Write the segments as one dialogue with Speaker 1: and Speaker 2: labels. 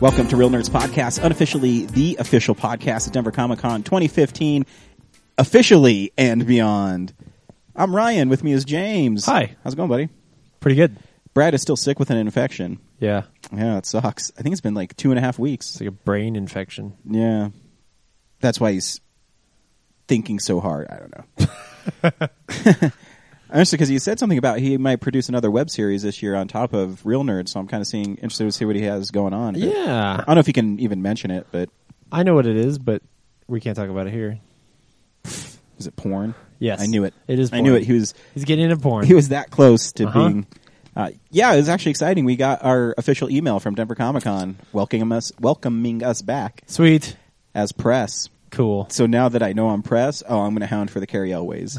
Speaker 1: Welcome to Real Nerds Podcast, unofficially the official podcast at Denver Comic Con 2015, officially and beyond. I'm Ryan. With me is James.
Speaker 2: Hi.
Speaker 1: How's it going, buddy?
Speaker 2: Pretty good.
Speaker 1: Brad is still sick with an infection.
Speaker 2: Yeah.
Speaker 1: Yeah, it sucks. I think it's been like two and a half weeks.
Speaker 2: It's like a brain infection.
Speaker 1: Yeah. That's why he's thinking so hard. I don't know. Honestly, because he said something about he might produce another web series this year on top of Real Nerd, so I'm kind of seeing interested to see what he has going on. But I
Speaker 2: Yeah.
Speaker 1: don't know if he can even mention it, but
Speaker 2: I know what it is, but we can't talk about it here.
Speaker 1: is it porn?
Speaker 2: Yes.
Speaker 1: I knew it.
Speaker 2: It is
Speaker 1: I knew
Speaker 2: porn.
Speaker 1: it. He was
Speaker 2: He's getting into porn.
Speaker 1: he was that close to
Speaker 2: Uh-huh.
Speaker 1: being. Uh, yeah, it was actually exciting. We got our official email from Denver Comic Con welcoming us welcoming us back
Speaker 2: Sweet.
Speaker 1: as press.
Speaker 2: Cool.
Speaker 1: So now that I know I'm press, oh, I'm going to hound for the Carrie Elways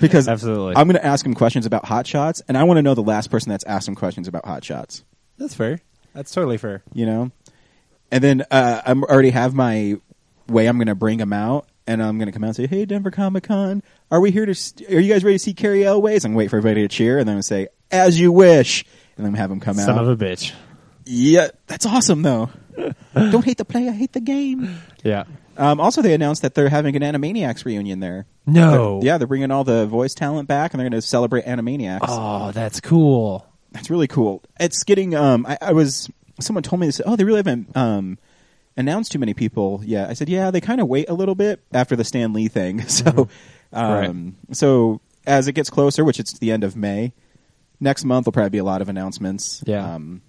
Speaker 1: because
Speaker 2: Absolutely.
Speaker 1: I'm going to ask him questions about hot shots, and I want to know the last person that's asked him questions about hot shots.
Speaker 2: That's fair. That's totally fair.
Speaker 1: You know, and then uh, I'm already have my way. I'm going to bring him out, and I'm going to come out and say, "Hey, Denver Comic Con, are we here to? St- are you guys ready to see Carrie Elways?" I'm going to wait for everybody to cheer, and then I'm going to say, "As you wish," and then have him come
Speaker 2: Son
Speaker 1: out.
Speaker 2: of a bitch.
Speaker 1: yeah, that's awesome though. Don't hate the play, I hate the game.
Speaker 2: Yeah.
Speaker 1: Um, also, they announced that they're having an Animaniacs reunion there.
Speaker 2: No.
Speaker 1: They're- yeah, they're bringing all the voice talent back, and they're going to celebrate Animaniacs.
Speaker 2: Oh, that's cool.
Speaker 1: That's really cool. It's getting. Um, I, I was. Someone told me this. Oh, they really haven't um, announced too many people yet. I said, yeah, they kind of wait a little bit after the Stan Lee thing. So,
Speaker 2: Mm-hmm.
Speaker 1: um, so as it gets closer, which it's the end of May, next month will probably be a lot of announcements.
Speaker 2: Yeah.
Speaker 1: Um,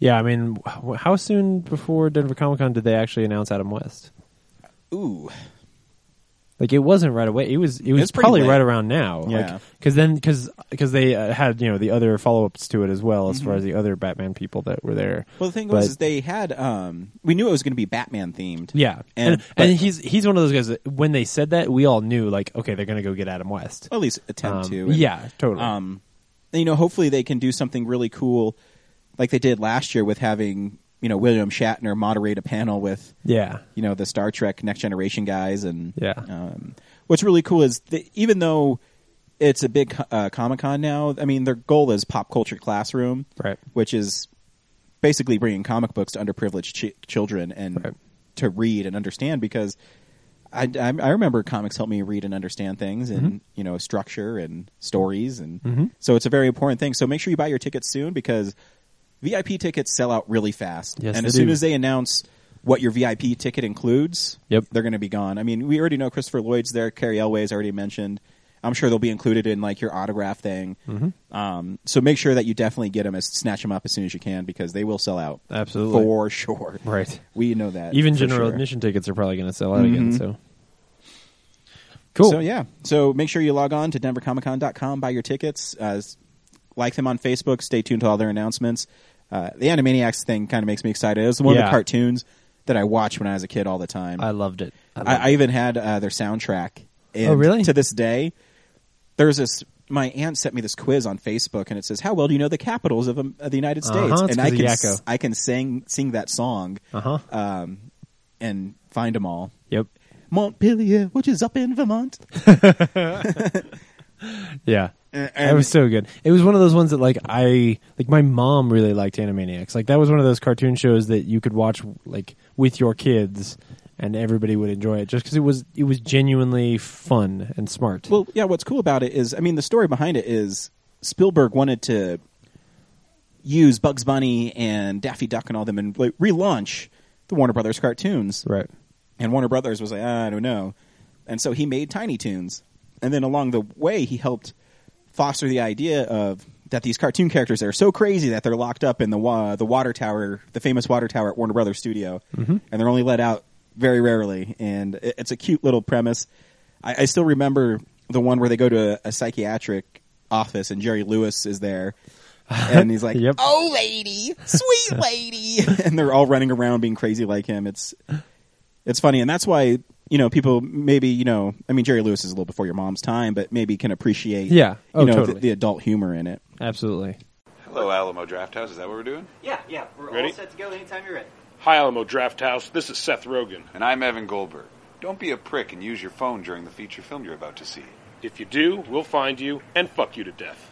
Speaker 2: Yeah, I mean, wh- how soon before Denver Comic Con did they actually announce Adam West?
Speaker 1: ooh.
Speaker 2: Like it wasn't right away. It was it was
Speaker 1: It's pretty
Speaker 2: probably
Speaker 1: late.
Speaker 2: right around now.
Speaker 1: Yeah.
Speaker 2: Because then because they uh, had you know the other follow ups to it as well as far as the other Batman people that were there.
Speaker 1: Mm-hmm. Well, the thing
Speaker 2: But-
Speaker 1: was, is they had. Um, we knew it was going to be Batman themed.
Speaker 2: Yeah,
Speaker 1: And-
Speaker 2: and
Speaker 1: but-
Speaker 2: and, he's he's one of those guys that when they said that we all knew like okay they're gonna go get Adam West.
Speaker 1: Well, at least attempt
Speaker 2: Um,
Speaker 1: to.
Speaker 2: yeah, totally.
Speaker 1: Um, you know, hopefully they can do something really cool, like they did last year with having you know William Shatner moderate a panel with
Speaker 2: yeah,
Speaker 1: you know the Star Trek Next Generation guys, and
Speaker 2: Yeah.
Speaker 1: Um, what's really cool is that even though it's a big uh, Comic Con now, I mean their goal is pop culture classroom,
Speaker 2: Right.
Speaker 1: Which is basically bringing comic books to underprivileged ch- children and
Speaker 2: Right.
Speaker 1: to read and understand because. I, I, I remember comics helped me read and understand things and
Speaker 2: Mm-hmm.
Speaker 1: you know structure and stories and so it's a very important thing so make sure you buy your tickets soon because vip tickets sell out really fast
Speaker 2: Yes,
Speaker 1: and
Speaker 2: they
Speaker 1: as soon
Speaker 2: do.
Speaker 1: as they announce what your vip ticket includes
Speaker 2: Yep.
Speaker 1: they're going to be gone i mean we already know christopher lloyd's there carrie elway's already mentioned i'm sure they'll be included in like your autograph thing
Speaker 2: Mm-hmm.
Speaker 1: um, so make sure that you definitely get them as snatch them up as soon as you can because they will sell out
Speaker 2: Absolutely.
Speaker 1: for sure
Speaker 2: Right.
Speaker 1: we know that
Speaker 2: Even
Speaker 1: for
Speaker 2: general
Speaker 1: sure.
Speaker 2: admission tickets are probably gonna sell out again. So cool.
Speaker 1: Mm-hmm. So yeah, so make sure you log on to denvercomiccon.com, buy your tickets, uh, s- like them on Facebook, stay tuned to all their announcements. Uh, the Animaniacs thing kind of makes me excited. It was one of the
Speaker 2: Yeah.
Speaker 1: cartoons that I watched when I was a kid all the time.
Speaker 2: I
Speaker 1: I,
Speaker 2: loved it.
Speaker 1: I,
Speaker 2: I,
Speaker 1: even had uh, their soundtrack. And
Speaker 2: Oh, really?
Speaker 1: To this day, there's this. My aunt sent me this quiz on Facebook, and it says, "How well do you know the capitals of, um, of the United
Speaker 2: Uh-huh,
Speaker 1: States?"
Speaker 2: it's
Speaker 1: and
Speaker 2: 'cause
Speaker 1: I
Speaker 2: of
Speaker 1: can
Speaker 2: Yakko.
Speaker 1: s- I can sing sing that song
Speaker 2: uh huh.
Speaker 1: and find them all.
Speaker 2: Yep.
Speaker 1: Montpelier, which is up in Vermont.
Speaker 2: Yeah.
Speaker 1: And-
Speaker 2: It was so good. It was one of those ones that like I like my mom really liked Animaniacs. Like that was one of those cartoon shows that you could watch like with your kids and everybody would enjoy it just cuz it was it was genuinely fun and smart.
Speaker 1: Well, yeah, what's cool about it is, I mean, the story behind it is Spielberg wanted to use Bugs Bunny and Daffy Duck and all them and like, relaunch the Warner Brothers cartoons.
Speaker 2: Right.
Speaker 1: And Warner Brothers was like, "Ah, I don't know. And so he made Tiny Toons. And then along the way, he helped foster the idea of that these cartoon characters that are so crazy that they're locked up in the wa- the water tower, the famous water tower at Warner Brothers Studio, and they're only let out very rarely. And it- it's a cute little premise. I, I still remember the one where they go to a, a psychiatric office and Jerry Lewis is there. And he's like,
Speaker 2: Yep.
Speaker 1: "Oh, lady, sweet lady," and they're all running around being crazy like him. It's it's funny, and that's why you know people maybe you know I mean Jerry Lewis is a little before your mom's time, but maybe can appreciate
Speaker 2: Yeah. Oh,
Speaker 1: you know
Speaker 2: totally.
Speaker 1: the, the adult humor in it.
Speaker 2: Absolutely.
Speaker 3: Hello, Alamo Draft House. Is that what we're doing?
Speaker 4: Yeah, yeah, we're
Speaker 5: Ready?
Speaker 4: all set to go anytime you're ready.
Speaker 5: Hi, Alamo Draft House. This is Seth Rogen.
Speaker 3: And I'm Evan Goldberg. Don't be a prick and use your phone during the feature film you're about to see.
Speaker 5: If you do, we'll find you and fuck you to death.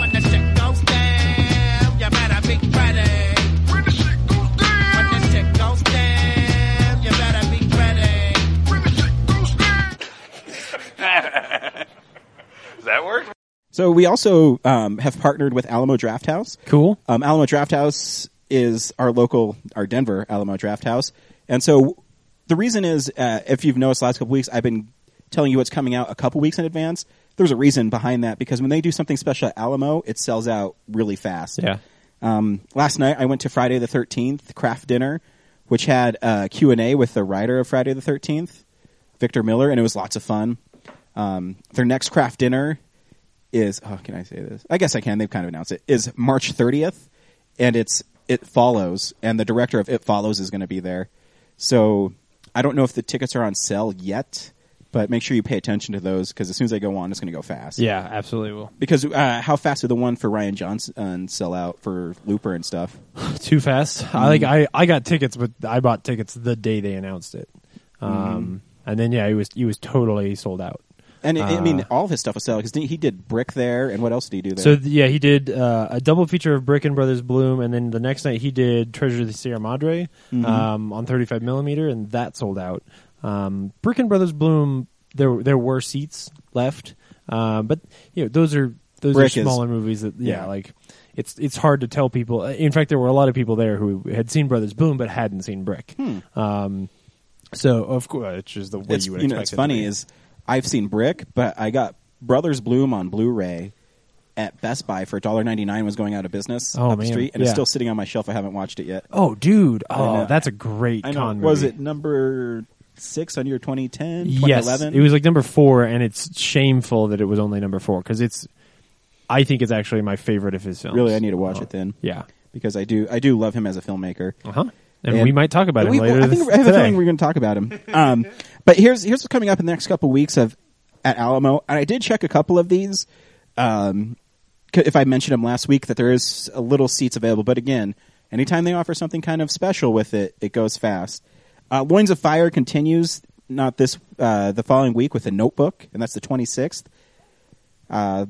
Speaker 6: When the shit goes down, you better be ready. When the shit goes down, when the shit goes down, you better be ready. When the shit goes down.
Speaker 3: Does that work?
Speaker 1: So we also um, have partnered with Alamo Draft House.
Speaker 2: Cool.
Speaker 1: Um, Alamo Draft House is our local, our Denver Alamo Draft House, and so the reason is uh, if you've noticed the last couple weeks, I've been telling you what's coming out a couple weeks in advance. There's a reason behind that because when they do something special at Alamo, it sells out really fast.
Speaker 2: Yeah.
Speaker 1: Um, last night I went to Friday the 13th craft dinner, which had uh, a Q&A with the writer of Friday the 13th, Victor Miller, and it was lots of fun. Um, their next craft dinner is, oh, can I say this? I guess I can. They've kind of announced it is March 30th and it's, it follows and the director of it follows is going to be there. So I don't know if the tickets are on sale yet, but make sure you pay attention to those because as soon as they go on, it's going to go fast
Speaker 2: Yeah, absolutely will.
Speaker 1: because uh, how fast did the one for Ryan Johnson sell out for Looper and stuff?
Speaker 2: Too fast. I like I I got tickets, but I bought tickets the day they announced it. Um and then yeah, he was he was totally sold out.
Speaker 1: And I- I mean,
Speaker 2: Uh.
Speaker 1: all of his stuff was selling because he did Brick there, and what else did he do there?
Speaker 2: So th- yeah, he did uh, a double feature of Brick and Brothers Bloom, and then the next night he did Treasure of the Sierra Madre
Speaker 1: Mm-hmm.
Speaker 2: um, on 35 millimeter, and that sold out. Um, Brick and Brothers Bloom, there there were seats left, uh, but you know those are those
Speaker 1: Brick
Speaker 2: are
Speaker 1: is-
Speaker 2: smaller movies that yeah,
Speaker 1: yeah.
Speaker 2: like it's it's hard to tell people. Uh, In fact, there were a lot of people there who had seen Brothers Bloom but hadn't seen Brick. Um, so of course, which is the way
Speaker 1: Hmm. it's,
Speaker 2: you would
Speaker 1: know,
Speaker 2: expect
Speaker 1: it's
Speaker 2: it to
Speaker 1: funny
Speaker 2: be.
Speaker 1: is I've seen Brick, but I got Brothers Bloom on Blu-ray at Best Buy for $1.99 was going out of business up
Speaker 2: Oh,
Speaker 1: the
Speaker 2: man.
Speaker 1: street, and it's
Speaker 2: Yeah.
Speaker 1: still sitting on my shelf. I haven't watched it yet.
Speaker 2: oh dude, oh
Speaker 1: know.
Speaker 2: that's a great
Speaker 1: I know.
Speaker 2: con.
Speaker 1: Was
Speaker 2: movie.
Speaker 1: it number six on your 2010,
Speaker 2: Yes,
Speaker 1: 2011?
Speaker 2: it was like number four, and it's shameful that it was only number four because it's. I think it's actually my favorite of his films.
Speaker 1: Really, I need to watch
Speaker 2: Uh-huh.
Speaker 1: it then.
Speaker 2: Yeah.
Speaker 1: because I do I do love him as a filmaker.
Speaker 2: Uh huh. And, we might talk about it
Speaker 1: We-
Speaker 2: later.
Speaker 1: I think
Speaker 2: this-
Speaker 1: I have a
Speaker 2: today.
Speaker 1: feeling we're going to talk about him. Um, but here's here's what's coming up in the next couple weeks of at Alamo, and I did check a couple of these. Um, c- if I mentioned them last week, that there is a little seats available, but again, anytime they offer something kind of special with it, it goes fast. Uh, Loins of Fire continues not this uh, the following week with a Notebook, and that's the 26th. Uh,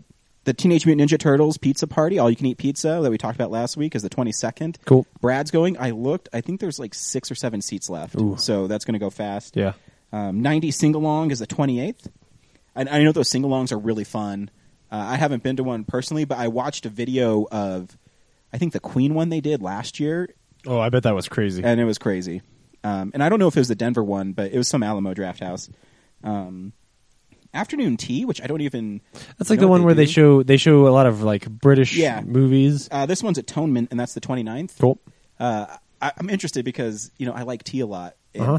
Speaker 1: the Teenage Mutant Ninja Turtles pizza party, all you can eat pizza that we talked about last week, is the 22nd.
Speaker 2: Cool.
Speaker 1: Brad's going. I looked. I think there's like six or seven seats left.
Speaker 2: Ooh.
Speaker 1: So that's going to go fast.
Speaker 2: Yeah.
Speaker 1: Um, 90 sing along is the 28th. And I know those sing alongs are really fun. Uh, I haven't been to one personally, but I watched a video of, I think the Queen one they did last year,
Speaker 2: Oh, I bet that was crazy.
Speaker 1: and it was crazy. Um, and I don't know if it was the Denver one, but it was some Alamo Draft House. Um, afternoon tea, which I don't even.
Speaker 2: That's like
Speaker 1: know
Speaker 2: the
Speaker 1: what
Speaker 2: one where they
Speaker 1: do.
Speaker 2: show they show a lot of like British
Speaker 1: Yeah.
Speaker 2: movies.
Speaker 1: Uh, this one's Atonement, and that's the 29th.
Speaker 2: Cool.
Speaker 1: Uh, I, I'm interested because you know I like tea a lot. and,
Speaker 2: Uh-huh.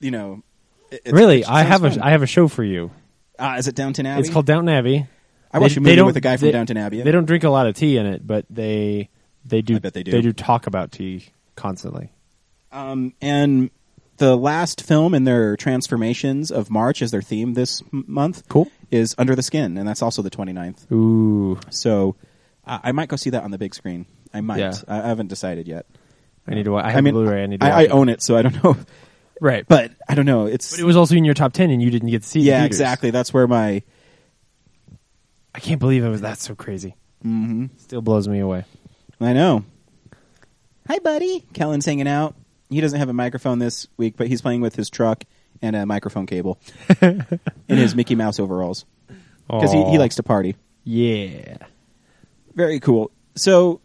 Speaker 1: You know, it- it's-
Speaker 2: Really,
Speaker 1: it
Speaker 2: I
Speaker 1: sounds
Speaker 2: have a
Speaker 1: fun.
Speaker 2: I have a show for you.
Speaker 1: Uh, is it Downton Abbey?
Speaker 2: It's called Downton Abbey.
Speaker 1: I watched a movie
Speaker 2: don't-
Speaker 1: with a guy from
Speaker 2: they-
Speaker 1: Downton Abbey.
Speaker 2: They don't drink a lot of tea in it, but they they do.
Speaker 1: I bet they do.
Speaker 2: They do talk about tea constantly.
Speaker 1: Um, and the last film in their transformations of March is their theme this m- month.
Speaker 2: Cool.
Speaker 1: Is Under the Skin, and that's also the 29th.
Speaker 2: Ooh,
Speaker 1: So uh, I might go see that on the big screen. I might.
Speaker 2: Yeah.
Speaker 1: I, I haven't decided yet.
Speaker 2: I need to. Watch, I have
Speaker 1: mean,
Speaker 2: Blu-ray. I need to.
Speaker 1: I,
Speaker 2: watch
Speaker 1: I own it, so I don't know.
Speaker 2: it. right,
Speaker 1: But I don't know. It's
Speaker 2: But it was also in your top ten, and you didn't get to see. it in
Speaker 1: yeah,
Speaker 2: theaters.
Speaker 1: exactly. That's where my
Speaker 2: I can't believe it was that so crazy. Mm-hmm. Still blows me away.
Speaker 1: I know. Hi, buddy. Kellen's hanging out. He doesn't have a microphone this week, but he's playing with his truck and a microphone cable in his Mickey Mouse overalls because he, he likes to party.
Speaker 2: Yeah.
Speaker 1: Very cool. So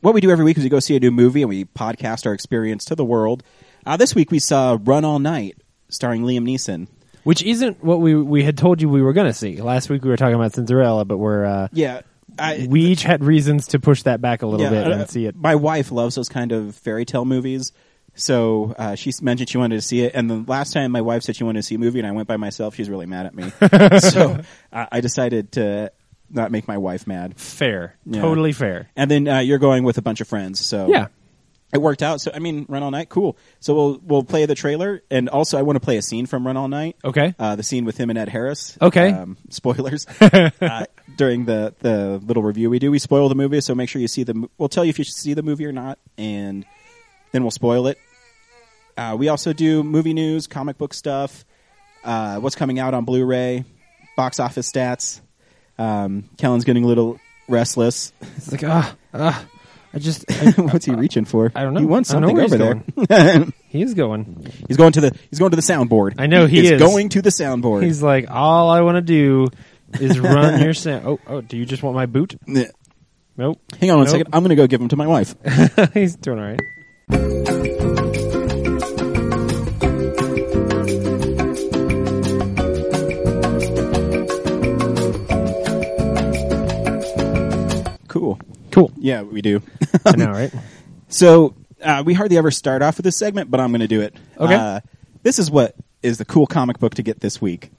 Speaker 1: what we do every week is we go see a new movie and we podcast our experience to the world. Uh, this week we saw Run All Night, starring Liam Neeson.
Speaker 2: which isn't what we we had told you we were going to see last week. We were talking about Cinderella, but we're uh,
Speaker 1: Yeah, I,
Speaker 2: we each had reasons to push that back a little bit
Speaker 1: uh,
Speaker 2: and see it.
Speaker 1: My wife loves those kind of fairy tale movies. So uh, she s- mentioned she wanted to see it, and the last time my wife said she wanted to see a movie, and I went by myself, she's really mad at me. so I, I decided to not make my wife mad.
Speaker 2: Fair,
Speaker 1: Yeah.
Speaker 2: totally fair.
Speaker 1: And then uh, you're going with a bunch of friends, so
Speaker 2: Yeah,
Speaker 1: it worked out. So I mean, Run All Night, cool. So we'll we'll play the trailer, and also I want to play a scene from Run All Night.
Speaker 2: Okay.
Speaker 1: uh, the scene with him and Ed Harris.
Speaker 2: Okay.
Speaker 1: um, spoilers uh, during the the little review we do. We spoil the movie, so make sure you see the. mo- We'll tell you if you should see the movie or not, and then we'll spoil it. Uh, we also do movie news, comic book stuff, uh, what's coming out on Blu-ray, box office stats. Um, Kellen's getting a little restless.
Speaker 2: it's like ah ah. I just I,
Speaker 1: What's he reaching for?
Speaker 2: Uh, I don't know.
Speaker 1: He wants
Speaker 2: I don't know
Speaker 1: something
Speaker 2: where he's
Speaker 1: over there.
Speaker 2: he is going.
Speaker 1: He's going to the he's going to the soundboard.
Speaker 2: I know he is.
Speaker 1: going to the soundboard.
Speaker 2: He's like all I want to do is run your sound. Oh oh, do you just want my boot?
Speaker 1: Hang
Speaker 2: Nope.
Speaker 1: on one
Speaker 2: Nope.
Speaker 1: second. I'm going to go give him to my wife.
Speaker 2: He's doing all right.
Speaker 1: Cool.
Speaker 2: Cool.
Speaker 1: Yeah, we do.
Speaker 2: I know, right?
Speaker 1: so uh, we hardly ever start off with this segment, but I'm going to do it.
Speaker 2: Okay.
Speaker 1: Uh, this is what is the cool comic book to get this week.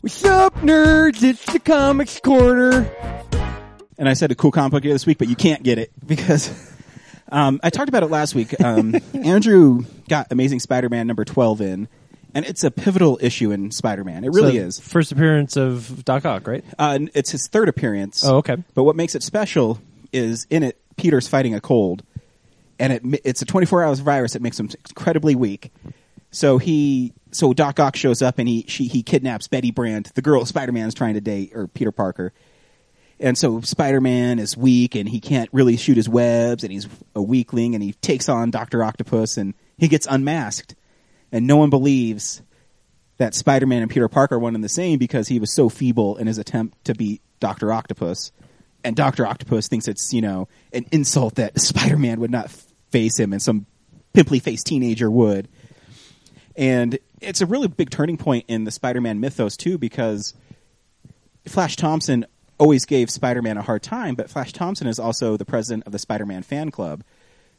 Speaker 2: What's up, nerds? It's the Comics Corner.
Speaker 1: And I said a cool comic book to get this week, but you can't get it because um, I talked about it last week. Um, Andrew got Amazing Spider-Man number 12 in, and it's a pivotal issue in Spider-Man. It really is.
Speaker 2: First appearance of Doc Ock, right?
Speaker 1: Uh, and it's his third appearance.
Speaker 2: Oh, okay.
Speaker 1: But what makes it special is in it, Peter's fighting a cold, and it mi- it's a 24 hours virus that makes him incredibly weak. So he, so Doc Ock shows up and he she he kidnaps Betty Brandt, the girl Spider Man's trying to date, or Peter Parker. And so Spider Man is weak and he can't really shoot his webs, and he's a weakling, and he takes on Doctor Octopus, and he gets unmasked, and no one believes that Spider-Man and Peter Parker are one and the same because he was so feeble in his attempt to beat Doctor Octopus, and Doctor Octopus thinks it's you know an insult that Spider-Man would not f- face him, and some pimply-faced teenager would. And it's a really big turning point in the Spider-Man mythos too, because Flash Thompson always gave Spider-Man a hard time, but Flash Thompson is also the president of the Spider-Man fan club.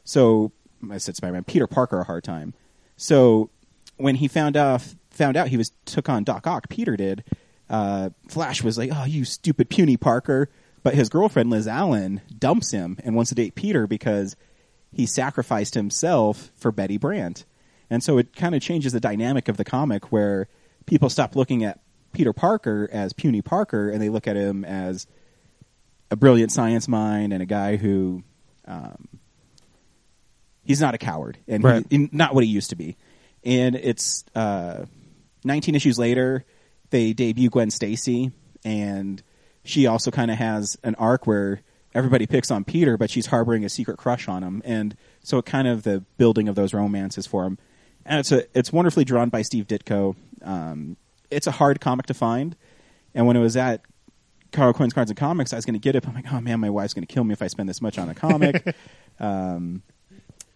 Speaker 1: So I said Spider-Man, Peter Parker a hard time. So when he found out found out he was took on Doc Ock, Peter did. Uh, Flash was like, "Oh, you stupid puny Parker!" But his girlfriend Liz Allen dumps him and wants to date Peter because he sacrificed himself for Betty Brandt. And so it kind of changes the dynamic of the comic where people stop looking at Peter Parker as puny Parker and they look at him as a brilliant science mind and a guy who um, he's not a coward and he-
Speaker 2: Right.
Speaker 1: and not what he used to be. And it's uh, 19 issues later, they debut Gwen Stacy, and she also kind of has an arc where everybody picks on Peter, but she's harboring a secret crush on him, and so it kind of the building of those romances for him. And it's a, it's wonderfully drawn by Steve Ditko. Um, it's a hard comic to find, and when it was at Carl Quinn's Cards and Comics, I was going to get it. But I'm like, oh man, my wife's going to kill me if I spend this much on a comic. Um,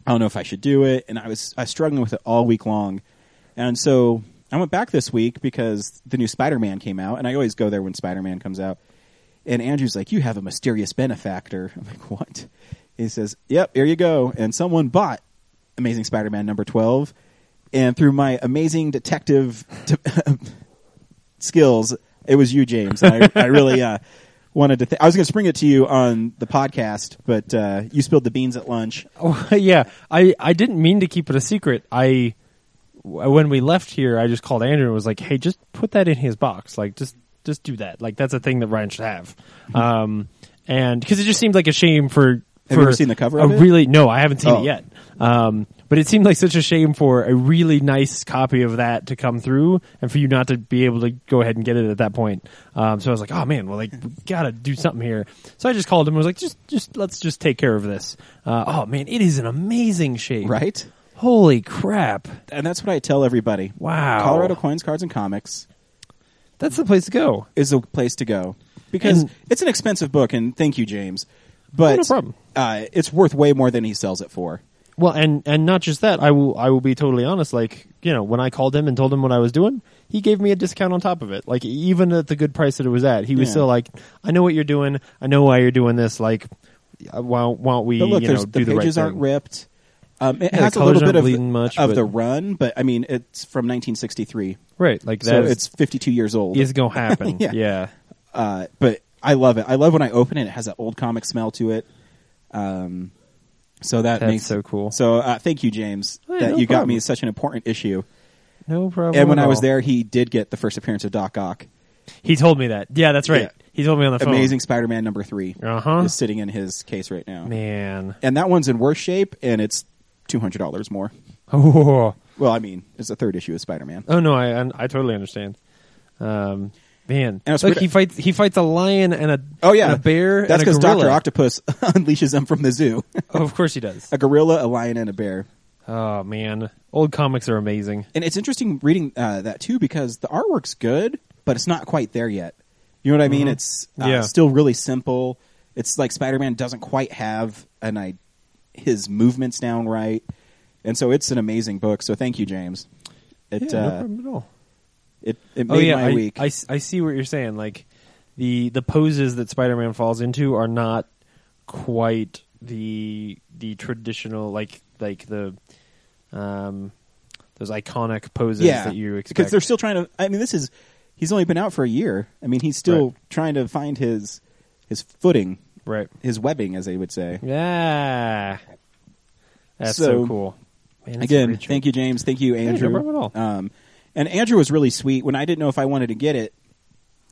Speaker 1: I don't know if I should do it. And I was I was struggling with it all week long. And so I went back this week because the new Spider Man came out, and I always go there when Spider Man comes out. And Andrew's like, You have a mysterious benefactor. I'm like, What? He says, Yep, here you go. And someone bought Amazing Spider Man number 12. And through my amazing detective de- skills, it was you, James. And I, I really uh, wanted to. Th- I was going to spring it to you on the podcast, but uh, you spilled the beans at lunch.
Speaker 2: Oh, yeah, I, I didn't mean to keep it a secret. I w- when we left here, I just called Andrew and was like, "Hey, just put that in his box. Like, just just do that. Like, that's a thing that Ryan should have." Um, and because it just seemed like a shame for.
Speaker 1: Mm-hmm. Have you
Speaker 2: for
Speaker 1: ever seen the cover
Speaker 2: a
Speaker 1: of it?
Speaker 2: Really, no, I haven't seen
Speaker 1: Oh.
Speaker 2: it yet. Um, but it seemed like such a shame for a really nice copy of that to come through, and for you not to be able to go ahead and get it at that point. Um, so I was like, "Oh man, well, like, we gotta do something here." So I just called him. and was like, "Just, just let's just take care of this." Uh, oh man, it is an amazing shape,
Speaker 1: Right?
Speaker 2: Holy crap!
Speaker 1: And that's what I tell everybody.
Speaker 2: Wow.
Speaker 1: Colorado Coins, Cards, and Comics
Speaker 2: That's the place to go.
Speaker 1: is the place to go because
Speaker 2: And-
Speaker 1: it's an expensive book. And thank you, James. But
Speaker 2: no problem.
Speaker 1: Uh, it's worth way more than he sells it for.
Speaker 2: Well, and and not just that. I will I will be totally honest. Like you know, when I called him and told him what I was doing, he gave me a discount on top of it. Like even at the good price that it was at, he was
Speaker 1: Yeah.
Speaker 2: still like, I know what you're doing. I know why you're doing this. Like, uh, why won't we?
Speaker 1: But look,
Speaker 2: you know,
Speaker 1: there's
Speaker 2: do
Speaker 1: the
Speaker 2: the
Speaker 1: pages
Speaker 2: right
Speaker 1: aren't
Speaker 2: thing?
Speaker 1: ripped. Um, it
Speaker 2: Yeah, the
Speaker 1: has a
Speaker 2: colors
Speaker 1: little bit
Speaker 2: aren't
Speaker 1: of, the-
Speaker 2: bleeding much,
Speaker 1: of
Speaker 2: but-
Speaker 1: the run, but I mean, it's from 1963,
Speaker 2: Right, like
Speaker 1: so
Speaker 2: that
Speaker 1: it's 52 years old.
Speaker 2: is gonna happen.
Speaker 1: Yeah.
Speaker 2: yeah.
Speaker 1: uh, but I love it. I love when I open it; it has that old comic smell to it. Um, so that
Speaker 2: That's
Speaker 1: makes
Speaker 2: so cool.
Speaker 1: So uh, thank you, James,
Speaker 2: Hey,
Speaker 1: that
Speaker 2: Oh, no
Speaker 1: you got me
Speaker 2: problem.
Speaker 1: such an important issue.
Speaker 2: no problem.
Speaker 1: And when
Speaker 2: at
Speaker 1: I was
Speaker 2: all.
Speaker 1: there, he did get the first appearance of Doc Ock.
Speaker 2: he told me that. Yeah, that's right.
Speaker 1: Yeah.
Speaker 2: He told me on the phone.
Speaker 1: Amazing Spider-Man number 3
Speaker 2: Oh. Uh-huh.
Speaker 1: is sitting in his case right now,
Speaker 2: man.
Speaker 1: and that one's in worse shape, and it's two hundred dollars more.
Speaker 2: Oh,
Speaker 1: Well, I mean, it's the third issue of Spider-Man.
Speaker 2: oh no, I I, I totally understand. Um, man,
Speaker 1: And it's
Speaker 2: look,
Speaker 1: weird-
Speaker 2: he fights he fights a lion and a
Speaker 1: Oh yeah,
Speaker 2: and a bear.
Speaker 1: That's
Speaker 2: because
Speaker 1: Doctor Octopus unleashes them from the zoo.
Speaker 2: Oh, of course he does.
Speaker 1: a gorilla, a lion, and a bear.
Speaker 2: Oh man, old comics are amazing.
Speaker 1: And it's interesting reading uh, that too because the artwork's good, but it's not quite there yet. You know what I mean? It's uh,
Speaker 2: Mm-hmm. Yeah.
Speaker 1: still really simple. It's like Spider-Man doesn't quite have an I- his movements down right, and so it's an amazing book. So thank you, James. It
Speaker 2: yeah, no
Speaker 1: uh,
Speaker 2: problem at all.
Speaker 1: it it made
Speaker 2: Oh yeah,
Speaker 1: my
Speaker 2: I,
Speaker 1: week.
Speaker 2: I s- I see what you're saying. Like the the poses that Spider-Man falls into are not quite the the traditional like like the um those iconic poses
Speaker 1: yeah,
Speaker 2: that you expect.
Speaker 1: because they're still trying to. I mean, this is he's only been out for a year. I mean, he's still
Speaker 2: Right.
Speaker 1: trying to find his his footing,
Speaker 2: right.
Speaker 1: his webbing, as they would say.
Speaker 2: Yeah, that's so,
Speaker 1: So,
Speaker 2: cool. Man, that's a
Speaker 1: Again,
Speaker 2: great
Speaker 1: thank you, James. Thank you,
Speaker 2: no
Speaker 1: Andrew.
Speaker 2: problem at all.
Speaker 1: Um, and Andrew was really sweet. When I didn't know if I wanted to get it,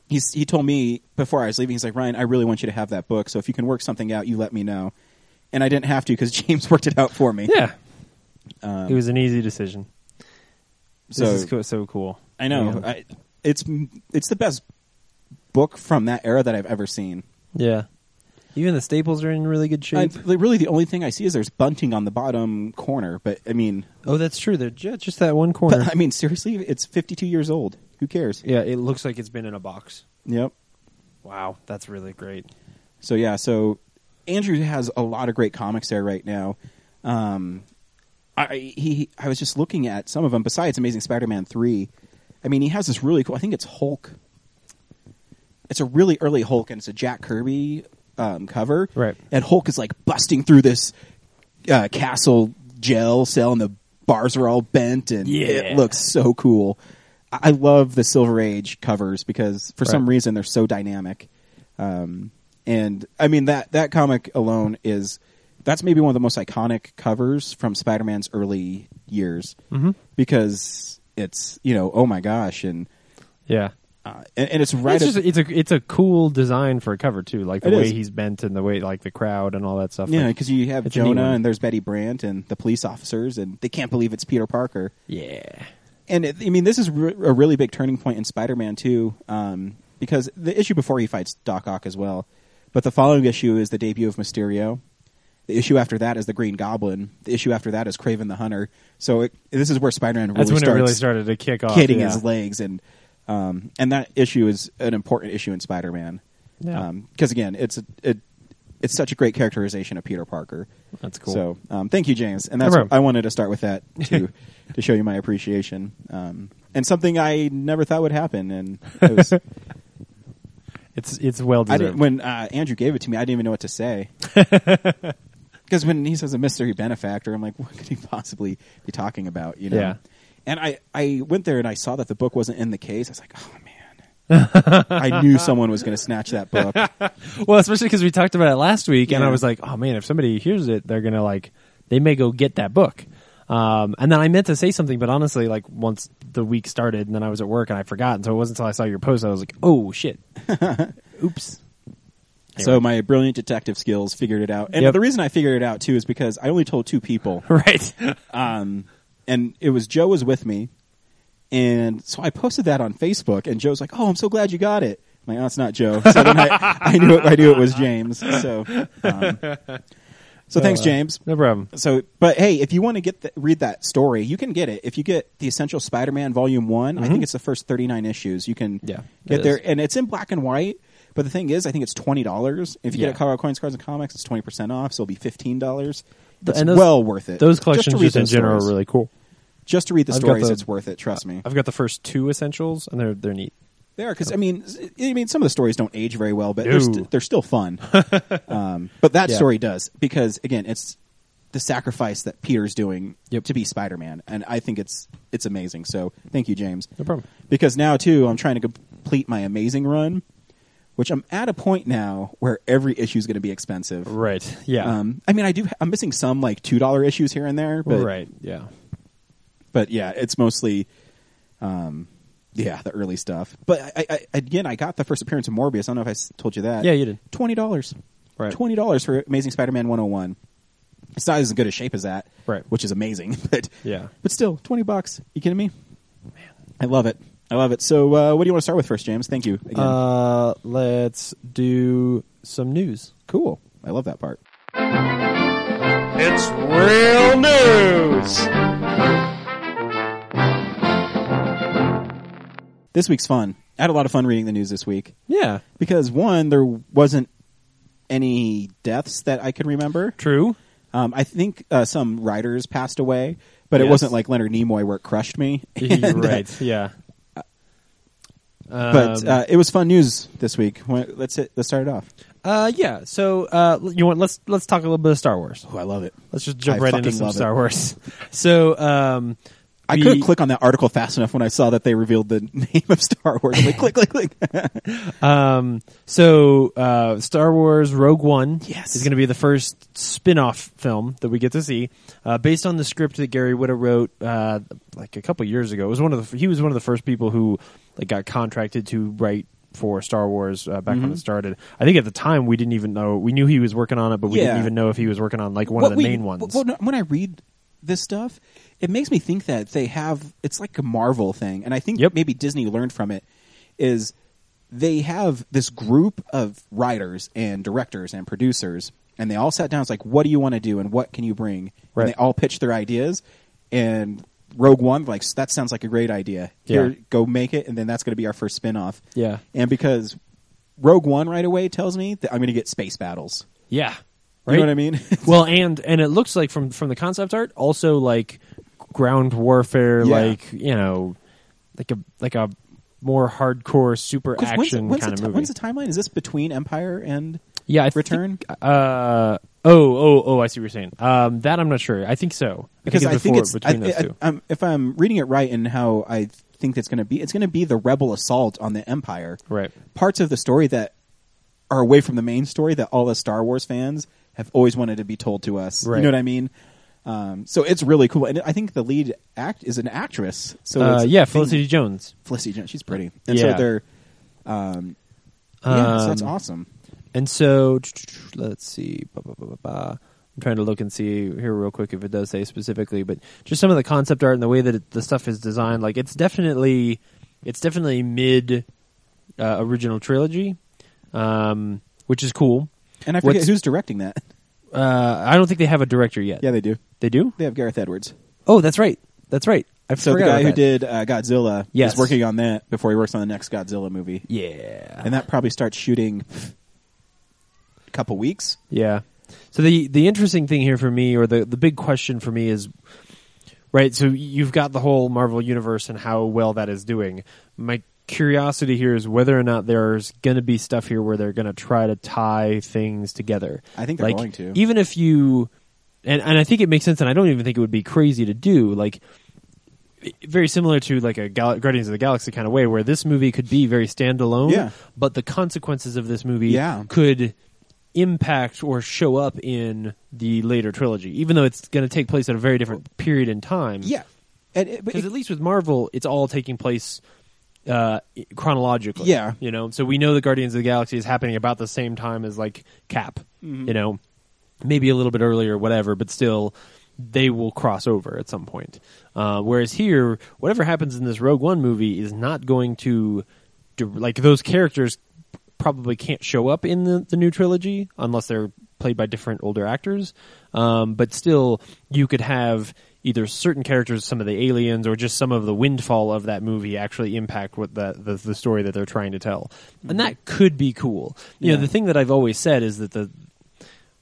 Speaker 1: he's, he told me before I was leaving, he's like, Ryan, I really want you to have that book. So if you can work something out, you let me know. And I didn't have to because James worked it out for me.
Speaker 2: Yeah, it was an easy decision.
Speaker 1: Um, So
Speaker 2: this is co- so cool.
Speaker 1: I know
Speaker 2: Man.
Speaker 1: I, it's it's the best book from that era that I've ever seen.
Speaker 2: yeah, even the staples are in really good
Speaker 1: I,
Speaker 2: shape.
Speaker 1: like, really, the only thing I see is there's bunting on the bottom corner. But I mean,
Speaker 2: oh, that's true. They're ju- just that one corner.
Speaker 1: but, I mean, seriously, it's 52 years old. Who cares?
Speaker 2: Yeah, it looks like it's been in a box.
Speaker 1: Yep.
Speaker 2: Wow, that's really great.
Speaker 1: So yeah, so Andrew has a lot of great comics there right now. Um, I he I was just looking at some of them. Besides Amazing Spider-Man three, I mean he has this really cool. I think it's Hulk. It's a really early Hulk, and it's a Jack Kirby um, cover.
Speaker 2: Right.
Speaker 1: and Hulk is like busting through this uh, castle jail cell, and the bars are all bent, and
Speaker 2: Yeah.
Speaker 1: it looks so cool. I I love the Silver Age covers because for some
Speaker 2: Right.
Speaker 1: reason they're so dynamic Um, and I mean that that comic alone is that's maybe one of the most iconic covers from Spider-Man's early years mm-hmm. because it's you know oh my gosh and
Speaker 2: Yeah.
Speaker 1: uh, and, and it's right
Speaker 2: it's
Speaker 1: at-
Speaker 2: just it's a it's a cool design for a cover too, like the
Speaker 1: It
Speaker 2: way
Speaker 1: is.
Speaker 2: he's bent and the way like the crowd and all that stuff.
Speaker 1: yeah
Speaker 2: Like,
Speaker 1: because you have
Speaker 2: it's a neat
Speaker 1: Jonah
Speaker 2: one.
Speaker 1: and there's Betty Brandt and the police officers and they can't believe it's Peter Parker
Speaker 2: yeah,
Speaker 1: and it, I mean this is re- a really big turning point in Spider-Man too um, because the issue before he fights Doc Ock as well but the following issue is the debut of Mysterio the issue after that is the Green Goblin the issue after that is Craven the Hunter so it, this is where Spider-Man really
Speaker 2: that's when
Speaker 1: starts
Speaker 2: it really started to kick off.
Speaker 1: kidding
Speaker 2: yeah.
Speaker 1: his legs and um, and that issue is an important issue in Spider-Man because
Speaker 2: Yeah.
Speaker 1: again it's a, it, it's such a great characterization of Peter Parker
Speaker 2: That's cool.
Speaker 1: so um, thank you James and that's
Speaker 2: No problem.
Speaker 1: I wanted to start with that to to show you my appreciation um, and something I never thought would happen and it was,
Speaker 2: It's it's well
Speaker 1: I
Speaker 2: deserved.
Speaker 1: didn't, when uh, Andrew gave it to me I didn't even know what to say because when he says a mystery benefactor I'm like what could he possibly be talking about you know
Speaker 2: Yeah.
Speaker 1: and I I went there and I saw that the book wasn't in the case I was like oh man I knew someone was going to snatch that book
Speaker 2: well, especially because we talked about it last week, and
Speaker 1: Yeah.
Speaker 2: I was like, oh man, if somebody hears it, they're gonna like they may go get that book. Um, and then I meant to say something, but honestly, like once the week started, and then I was at work and I forgot, and so it wasn't until I saw your post I was like, oh shit, oops.
Speaker 1: So my brilliant detective skills figured it out. And
Speaker 2: Yep.
Speaker 1: the reason I figured it out too is because I only told two people.
Speaker 2: Right.
Speaker 1: And it was Joe was with me. And so I posted that on Facebook and Joe's like, "Oh, I'm so glad you got it." I'm like, "Oh, it's not Joe." So then I, I knew it, I knew it was James. So um, So thanks James.
Speaker 2: Uh, no problem.
Speaker 1: So but hey, if you want to get the, read that story, you can get it. If you get The Essential Spider-Man volume one I think it's the first 39 issues. You can
Speaker 2: Mm-hmm. Yeah,
Speaker 1: get
Speaker 2: it
Speaker 1: there
Speaker 2: is.
Speaker 1: and it's in black and white. But the thing is, I think it's twenty dollars. If you
Speaker 2: Yeah.
Speaker 1: get a Colorado Coins, Cards, and Comics, it's twenty percent off, so it'll be fifteen dollars. It's
Speaker 2: and those-
Speaker 1: well worth it.
Speaker 2: Those
Speaker 1: Just to
Speaker 2: collections just,
Speaker 1: read
Speaker 2: in
Speaker 1: those
Speaker 2: general
Speaker 1: stories.
Speaker 2: are really cool.
Speaker 1: Just to read the
Speaker 2: I've got
Speaker 1: stories,
Speaker 2: the-
Speaker 1: it's worth it. Trust me.
Speaker 2: I've got the first two essentials, and they're they're neat.
Speaker 1: They are because I mean, s- I mean, some of the stories don't age very well, but they're,
Speaker 2: No.
Speaker 1: st- they're still fun. um, but that
Speaker 2: Yeah.
Speaker 1: story does because again, it's the sacrifice that Peter's doing
Speaker 2: Yep.
Speaker 1: to be Spider-Man, and I think it's it's amazing. So thank you, James.
Speaker 2: No problem.
Speaker 1: Because now too, I'm trying to complete my amazing run, which I'm at a point now where every issue is going to be expensive.
Speaker 2: Right. Yeah.
Speaker 1: Um, I mean, I do. I'm missing some like two dollar issues here and there, but
Speaker 2: right. Yeah.
Speaker 1: but yeah, it's mostly, um, yeah, the early stuff. But I, I, again, I got the first appearance of Morbius. I don't know if I s- told you that.
Speaker 2: Yeah, you did.
Speaker 1: Twenty dollars.
Speaker 2: Right.
Speaker 1: Twenty dollars for Amazing Spider-Man 101. It's not as good a shape as that.
Speaker 2: Right.
Speaker 1: Which is amazing, but
Speaker 2: Yeah.
Speaker 1: but still, twenty bucks. You kidding me? I love it. I love it. So, uh, what do you want to start with first, James? Thank you again.
Speaker 2: Uh, let's do some news.
Speaker 1: cool. I love that part.
Speaker 4: It's real news.
Speaker 1: This week's fun. I had a lot of fun reading the news this week
Speaker 2: Yeah.
Speaker 1: because one, there wasn't any deaths that I could remember.
Speaker 2: True.
Speaker 1: Um, I think uh, some writers passed away, but it
Speaker 2: Yes.
Speaker 1: wasn't like Leonard Nimoy where it crushed me.
Speaker 2: You're
Speaker 1: And, uh,
Speaker 2: right. Yeah.
Speaker 1: but
Speaker 2: Um,
Speaker 1: uh, it was fun news this week. Wh- Let's hit, let's start it off.
Speaker 2: uh, yeah. So uh, you want let's let's talk a little bit of Star Wars.
Speaker 1: Oh, I love it.
Speaker 2: Let's just jump
Speaker 1: I
Speaker 2: right into
Speaker 1: fucking
Speaker 2: some
Speaker 1: love it.
Speaker 2: Star Wars. So um,
Speaker 1: I
Speaker 2: we-
Speaker 1: couldn't click on that article fast enough when I saw that they revealed the name of Star Wars. I'm like, click, click, click.
Speaker 2: Um, so uh, Star Wars Rogue One
Speaker 1: Yes.
Speaker 2: is going to be the first spin-off film that we get to see, uh, based on the script that Gary Witta wrote uh, like a couple years ago. It was one of the he was one of the first people who like got contracted to write for Star Wars uh, back
Speaker 1: Mm-hmm.
Speaker 2: when it started. I think at the time we didn't even know we knew he was working on it, but we didn't
Speaker 1: Yeah.
Speaker 2: even know if he was working on like one
Speaker 1: What
Speaker 2: of the
Speaker 1: we-
Speaker 2: main ones.
Speaker 1: Well, no, when I read this stuff, it makes me think that they have it's like a Marvel thing, and I think
Speaker 2: Yep.
Speaker 1: maybe Disney learned from it. Is they have this group of writers and directors and producers, and they all sat down. It's like, what do you want to do, and what can you bring?
Speaker 2: Right.
Speaker 1: And they all pitched their ideas, and Rogue One, like that sounds like a great idea. Here,
Speaker 2: Yeah.
Speaker 1: go make it, and then that's going to be our first spin off.
Speaker 2: Yeah.
Speaker 1: and because. Rogue One right away tells me that I'm going to get space battles.
Speaker 2: yeah,
Speaker 1: You know what I mean?
Speaker 2: well and and it looks like from from the concept art also like ground warfare
Speaker 1: Yeah.
Speaker 2: like you know like a like a more hardcore super
Speaker 1: 'Cause when's-
Speaker 2: action
Speaker 1: when's,
Speaker 2: kind of
Speaker 1: the, ti-
Speaker 2: movie
Speaker 1: When's the timeline? Is this between Empire and
Speaker 2: yeah I
Speaker 1: Return?
Speaker 2: think, uh oh oh oh i see what you're saying um that i'm not sure i think so
Speaker 1: because I think
Speaker 2: before-
Speaker 1: it's,
Speaker 2: between
Speaker 1: I,
Speaker 2: those
Speaker 1: I-
Speaker 2: two
Speaker 1: I'm- if I'm reading it right and how I think that's going to be, it's going to be the rebel assault on the Empire.
Speaker 2: Right.
Speaker 1: Parts of the story that are away from the main story that all the Star Wars fans have always wanted to be told to us.
Speaker 2: Right.
Speaker 1: You know what I mean? Um, so it's really cool, and I think the lead act is an actress. So
Speaker 2: uh,
Speaker 1: it's-
Speaker 2: yeah felicity jones
Speaker 1: Felicity Jones, she's pretty, and so
Speaker 2: Yeah.
Speaker 1: they're, um, yeah, so that's
Speaker 2: Um,
Speaker 1: awesome.
Speaker 2: And so let's see. Ba, ba, ba, ba, ba. I'm trying to look and see here real quick if it does say specifically, but just some of the concept art and the way that it, the stuff is designed, like it's definitely it's definitely mid uh, original trilogy, um, which is cool.
Speaker 1: And I forget
Speaker 2: what's-
Speaker 1: who's directing that.
Speaker 2: Uh, I don't think they have a director yet.
Speaker 1: Yeah, they do.
Speaker 2: They do.
Speaker 1: They have Gareth Edwards.
Speaker 2: Oh, that's right. That's right. I
Speaker 1: So the
Speaker 2: forgot
Speaker 1: guy
Speaker 2: about
Speaker 1: who
Speaker 2: that.
Speaker 1: did uh, Godzilla
Speaker 2: Yes.
Speaker 1: is working on that before he works on the next Godzilla movie,
Speaker 2: Yeah.
Speaker 1: and that probably starts shooting a couple weeks.
Speaker 2: Yeah. So the the interesting thing here for me, or the the big question for me is, right? So you've got the whole Marvel universe and how well that is doing. My curiosity here is whether or not there's going to be stuff here where they're going to try to tie things together.
Speaker 1: I think they're
Speaker 2: Like,
Speaker 1: going to.
Speaker 2: Even if you, and and I think it makes sense, and I don't even think it would be crazy to do like. Very similar to like a Gal- Guardians of the Galaxy kind of way, where this movie could be very standalone,
Speaker 1: Yeah.
Speaker 2: but the consequences of this movie
Speaker 1: Yeah.
Speaker 2: could impact or show up in the later trilogy, even though it's going to take place at a very different period in time.
Speaker 1: Yeah, and it, but
Speaker 2: because
Speaker 1: it,
Speaker 2: at least with Marvel, it's all taking place uh, i- chronologically.
Speaker 1: Yeah.
Speaker 2: you know, so we know the Guardians of the Galaxy is happening about the same time as like Cap. You know, maybe a little bit earlier, whatever, but still. They will cross over at some point. Uh, whereas here, whatever happens in this Rogue One movie is not going to, dir- like those characters probably can't show up in the, the new trilogy unless they're played by different older actors. Um, but still, you could have either certain characters, some of the aliens, or just some of the windfall of that movie actually impact what the the, the story that they're trying to tell, and that could be cool. You know, the thing that I've always said is that the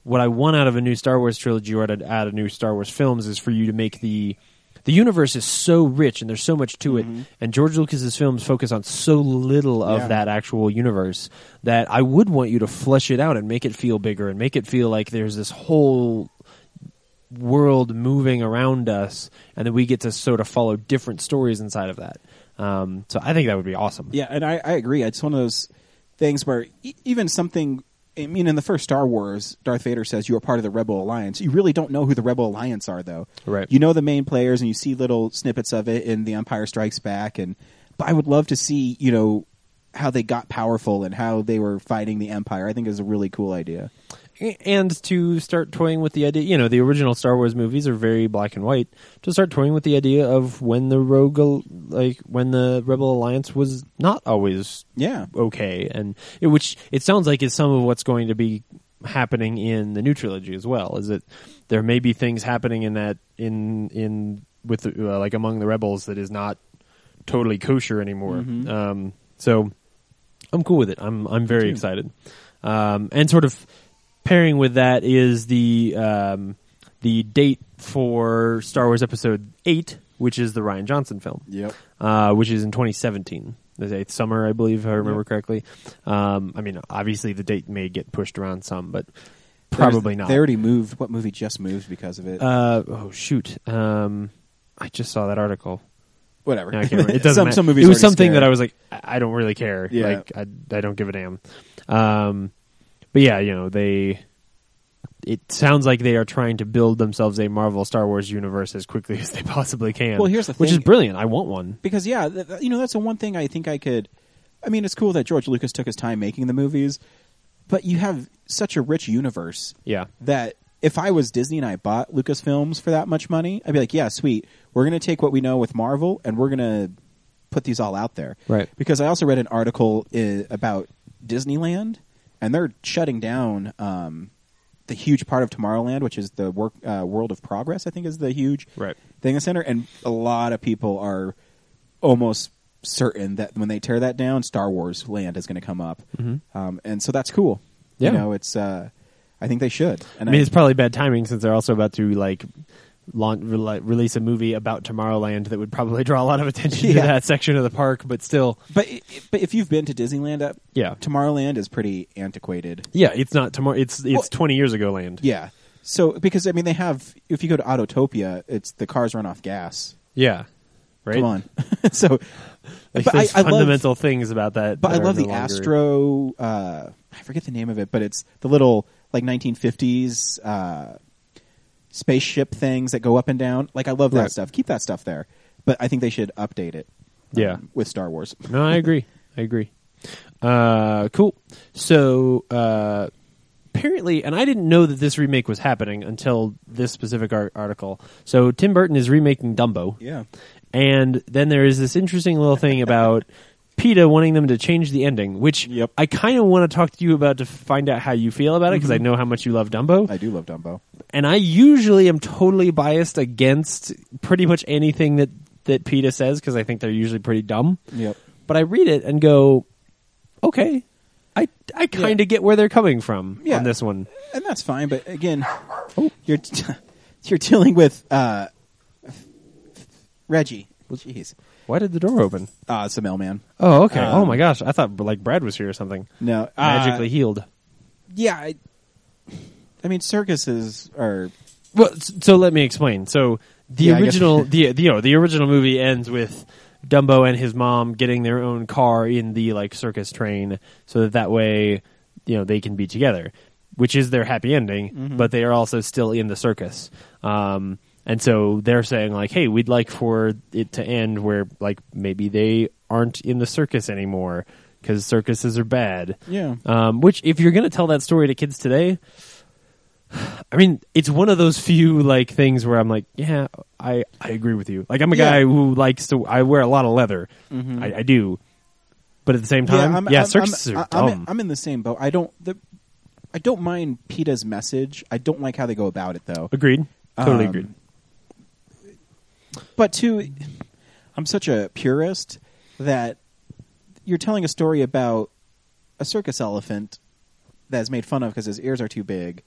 Speaker 2: what I want out of a new Star Wars trilogy or out of, out of new Star Wars films is for you to make the the universe is so rich and there's so much to it, and George Lucas's films focus on so little of
Speaker 1: Yeah.
Speaker 2: that actual universe that I would want you to flesh it out and make it feel bigger and make it feel like there's this whole world moving around us, and then we get to sort of follow different stories inside of that. Um, so I think that would be awesome.
Speaker 1: Yeah, and I, I agree. It's one of those things where e- even something. I mean, in the first Star Wars, Darth Vader says you are part of the Rebel Alliance. You really don't know who the Rebel Alliance are, though.
Speaker 2: Right.
Speaker 1: You know the main players, and you see little snippets of it in The Empire Strikes Back. And but I would love to see, you know, how they got powerful and how they were fighting the Empire. I think is a really cool idea.
Speaker 2: and to start toying with the idea you know the original star wars movies are very black and white to start toying with the idea of when the rogue al- like when the rebel alliance was not always
Speaker 1: Yeah.
Speaker 2: okay and it, which it sounds like is some of what's going to be happening in the new trilogy as well is that there may be things happening in that in in with the, uh, like among the rebels that is not totally kosher anymore um so I'm cool with it. I'm I'm very excited. Um, and sort of pairing with that is the um, the date for Star Wars Episode Eight, which is the Ryan Johnson film.
Speaker 1: Yep.
Speaker 2: Uh, which is in 2017, the eighth summer, I believe, if I remember correctly. Um, I mean, obviously the date may get pushed around some, but probably not.
Speaker 1: They already moved. What movie just moved because of it?
Speaker 2: uh, oh shoot! Um, I just saw that article.
Speaker 1: Whatever.
Speaker 2: No, I can't remember. It doesn't
Speaker 1: some,
Speaker 2: matter.
Speaker 1: some movies.
Speaker 2: it was
Speaker 1: already
Speaker 2: something
Speaker 1: scared.
Speaker 2: that I was like, I I don't really care.
Speaker 1: Yeah.
Speaker 2: Like I, I don't give a damn. Um, but yeah, you know they. It sounds like they are trying to build themselves a Marvel Star Wars universe as quickly as they possibly can.
Speaker 1: Well, here's the
Speaker 2: which is
Speaker 1: thing.
Speaker 2: brilliant. I want one.
Speaker 1: because yeah, th- th- you know that's the one thing I think I could. I mean, it's cool that George Lucas took his time making the movies, but you have such a rich universe
Speaker 2: Yeah.
Speaker 1: that if I was Disney and I bought Lucasfilms for that much money, I'd be like, yeah, sweet. We're going to take what we know with Marvel and we're going to put these all out there.
Speaker 2: Right.
Speaker 1: Because I also read an article uh, about Disneyland and they're shutting down um, the huge part of Tomorrowland, which is the work, uh, World of Progress, I think is the huge
Speaker 2: Right.
Speaker 1: thing in the center. And a lot of people are almost certain that when they tear that down, Star Wars land is going to come up. Um, and so that's cool.
Speaker 2: Mm-hmm. Yeah.
Speaker 1: You know, it's, uh, I think they should. And
Speaker 2: I mean, it's probably bad timing since they're also about to like launch, re- release a movie about Tomorrowland that would probably draw a lot of attention
Speaker 1: Yeah.
Speaker 2: to that section of the park. But still,
Speaker 1: but i- but if you've been to Disneyland, uh,
Speaker 2: Yeah.
Speaker 1: Tomorrowland is pretty antiquated.
Speaker 2: yeah, it's not tomorrow. It's it's
Speaker 1: Well-
Speaker 2: 20 years ago land.
Speaker 1: Yeah. So because I mean they have if you go to Autotopia, it's the cars run off gas.
Speaker 2: Yeah. Right.
Speaker 1: Come on. so
Speaker 2: Like
Speaker 1: but I,
Speaker 2: there's
Speaker 1: I love
Speaker 2: fundamental things about that.
Speaker 1: but I
Speaker 2: that are
Speaker 1: love
Speaker 2: no
Speaker 1: the
Speaker 2: longer-
Speaker 1: Astro uh I forget the name of it, but it's the little like 1950s uh spaceship things that go up and down. Like I love that
Speaker 2: Right.
Speaker 1: stuff. Keep that stuff there. But I think they should update it. um,
Speaker 2: Yeah.
Speaker 1: with Star Wars.
Speaker 2: No, I agree. I agree. Uh, cool. So uh, apparently, and I didn't know that this remake was happening until this specific ar- article. So Tim Burton is remaking Dumbo.
Speaker 1: Yeah.
Speaker 2: And then there is this interesting little thing about PETA wanting them to change the ending, which
Speaker 1: Yep.
Speaker 2: I kind of want to talk to you about to find out how you feel about it because I know how much you love Dumbo.
Speaker 1: Mm-hmm. I do love Dumbo.
Speaker 2: and I usually am totally biased against pretty much anything that that PETA says because I think they're usually pretty dumb.
Speaker 1: Yep.
Speaker 2: But I read it and go, okay, I I kind of get where they're coming from
Speaker 1: Yeah.
Speaker 2: on this one.
Speaker 1: and that's fine. But again,
Speaker 2: Oh.
Speaker 1: you're you're dealing with uh, Reggie. Jeez,
Speaker 2: Why did the door open?
Speaker 1: ah, it's a mailman.
Speaker 2: Oh, okay. oh
Speaker 1: Um,
Speaker 2: my gosh, I thought like Brad was here or something.
Speaker 1: No, uh,
Speaker 2: Magically healed.
Speaker 1: yeah, I, I mean, circuses are
Speaker 2: Well, s- so let me explain. So the
Speaker 1: Yeah, I guess-
Speaker 2: original, the, the you know, the original movie ends with Dumbo and his mom getting their own car in the like circus train, so that that way, you know, they can be together, which is their happy ending.
Speaker 1: Mm-hmm.
Speaker 2: But they are also still in the circus, um, and so they're saying like, "Hey, we'd like for it to end where like maybe they aren't in the circus anymore." Because circuses are bad.
Speaker 1: Yeah.
Speaker 2: Um, which, if you're going to tell that story to kids today, I mean, it's one of those few like things where I'm like, yeah, I I agree with you. Like, I'm a
Speaker 1: Yeah. Mm-hmm.
Speaker 2: guy who likes to. I wear a lot of leather. I, I do, but at the same time, yeah,
Speaker 1: I'm- I'm-
Speaker 2: circuses
Speaker 1: I'm,
Speaker 2: are
Speaker 1: I'm,
Speaker 2: dumb.
Speaker 1: I'm, in the same boat. I don't the, I don't mind PETA's message. I don't like how they go about it though.
Speaker 2: agreed. Totally
Speaker 1: Um,
Speaker 2: agreed.
Speaker 1: But two, I'm such a purist that you're telling a story about a circus elephant that is made fun of because his ears are too big,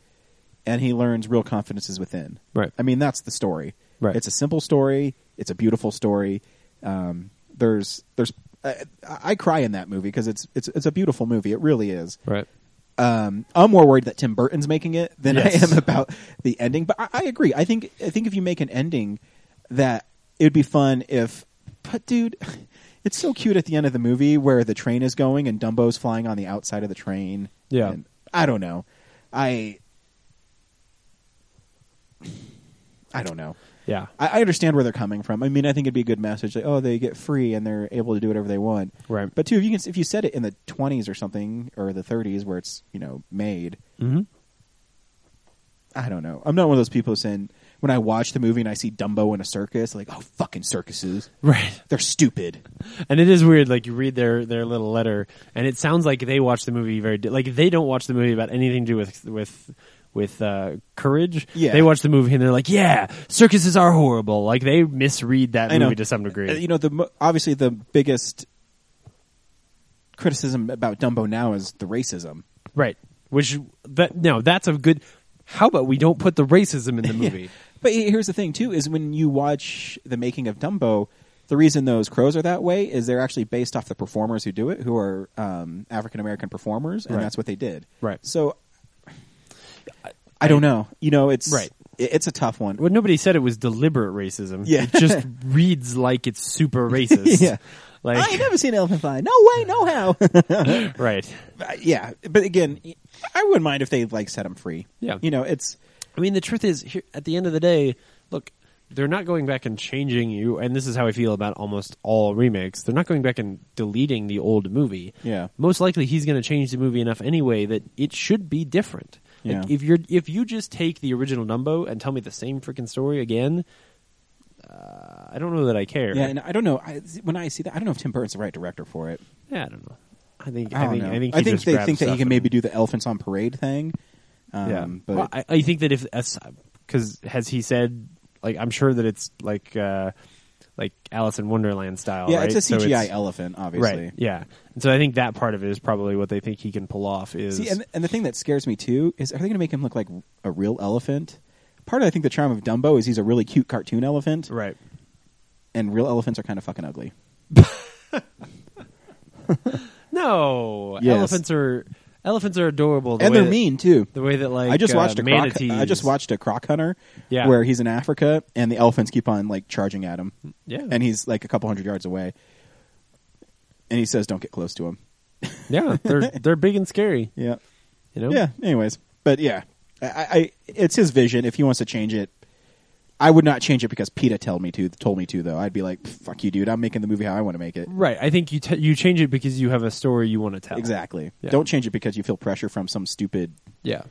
Speaker 1: and he learns real confidence is within.
Speaker 2: Right.
Speaker 1: I mean, that's the story.
Speaker 2: Right.
Speaker 1: It's a simple story. It's a beautiful story. Um, there's there's I, I cry in that movie because it's it's it's a beautiful movie. It really is.
Speaker 2: Right.
Speaker 1: Um, I'm more worried that Tim Burton's making it than
Speaker 2: Yes.
Speaker 1: I am about the ending. But I, I agree. I think I think if you make an ending, that it would be fun if. But dude, it's so cute at the end of the movie where the train is going and Dumbo's flying on the outside of the train.
Speaker 2: Yeah.
Speaker 1: And I don't know. I I don't know.
Speaker 2: Yeah.
Speaker 1: I, I understand where they're coming from. I mean, I think it'd be a good message. Like, oh, they get free and they're able to do whatever they want.
Speaker 2: Right.
Speaker 1: But two, if you can, if you said it in the twenties or something, or the thirties, where it's you know made.
Speaker 2: Mhm.
Speaker 1: I don't know. I'm not one of those people saying when I watch the movie and I see Dumbo in a circus, like, oh, fucking circuses,
Speaker 2: Right.
Speaker 1: they're stupid.
Speaker 2: And it is weird. Like you read their their little letter, and it sounds like they watch the movie very di- like they don't watch the movie about anything to do with with with uh, courage.
Speaker 1: Yeah.
Speaker 2: They watch the movie and they're like, yeah, circuses are horrible. Like they misread that
Speaker 1: I know.
Speaker 2: movie to some degree.
Speaker 1: Uh, You know, the mo- obviously the biggest criticism about Dumbo now is the racism.
Speaker 2: Right. Which that no, that's a good. How about we don't put the racism in the movie?
Speaker 1: But he- here's the thing too: is when you watch the making of Dumbo, the reason those crows are that way is they're actually based off the performers who do it, who are um, African American performers, and
Speaker 2: Right.
Speaker 1: that's what they did.
Speaker 2: Right.
Speaker 1: So I, I don't know. You know, it's
Speaker 2: Right.
Speaker 1: it- It's a tough one.
Speaker 2: Well, nobody said it was deliberate racism.
Speaker 1: Yeah.
Speaker 2: It just reads like it's super racist.
Speaker 1: Yeah.
Speaker 2: Like
Speaker 1: I ain't never seen an elephant fly. No way, no how.
Speaker 2: right.
Speaker 1: Uh, yeah, but again, I wouldn't mind if they like set them free.
Speaker 2: Yeah.
Speaker 1: you know, it's
Speaker 2: I mean, the truth is, here, at the end of the day, look, they're not going back and changing you. And this is how I feel about almost all remakes. They're not going back and deleting the old movie.
Speaker 1: Yeah.
Speaker 2: Most likely, he's going to change the movie enough anyway that it should be different. Like,
Speaker 1: Yeah.
Speaker 2: if you're if you just take the original Dumbo and tell me the same freaking story again, uh, I don't know that I care.
Speaker 1: yeah, and I don't know. I, when I see that, I don't know if Tim Burton's the right director for it.
Speaker 2: Yeah, I don't know. I think
Speaker 1: I,
Speaker 2: I,
Speaker 1: don't
Speaker 2: think
Speaker 1: know.
Speaker 2: I think,
Speaker 1: I
Speaker 2: he
Speaker 1: think
Speaker 2: just
Speaker 1: they
Speaker 2: grabs
Speaker 1: think that he
Speaker 2: stuff
Speaker 1: can
Speaker 2: and-
Speaker 1: maybe do the elephants on parade thing. Um,
Speaker 2: yeah,
Speaker 1: but
Speaker 2: well, I, I think that if as- because has he said like I'm sure that it's like uh like Alice in Wonderland style.
Speaker 1: yeah,
Speaker 2: right?
Speaker 1: it's a
Speaker 2: So
Speaker 1: CGI elephant, obviously.
Speaker 2: right? Yeah, and so I think that part of it is probably what they think he can pull off. Is
Speaker 1: See, and, and the thing that scares me too is are they going to make him look like a real elephant? Part of I think the charm of Dumbo is he's a really cute cartoon elephant,
Speaker 2: right?
Speaker 1: and real elephants are kind of fucking ugly.
Speaker 2: No,
Speaker 1: Yes.
Speaker 2: elephants are elephants are adorable, the
Speaker 1: and
Speaker 2: way
Speaker 1: they're
Speaker 2: that-
Speaker 1: mean too.
Speaker 2: The way that like
Speaker 1: I just
Speaker 2: uh,
Speaker 1: watched a croc.
Speaker 2: manatees.
Speaker 1: I just watched a croc hunter,
Speaker 2: Yeah.
Speaker 1: where he's in Africa and the elephants keep on like charging at him,
Speaker 2: Yeah.
Speaker 1: and he's like a couple hundred yards away, and he says, "Don't get close to him."
Speaker 2: yeah, they're they're big and scary.
Speaker 1: Yeah,
Speaker 2: You know,
Speaker 1: yeah. Anyways, but yeah, I, I it's his vision. If he wants to change it, I would not change it because Peta told me to. Told me to though. I'd be like, "Fuck you, dude! I'm making the movie how I want to make it."
Speaker 2: right. I think you t- you change it because you have a story you want to tell.
Speaker 1: Exactly.
Speaker 2: Yeah.
Speaker 1: Don't change it because you feel pressure from some stupid
Speaker 2: Yeah,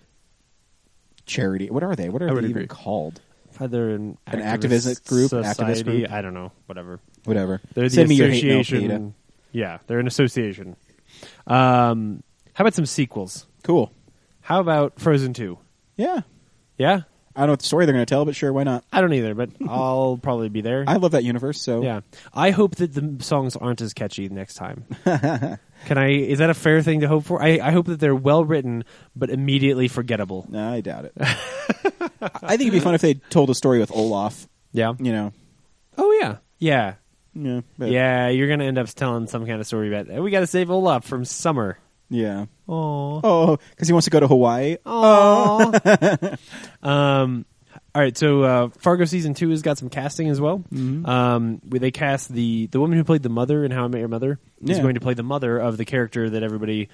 Speaker 1: charity. What are they? What are
Speaker 2: I
Speaker 1: they
Speaker 2: would
Speaker 1: even
Speaker 2: agree.
Speaker 1: called?
Speaker 2: Either an,
Speaker 1: An
Speaker 2: activist
Speaker 1: activist group, an activist
Speaker 2: society,
Speaker 1: group.
Speaker 2: I don't know, whatever.
Speaker 1: Whatever.
Speaker 2: They're the
Speaker 1: Send me your hate mail,
Speaker 2: association.
Speaker 1: PETA.
Speaker 2: yeah, they're an association. Um, how about some sequels?
Speaker 1: Cool.
Speaker 2: How about Frozen Two?
Speaker 1: Yeah.
Speaker 2: Yeah,
Speaker 1: I don't know what the story they're going to tell, but sure, why not?
Speaker 2: I don't either, but I'll probably be there.
Speaker 1: I love that universe, so
Speaker 2: yeah, I hope that the songs aren't as catchy next time. Can I? Is that a fair thing to hope for? I, I hope that they're well written but immediately forgettable.
Speaker 1: no, I doubt it. I think it'd be fun if they told a story with Olaf,
Speaker 2: Yeah.
Speaker 1: you know.
Speaker 2: Oh yeah. Yeah.
Speaker 1: Yeah. but-
Speaker 2: Yeah. You're gonna end up telling some kind of story about "Oh, we got to save Olaf from summer.
Speaker 1: Yeah.
Speaker 2: Oh.
Speaker 1: Oh, because he wants to go to Hawaii.
Speaker 2: Oh. um, all right. So uh, Fargo season two has got some casting as well. Um, where they cast the the woman who played the mother in How I Met Your Mother is
Speaker 1: Yeah.
Speaker 2: going to play the mother of the character that everybody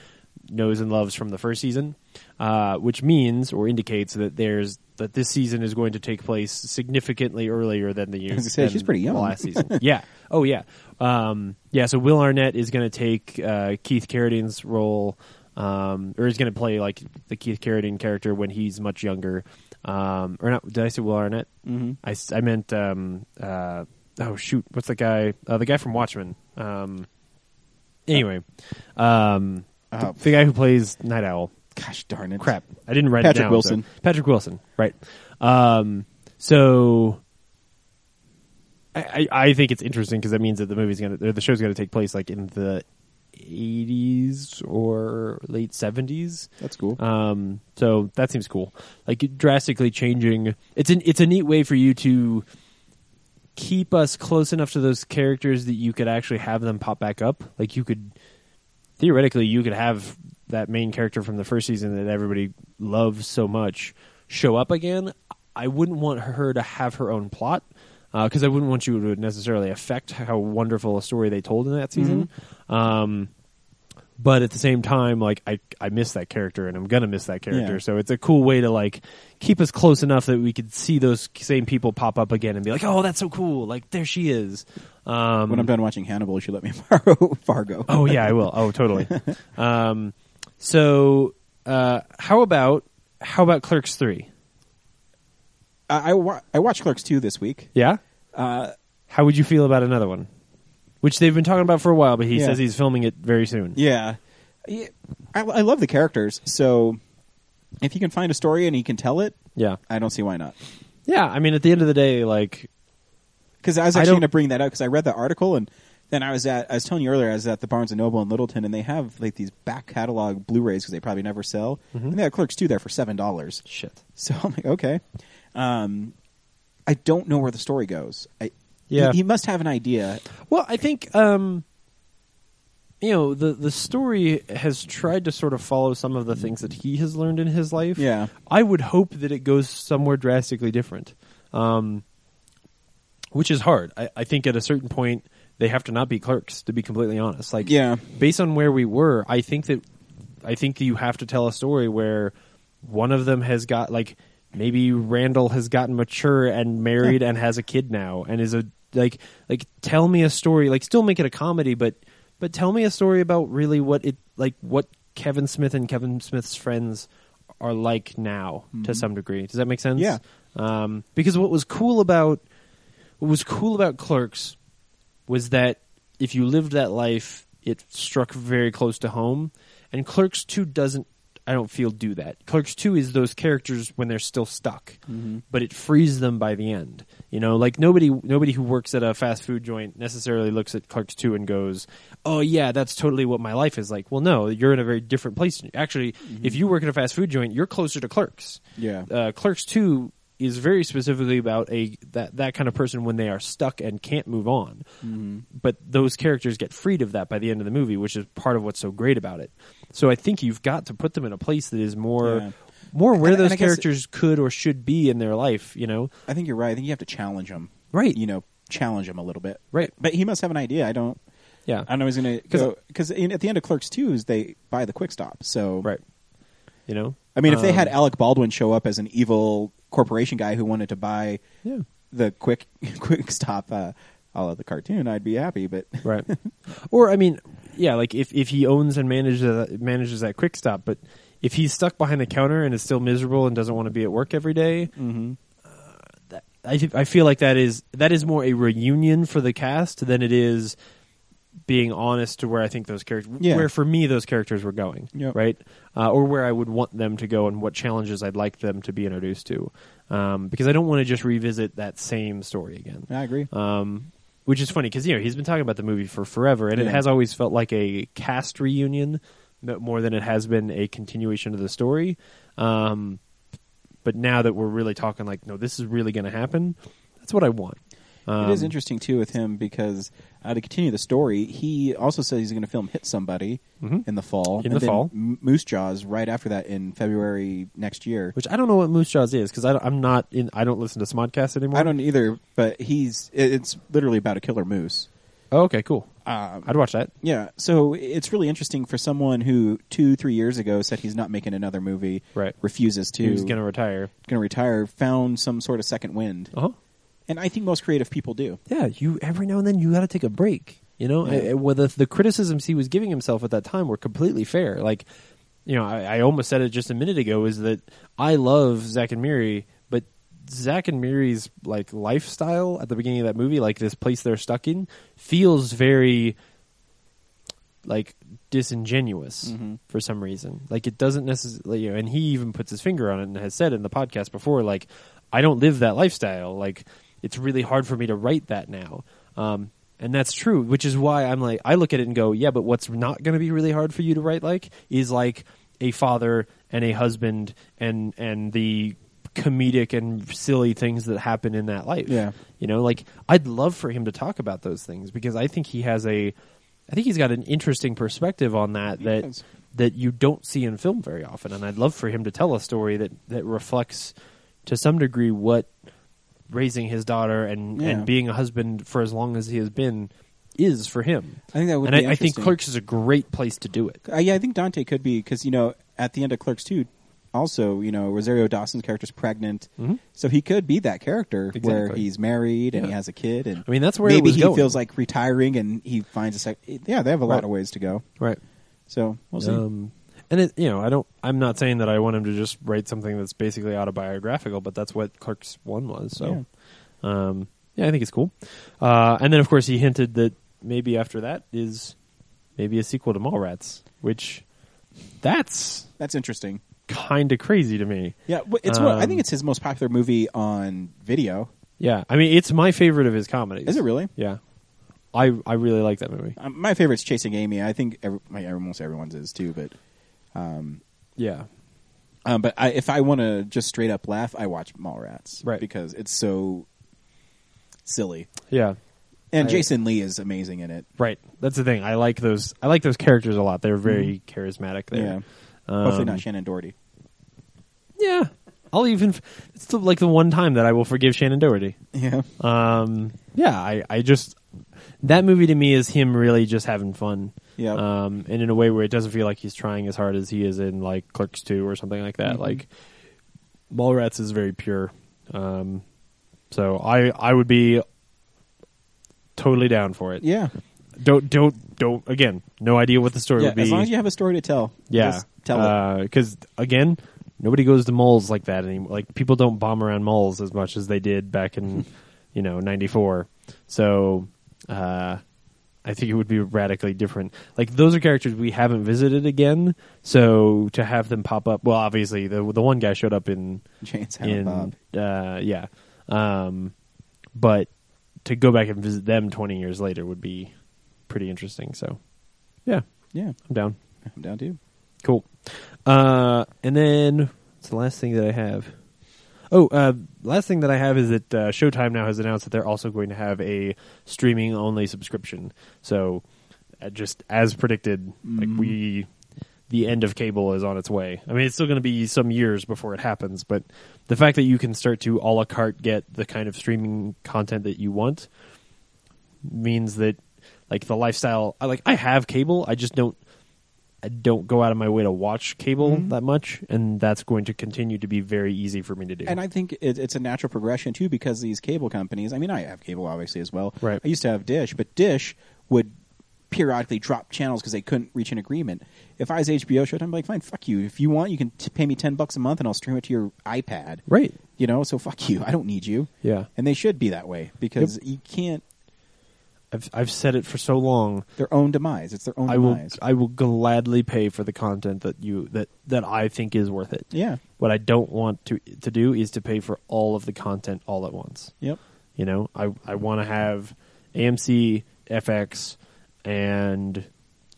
Speaker 2: knows and loves from the first season, uh, which means or indicates that there's that this season is going to take place significantly earlier than the year.
Speaker 1: was gonna say,
Speaker 2: than
Speaker 1: she's pretty young.
Speaker 2: the Last season, yeah. Oh yeah. Um, yeah. So Will Arnett is going to take uh, Keith Carradine's role, um, or is going to play like the Keith Carradine character when he's much younger. Um, or not? Did I say Will Arnett? Mm-hmm. I, s- I meant. Um, uh, oh shoot! What's the guy? Uh, the guy from Watchmen. Um, anyway, um,
Speaker 1: Oh.
Speaker 2: the guy who plays Night Owl
Speaker 1: Gosh darn it.
Speaker 2: crap. I didn't write
Speaker 1: Patrick
Speaker 2: it down. so-
Speaker 1: Wilson.
Speaker 2: Patrick Wilson, right. Um, so I, I I think it's interesting because that means that the movie's gonna or the show's gonna take place like in the 80s or late 70s.
Speaker 1: That's cool.
Speaker 2: Um, so that seems cool. Like drastically changing. It's an it's a neat way for you to keep us close enough to those characters that you could actually have them pop back up. Like you could theoretically you could have that main character from the first season that everybody loves so much show up again. I wouldn't want her to have her own plot because I wouldn't want you to necessarily affect how wonderful a story they told in that season. Um, but at the same time, like I, I miss that character and I'm gonna miss that character.
Speaker 1: Yeah.
Speaker 2: So it's a cool way to like keep us close enough that we could see those same people pop up again and be like, oh, that's so cool! Like there she is. Um,
Speaker 1: when I'm done watching Hannibal, you should let me borrow Fargo.
Speaker 2: Oh yeah, I will. Oh totally. um, so uh, how about how about Clerks three?
Speaker 1: I I, wa- I watched Clerks two this week.
Speaker 2: Yeah. Uh, how would you feel about another one? Which they've been talking about for a while, but he
Speaker 1: Yeah.
Speaker 2: says he's filming it very soon.
Speaker 1: Yeah, Yeah, I, I love the characters. So if you can find a story and he can tell it,
Speaker 2: Yeah.
Speaker 1: I don't see why not.
Speaker 2: Yeah, I mean, at the end of the day, like,
Speaker 1: Because I was
Speaker 2: I
Speaker 1: actually
Speaker 2: don't-
Speaker 1: going to bring that up because I read the article and then I was at I was telling you earlier I was at the Barnes and Noble in Littleton and they have like these back catalog Blu-rays because they probably never sell
Speaker 2: Mm-hmm.
Speaker 1: and they have Clerks two there for seven dollars.
Speaker 2: shit.
Speaker 1: So I'm like, okay. Um, I don't know where the story goes. I,
Speaker 2: Yeah.
Speaker 1: he, he must have an idea.
Speaker 2: Well, I think, um, you know, the the story has tried to sort of follow some of the things that he has learned in his life.
Speaker 1: Yeah.
Speaker 2: I would hope that it goes somewhere drastically different, um, which is hard. I, I think at a certain point they have to not be clerks, to be completely honest. Like,
Speaker 1: Yeah.
Speaker 2: based on where we were, I think that I think you have to tell a story where one of them has got like maybe Randall has gotten mature and married and has a kid now and is a like like tell me a story like still make it a comedy but but tell me a story about really what it like what Kevin Smith and Kevin Smith's friends are like now to some degree. Does that make sense?
Speaker 1: Yeah.
Speaker 2: Um, because what was cool about what was cool about Clerks was that if you lived that life, it struck very close to home. And Clerks 2 doesn't, I don't feel, do that. Clerks 2 is those characters when they're still stuck, but it frees them by the end. You know, like nobody, nobody who works at a fast food joint necessarily looks at Clerks 2 and goes, oh yeah, that's totally what my life is like. Well, no, you're in a very different place. Actually, if you work at a fast food joint, you're closer to Clerks
Speaker 1: Yeah.
Speaker 2: uh, Clerks Two is very specifically about a that that kind of person when they are stuck and can't move on.
Speaker 1: Mm-hmm.
Speaker 2: But those characters get freed of that by the end of the movie, which is part of what's so great about it. So I think you've got to put them in a place that is more
Speaker 1: Yeah.
Speaker 2: more where
Speaker 1: And- and
Speaker 2: those
Speaker 1: I guess-
Speaker 2: characters could or should be in their life. You know,
Speaker 1: I think you're right. I think you have to challenge him.
Speaker 2: Right.
Speaker 1: You know, challenge him a little bit.
Speaker 2: Right.
Speaker 1: But he must have an idea. I don't.
Speaker 2: yeah,
Speaker 1: I don't know. He's going to
Speaker 2: 'Cause-
Speaker 1: go because at the end of Clerks two, is they buy the quick stop. So
Speaker 2: right. You know,
Speaker 1: I mean, if they
Speaker 2: Um,
Speaker 1: had Alec Baldwin show up as an evil corporation guy who wanted to buy
Speaker 2: Yeah.
Speaker 1: the quick quick stop, uh, all of the cartoon, I'd be happy. But
Speaker 2: right or i mean yeah like if, if he owns and manages that, manages that quick stop but if he's stuck behind the counter and is still miserable and doesn't want to be at work every day,
Speaker 1: Mm-hmm.
Speaker 2: uh, that, I, th- I feel like that is that is more a reunion for the cast than it is being honest to where I think those characters
Speaker 1: Yeah.
Speaker 2: where for me those characters were going
Speaker 1: Yep.
Speaker 2: right uh, or where I would want them to go and what challenges I'd like them to be introduced to um, because I don't want to just revisit that same story again
Speaker 1: I agree.
Speaker 2: um, which is funny because you know he's been talking about the movie for forever, and it
Speaker 1: Yeah.
Speaker 2: has always felt like a cast reunion no- more than it has been a continuation of the story. Um, but now that we're really talking, like, no, this is really going to happen. That's what I want.
Speaker 1: it
Speaker 2: Um,
Speaker 1: is interesting too with him because uh, to continue the story, he also says he's going to film "Hit Somebody" in the fall.
Speaker 2: Mm-hmm. In
Speaker 1: and
Speaker 2: the
Speaker 1: then
Speaker 2: fall.
Speaker 1: M- Moose Jaws right after that in February next year.
Speaker 2: Which I don't know what Moose Jaws is because I'm not in. I don't listen to Smodcast anymore.
Speaker 1: I don't either, but he's it- it's literally about a killer moose.
Speaker 2: Oh, okay, cool.
Speaker 1: Um,
Speaker 2: I'd watch that.
Speaker 1: Yeah, so it's really interesting for someone who two, three years ago said he's not making another movie,
Speaker 2: Right.
Speaker 1: refuses to,
Speaker 2: He was going to retire.
Speaker 1: going to retire, found some sort of second wind.
Speaker 2: Uh huh.
Speaker 1: And I think most creative people do.
Speaker 2: yeah, you every now and then you got to take a break. You know,
Speaker 1: Yeah.
Speaker 2: I- I- well, the, the criticisms he was giving himself at that time were completely fair. Like, you know, I, I almost said it just a minute ago is that I love Zach and Miri, but Zach and Miri's like lifestyle at the beginning of that movie, like this place they're stuck in, feels very like disingenuous for some reason. Like it doesn't necessarily, you know, and he even puts his finger on it and has said in the podcast before, like, I don't live that lifestyle. Like, it's really hard for me to write that now. Um, and that's true, which is why I'm like, I look at it and go, yeah, but what's not going to be really hard for you to write like is like a father and a husband and, and the comedic and silly things that happen in that life.
Speaker 1: Yeah.
Speaker 2: You know, like I'd love for him to talk about those things because I think he has a, I think he's got an interesting perspective on that that
Speaker 1: does.
Speaker 2: that you don't see in film very often. And I'd love for him to tell a story that that reflects to some degree what raising his daughter and
Speaker 1: Yeah.
Speaker 2: and being a husband for as long as he has been is for him.
Speaker 1: I think that would
Speaker 2: and
Speaker 1: be
Speaker 2: I, I think
Speaker 1: interesting.
Speaker 2: Clerks is a great place to do it.
Speaker 1: Uh, yeah, I think Dante could be because you know at the end of Clerks two, also you know Rosario Dawson's character's pregnant, so he could be that character where
Speaker 2: Mm-hmm. Exactly.
Speaker 1: he's married and he
Speaker 2: Yeah.
Speaker 1: has a kid, and
Speaker 2: I mean, that's where it
Speaker 1: maybe
Speaker 2: was
Speaker 1: he
Speaker 2: going.
Speaker 1: feels like retiring and he finds a sec- yeah they have a lot
Speaker 2: Right.
Speaker 1: of ways to go,
Speaker 2: Right.
Speaker 1: so we'll see.
Speaker 2: Um, and it, you know, I don't. I'm not saying that I want him to just write something that's basically autobiographical, but that's what Clerks One was. So, um, yeah, I think it's cool. Uh, and then, of course, he hinted that maybe after that is maybe a sequel to Mallrats, which that's
Speaker 1: That's interesting.
Speaker 2: kind of crazy to me.
Speaker 1: Yeah, wh- it's what I
Speaker 2: Um,
Speaker 1: think it's his most popular movie on video.
Speaker 2: Yeah, I mean, it's my favorite of his comedies.
Speaker 1: Is it really?
Speaker 2: Yeah, I I really like that movie.
Speaker 1: Um, my favorite's Chasing Amy. I think every, my, I won't say everyone's is too, but
Speaker 2: Yeah,
Speaker 1: Um, but I, if I want to just straight up laugh, I watch Mallrats,
Speaker 2: Right.
Speaker 1: Because it's so silly,
Speaker 2: yeah.
Speaker 1: and
Speaker 2: I-
Speaker 1: Jason Lee is amazing in it.
Speaker 2: Right. That's the thing. I like those. I like those characters a lot. They're very charismatic. There.
Speaker 1: Mm-hmm. Yeah,
Speaker 2: Um,
Speaker 1: hopefully not Shannon Doherty.
Speaker 2: Yeah. I'll even. It's the, like the one time that I will forgive Shannon Doherty.
Speaker 1: Yeah,
Speaker 2: Um. Yeah. I. I just. That movie to me is him really just having fun.
Speaker 1: Yeah.
Speaker 2: Um. And in a way where it doesn't feel like he's trying as hard as he is in like Clerks Two or something like that. Like, Mallrats is very pure. Um. So I. I would be. Totally down for it.
Speaker 1: yeah,
Speaker 2: Don't don't don't again. No idea what the story
Speaker 1: yeah.
Speaker 2: would be.
Speaker 1: As long as you have a story to tell,
Speaker 2: Yeah, Uh,
Speaker 1: just tell it.
Speaker 2: Because again, nobody goes to malls like that anymore. Like people don't bomb around malls as much as they did back in you know '94. So uh, I think it would be radically different. Like those are characters we haven't visited again. So to have them pop up, well, obviously the the one guy showed up in
Speaker 1: Jane Silent
Speaker 2: in
Speaker 1: Bob.
Speaker 2: uh, yeah, um, but to go back and visit them 20 years later would be pretty interesting. So yeah,
Speaker 1: Yeah,
Speaker 2: I'm down.
Speaker 1: I'm down too.
Speaker 2: Cool. Uh, and then it's the last thing that I have. Oh, uh, last thing that I have is that uh, Showtime now has announced that they're also going to have a streaming only subscription. So, uh, just as predicted,
Speaker 1: Mm-hmm.
Speaker 2: like we, the end of cable is on its way. I mean, it's still going to be some years before it happens, but the fact that you can start to a la carte get the kind of streaming content that you want means that, like, the lifestyle. I like I have cable, I just don't I don't go out of my way to watch cable
Speaker 1: Mm-hmm.
Speaker 2: that much, and that's going to continue to be very easy for me to do.
Speaker 1: And I think it, it's a natural progression too because these cable companies. I mean, I have cable obviously as well.
Speaker 2: Right.
Speaker 1: I used to have Dish, but Dish would periodically drop channels because they couldn't reach an agreement. If I was HBO Showtime, I'm like, fine, fuck you. If you want, you can t- pay me ten bucks a month and I'll stream it to your iPad.
Speaker 2: right?
Speaker 1: You know, so fuck you. I don't need you.
Speaker 2: Yeah.
Speaker 1: And they should be that way because you can't.
Speaker 2: I've I've said it for so long.
Speaker 1: Their own demise. It's their own
Speaker 2: I will
Speaker 1: demise.
Speaker 2: I will gladly pay for the content that you that that I think is worth it.
Speaker 1: Yeah.
Speaker 2: What I don't want to to do is to pay for all of the content all at once.
Speaker 1: Yep.
Speaker 2: You know, I I want to have AMC, FX, and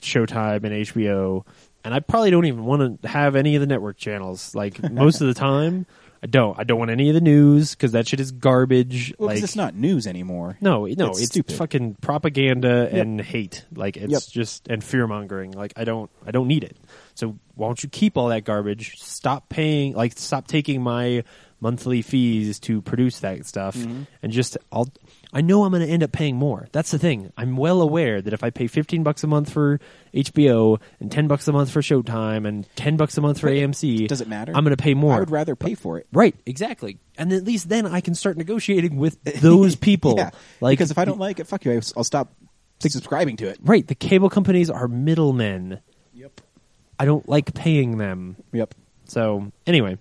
Speaker 2: Showtime and HBO, and I probably don't even want to have any of the network channels. Like most of the time, I don't. I don't want any of the news because that shit is garbage.
Speaker 1: Well, 'cause
Speaker 2: like
Speaker 1: it's not news anymore.
Speaker 2: No, no, it's,
Speaker 1: stupid.
Speaker 2: fucking propaganda and hate. Like it's
Speaker 1: Yep.
Speaker 2: just and fear mongering. Like I don't, I don't need it. So why don't you keep all that garbage? Stop paying. Like stop taking my monthly fees to produce that stuff,
Speaker 1: Mm-hmm.
Speaker 2: and just I'll. I know I'm going to end up paying more. That's the thing. I'm well aware that if I pay 15 bucks a month for HBO and 10 bucks a month for Showtime and 10 bucks a month for AMC,
Speaker 1: Does it matter?
Speaker 2: I'm going to pay more.
Speaker 1: I would rather pay for it.
Speaker 2: Right, exactly. And at least then I can start negotiating with those people.
Speaker 1: Yeah.
Speaker 2: like,
Speaker 1: because if I don't like it, fuck you. I- I'll stop subscribing to it.
Speaker 2: right, the cable companies are middlemen.
Speaker 1: Yep.
Speaker 2: I don't like paying them.
Speaker 1: Yep.
Speaker 2: So anyway,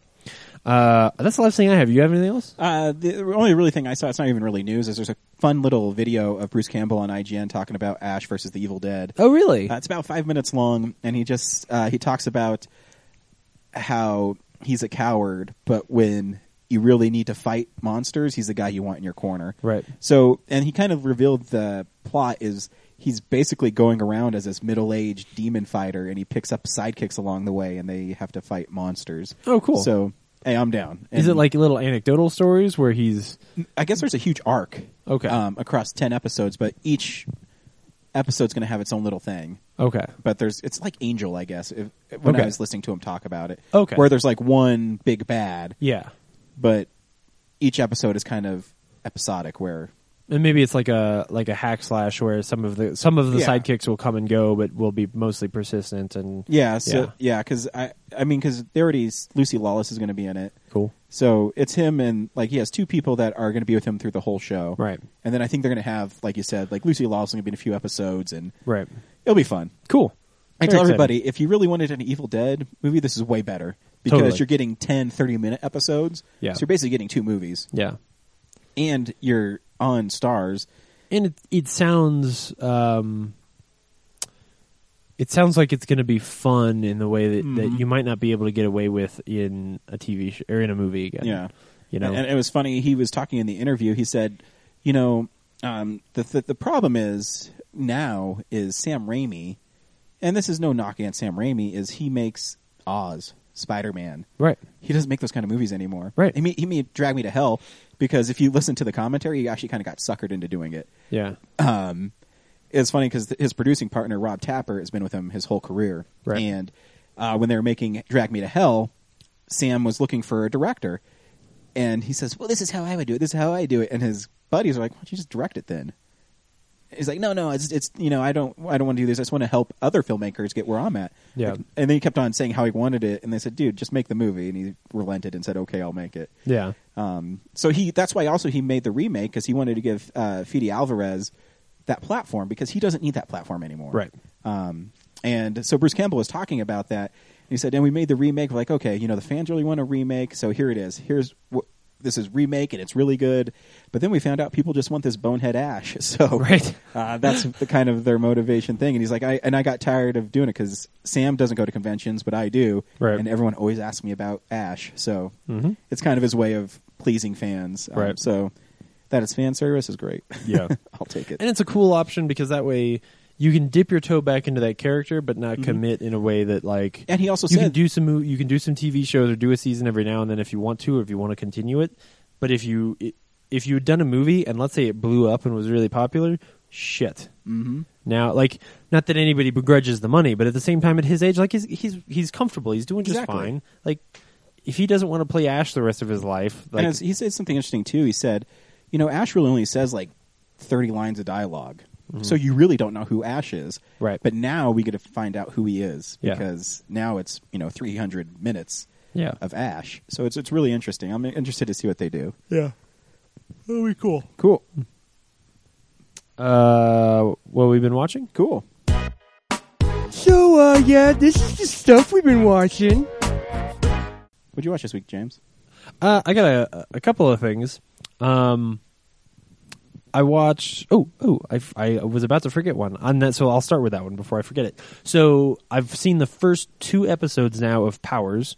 Speaker 2: uh, that's the last thing I have. You have anything else?
Speaker 1: Uh, the only really thing I saw, it's not even really news, is there's a fun little video of Bruce Campbell on IGN talking about Ash versus the Evil Dead.
Speaker 2: Oh, really?
Speaker 1: Uh, it's about five minutes long, and he just uh, he talks about how he's a coward, but when you really need to fight monsters, he's the guy you want in your corner.
Speaker 2: Right.
Speaker 1: So, and he kind of revealed the plot is he's basically going around as this middle-aged demon fighter, and he picks up sidekicks along the way, and they have to fight monsters.
Speaker 2: Oh, cool.
Speaker 1: So, hey, I'm down.
Speaker 2: Is it
Speaker 1: And-
Speaker 2: like little anecdotal stories where he's
Speaker 1: I guess there's a huge arc.
Speaker 2: Okay.
Speaker 1: Um, across ten episodes, but each episode's going to have its own little thing.
Speaker 2: okay?
Speaker 1: But there's it's like Angel, I guess. If, when
Speaker 2: Okay.
Speaker 1: I was listening to him talk about it,
Speaker 2: Okay.
Speaker 1: where there's like one big bad,
Speaker 2: Yeah,
Speaker 1: but each episode is kind of episodic. Where
Speaker 2: and maybe it's like a like a hack slash where some of the some of the
Speaker 1: Yeah.
Speaker 2: sidekicks will come and go, but will be mostly persistent and
Speaker 1: yeah, so
Speaker 2: Yeah.
Speaker 1: yeah, because I I mean because they already s- Lucy Lawless is going to be in it.
Speaker 2: cool.
Speaker 1: So it's him and like he has two people that are going to be with him through the whole show,
Speaker 2: Right.
Speaker 1: And then I think they're going to have, like you said, like Lucy Lawless is going to be in a few episodes, and
Speaker 2: Right.
Speaker 1: it'll be fun.
Speaker 2: Cool.
Speaker 1: I
Speaker 2: Very
Speaker 1: tell
Speaker 2: exciting.
Speaker 1: everybody if you really wanted an Evil Dead movie, this is way better because
Speaker 2: Totally.
Speaker 1: you're getting 10, 30 minute episodes.
Speaker 2: Yeah.
Speaker 1: So you're basically getting two movies
Speaker 2: Yeah.
Speaker 1: and you're on stars.
Speaker 2: And it it sounds um it sounds like it's going to be fun in the way that,
Speaker 1: Mm-hmm.
Speaker 2: that you might not be able to get away with in a TV show or in a movie again.
Speaker 1: Yeah.
Speaker 2: You know.
Speaker 1: And, and it was funny. He was talking in the interview. He said, you know, um, the, the, the problem is now is Sam Raimi, and this is no knock against Sam Raimi, is he makes Oz, Spider Man.
Speaker 2: right.
Speaker 1: He doesn't make those kind of movies anymore.
Speaker 2: Right.
Speaker 1: He may, he may drag me to hell because if you listen to the commentary, he actually kind of got suckered into doing it.
Speaker 2: Yeah.
Speaker 1: it's funny because his producing partner Rob Tapper has been with him his whole career,
Speaker 2: Right.
Speaker 1: and uh, when they were making Drag Me to Hell, Sam was looking for a director, and he says, "Well, this is how I would do it. This is how I do it." And his buddies are like, "Why don't you just direct it then?" He's like, "No, no, it's it's you know I don't I don't want to do this. I just want to help other filmmakers get where I'm at."
Speaker 2: Yeah.
Speaker 1: Like, and then he kept on saying how he wanted it, and they said, "Dude, just make the movie," and he relented and said, "Okay, I'll make it."
Speaker 2: Yeah.
Speaker 1: Um, so he that's why also he made the remake because he wanted to give uh, Fede Alvarez that platform because he doesn't need that platform anymore.
Speaker 2: Right.
Speaker 1: Um, and so Bruce Campbell was talking about that. And he said, and we made the remake. We're like, okay, you know, the fans really want a remake, so here it is. Here's what this is remake, and it's really good. But then we found out people just want this bonehead ash. So
Speaker 2: Right.
Speaker 1: uh, that's the kind of their motivation thing. And he's like, I and I got tired of doing it because Sam doesn't go to conventions, but I do,
Speaker 2: Right.
Speaker 1: and everyone always asks me about Ash. So it's kind of his way of pleasing fans. Um,
Speaker 2: Mm-hmm. Right.
Speaker 1: So that it's fan service is great.
Speaker 2: Yeah.
Speaker 1: I'll take it.
Speaker 2: and it's a cool option because that way you can dip your toe back into that character, but not commit in a way that like.
Speaker 1: Mm-hmm. And he also
Speaker 2: you can
Speaker 1: said-
Speaker 2: do some mo- you can do some TV shows or do a season every now and then if you want to, or if you want to continue it. But if you i- if you had done a movie and let's say it blew up and was really popular, shit. Mm-hmm. Now, like, not that anybody begrudges the money, but at the same time, at his age, like he's he's he's comfortable. He's doing just
Speaker 1: Exactly.
Speaker 2: fine. Like, if he doesn't want to play Ash the rest of his life, like,
Speaker 1: and as- he said something interesting too. He said, you know, Ash really only says like 30 lines of dialog So you really don't know who Ash is.
Speaker 2: Mm-hmm. Right.
Speaker 1: But now we get to find out who he is
Speaker 2: Yeah.
Speaker 1: because now it's, you know, 300 minutes
Speaker 2: Yeah.
Speaker 1: of Ash. So it's it's really interesting. I'm interested to see what they do.
Speaker 2: yeah, that'll be cool.
Speaker 1: Cool.
Speaker 2: Uh, what we've been watching?
Speaker 1: Cool.
Speaker 7: So, uh, yeah, this is the stuff we've been watching.
Speaker 1: What'd you watch this week, James?
Speaker 2: Uh, I got a, a couple of things. Um, I watched. Oh, oh, I, f- I was about to forget one on that. So I'll start with that one before I forget it. So I've seen the first two episodes now of Powers,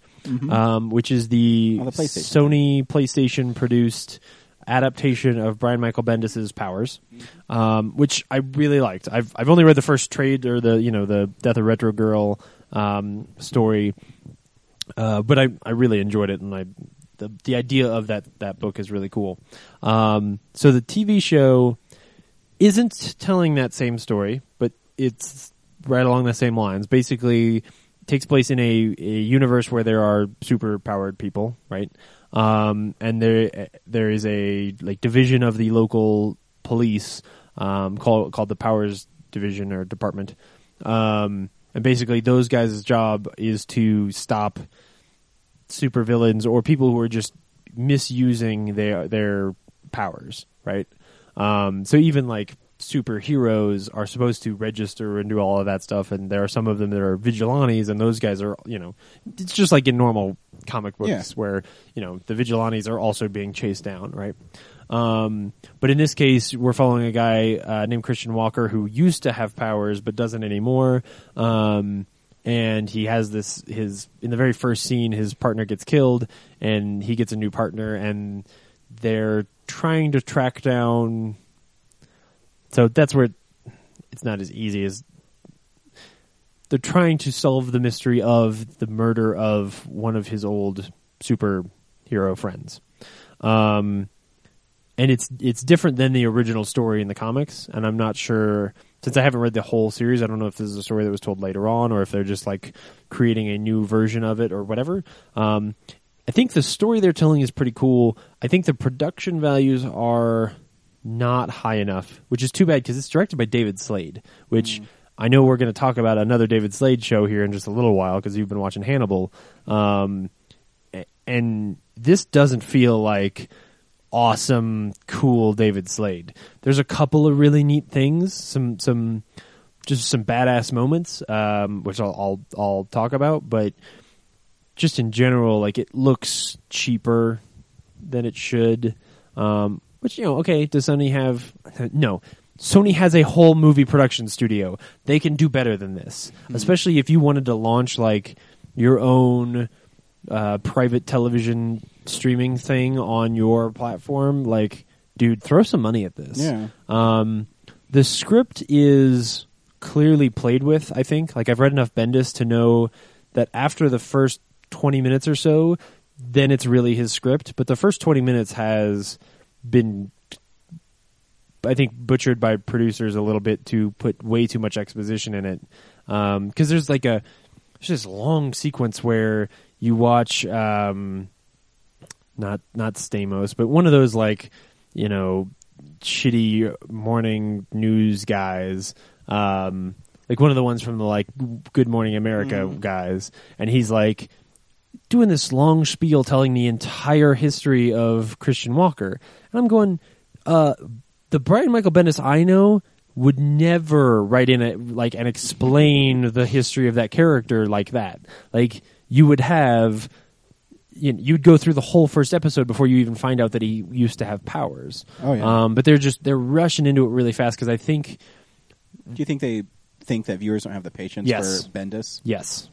Speaker 2: um, which is the,
Speaker 1: Mm-hmm. On the PlayStation.
Speaker 2: Sony PlayStation produced adaptation of Brian Michael Bendis's Powers, um, which I really liked. I've I've only read the first trade or the you know the Death of Retro Girl um, story. Uh, but I, I really enjoyed it, and I the the idea of that that book is really cool. Um, so the TV show isn't telling that same story, but it's right along the same lines. Basically, takes place in a, a universe where there are super powered people, right? Um, and there there is a like division of the local police um, called called the Powers Division or Department. Um, and basically, those guys' job is to stop supervillains or people who are just misusing their their powers, right? Um, so even like superheroes are supposed to register and do all of that stuff, and there are some of them that are vigilantes, and those guys are you know it's just like in normal comic books
Speaker 1: Yeah.
Speaker 2: where you know the vigilantes are also being chased down, right? Um, but in this case, we're following a guy uh, named Christian Walker who used to have powers but doesn't anymore. Um, and he has this his in the very first scene his partner gets killed and he gets a new partner and they're trying to track down so that's where it- it's not as easy as they're trying to solve the mystery of the murder of one of his old superhero friends. Um, and it's it's different than the original story in the comics and i'm not sure since i haven't read the whole series i don't know if this is a story that was told later on or if they're just like creating a new version of it or whatever um, i think the story they're telling is pretty cool i think the production values are not high enough which is too bad because it's directed by david slade which i know we're going to talk about another david slade show here in just a little while because you've been watching hannibal um, a- and this doesn't feel like awesome, cool David Slade. There's a couple of really neat things, some some just some badass moments, um, which I'll, I'll I'll talk about. But just in general, like it looks cheaper than it should. Um, which you know, okay, does Sony have no? Sony has a whole movie production studio. They can do better than this, especially if you wanted to launch like your own uh, private television streaming thing on your platform. Like, dude, throw some money at this.
Speaker 1: Yeah.
Speaker 2: Um, the script is clearly played with, I think. Like, I've read enough Bendis to know that after the first 20 minutes or so, then it's really his script. But the first 20 minutes has been, I think, butchered by producers a little bit to put way too much exposition in it. Because there's like a, there's this long sequence where you watch, um, not not Stamos, but one of those like you know shitty morning news guys, um, like one of the ones from the like Good Morning America guys, and he's like doing this long spiel telling the entire history of Christian Walker, and I'm going, uh, the Brian Michael Bendis I know would never write in it like and explain the history of that character like that. Like you would have you you'd go through the whole first episode before you even find out that he used to have powers.
Speaker 1: Oh, yeah.
Speaker 2: Um, but they're just they're rushing into it really fast because I think
Speaker 1: Do you think they think that viewers don't have the patience
Speaker 2: Yes.
Speaker 1: for Bendis?
Speaker 2: yes,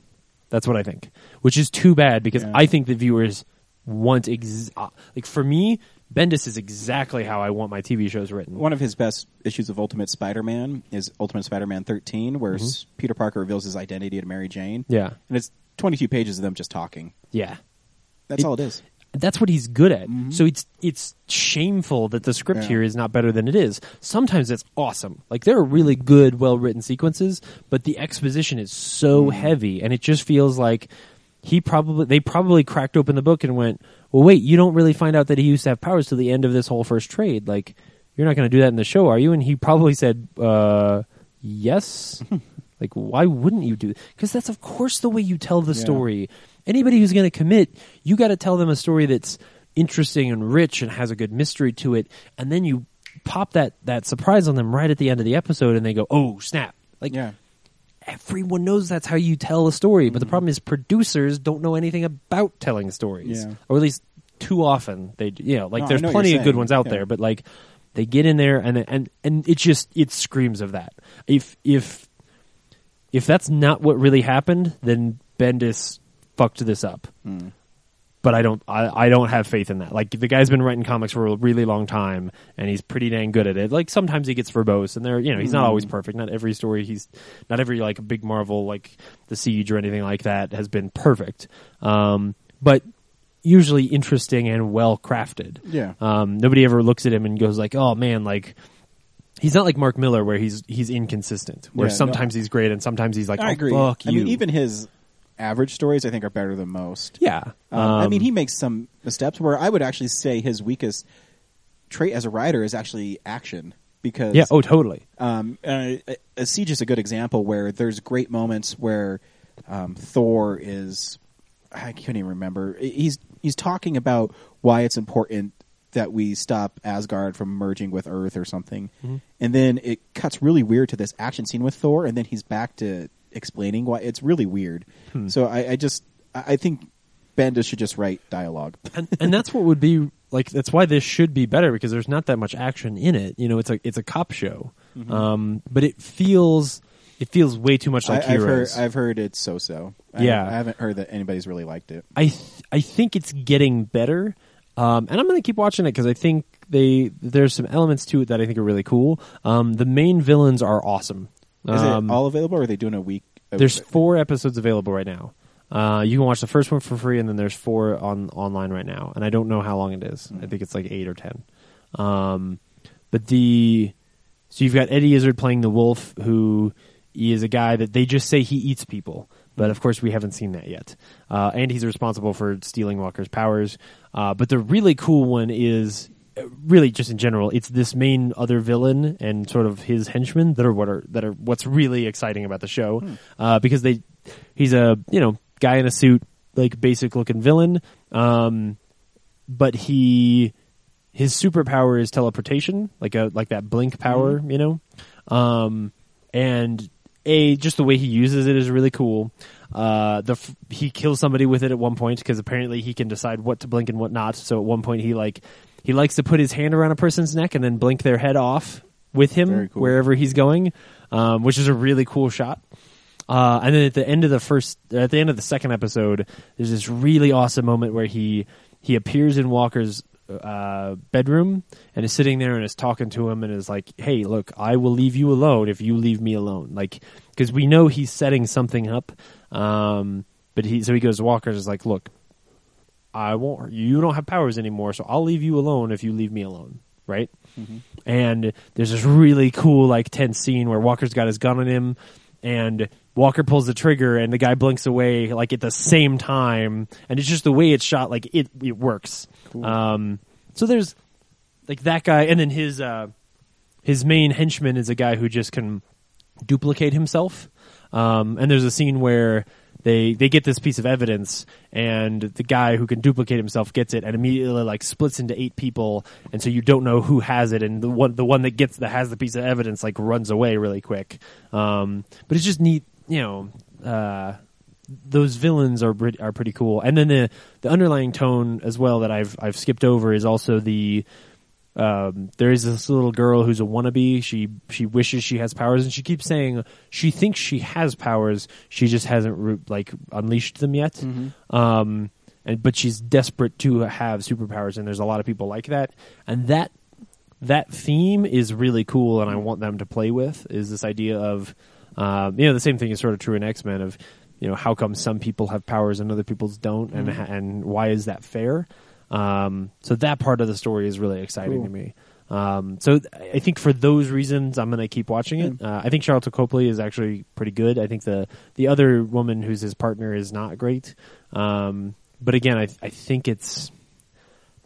Speaker 2: that's what I think, which is too bad because
Speaker 1: Yeah.
Speaker 2: I think the viewers want ex- uh, like for me, Bendis is exactly how I want my TV shows written.
Speaker 1: One of his best issues of Ultimate Spider-Man is Ultimate Spider-Man 13, where s Peter Parker reveals his identity to Mary Jane.
Speaker 2: Mm-hmm. Yeah,
Speaker 1: And it's 22 pages of them just talking.
Speaker 2: yeah.
Speaker 1: That's
Speaker 2: It-
Speaker 1: all it is.
Speaker 2: that's what he's good at. So it's it's shameful that the script
Speaker 1: Yeah.
Speaker 2: here is not better than it is. Sometimes it's awesome. Like there are really good, well written sequences, but the exposition is so heavy, and it just feels like he probably they probably cracked open the book and went, "Well, wait, you don't really find out that he used to have powers till the end of this whole first trade. Like you're not going to do that in the show, are you?" And he probably said, uh, "Yes." like why wouldn't you do? Because that's of course the way you tell the story story. Anybody who's going to commit, you got to tell them a story that's interesting and rich and has a good mystery to it, and then you pop that that surprise on them right at the end of the episode, and they go, "Oh snap!" Like
Speaker 1: Yeah.
Speaker 2: everyone knows that's how you tell a story,
Speaker 1: Mm-hmm.
Speaker 2: but the problem is producers don't know anything about telling stories,
Speaker 1: Yeah.
Speaker 2: or at least too often they do. You know, like
Speaker 1: No, I
Speaker 2: there's
Speaker 1: know what
Speaker 2: plenty
Speaker 1: you're
Speaker 2: of good
Speaker 1: saying.
Speaker 2: ones out
Speaker 1: Yeah.
Speaker 2: there, but like they get in there and and and it just it screams of that. If if if that's not what really happened, then Bendis fucked this up. But I don't, I, I don't have faith in that. Like the guy's been writing comics for a really long time, and he's pretty dang good at it. Like sometimes he gets verbose, and there, you know, he's not
Speaker 1: Mm-hmm.
Speaker 2: always perfect. Not every story, he's not every like big Marvel like the Siege or anything like that has been perfect. Um, but usually interesting and well crafted.
Speaker 1: Yeah.
Speaker 2: Um, nobody ever looks at him and goes like, "Oh man, like." He's not like Mark Miller, where he's he's inconsistent. Where
Speaker 1: Yeah, no.
Speaker 2: sometimes he's great and sometimes he's like,
Speaker 1: I
Speaker 2: "Oh,
Speaker 1: agree.
Speaker 2: fuck
Speaker 1: I
Speaker 2: you."
Speaker 1: mean, even his average stories, I think, are better than most.
Speaker 2: yeah,
Speaker 1: Um, I mean, he makes some missteps where I would actually say his weakest trait as a writer is actually action because
Speaker 2: yeah, oh, totally.
Speaker 1: um, uh, uh, uh, Siege is a good example where there's great moments where um, Thor is I can't even remember he's he's talking about why it's important that we stop Asgard from merging with Earth or something,
Speaker 2: Mm-hmm.
Speaker 1: and then it cuts really weird to this action scene with Thor, and then he's back to explaining why it's really weird.
Speaker 2: Hmm.
Speaker 1: So I, I just I I think Bendis should just write dialogue.
Speaker 2: and, and that's what would be like. That's why this should be better because there's not that much action in it. You know, it's a it's a cop show, um, but it feels It feels way too much like
Speaker 1: I, have heard,
Speaker 2: Heroes.
Speaker 1: I've heard it's so-so. I
Speaker 2: Yeah.
Speaker 1: haven't- I haven't heard that anybody's really liked it.
Speaker 2: I th- I think it's getting better, um, and I'm going to keep watching it because I think they there's some elements to it that I think are really cool. Um, the main villains are awesome.
Speaker 1: Is
Speaker 2: Um,
Speaker 1: it all available, or are they doing a week? of-
Speaker 2: There's four episodes available right now. Uh, you can watch the first one for free, and then there's four on online right now. And I don't know how long it is. I think it's like eight or ten. Um, but the so you've got Eddie Izzard playing the wolf, who is a guy that they just say he eats people. But of course, we haven't seen that yet. Uh, and he's responsible for stealing Walker's powers. Uh, but the really cool one is uh, really just in general, it's this main other villain and sort of his henchmen that are what are that are what's really exciting about the show, uh, because they he's a you know guy in a suit, like basic looking villain, um, but he his superpower is teleportation, like a like that blink power,
Speaker 1: Mm-hmm.
Speaker 2: you know, um, and a just the way he uses it is really cool. Uh, the f- he kills somebody with it at one point because apparently he can decide what to blink and what not. So at one point he like he likes to put his hand around a person's neck and then blink their head off with him
Speaker 1: Very cool.
Speaker 2: wherever he's going, um, which is a really cool shot. Uh, and then at the end of the first, at the end of the second episode, there's this really awesome moment where he he appears in Walker's uh, bedroom and is sitting there and is talking to him and is like, "Hey, look, I will leave you alone if you leave me alone." Like, because we know he's setting something up. Um, but he so he goes to Walker and is like, "Look, I won't. You don't have powers anymore, so I'll leave you alone if you leave me alone, right? And there's this really cool, like tense scene where Walker's got his gun on him, and Walker pulls the trigger, and the guy blinks away like at the same time, and it's just the way it's shot, like it it works. Um, so there's like that guy, and then his uh, his main henchman is a guy who just can duplicate himself. Um, and there's a scene where they they get this piece of evidence, and the guy who can duplicate himself gets it, and immediately like splits into eight people, and so you don't know who has it, and the one the one that gets that has the piece of evidence like runs away really quick. Um, but it's just neat, you know. Uh, those villains are pret- are pretty cool, and then the the underlying tone as well that I've I've skipped over is also the um, there is this little girl who's a wannabe. She she wishes she has powers, and she keeps saying she thinks she has powers. She just hasn't re- like unleashed them yet. Um, and but she's desperate to have superpowers, and there's a lot of people like that. And that that theme is really cool, and I want them to play with. Is this idea of um, you know the same thing is sort of true in X Men of you know how come some people have powers and other people's don't, and ha and why is that fair? Um, so that part of the story is really exciting to me. Um, so th- I think for those reasons, I'm going to keep watching it. Uh, I think Charlotte Copley is actually pretty good. I think the the other woman who's his partner is not great. Um, but again, I I think it's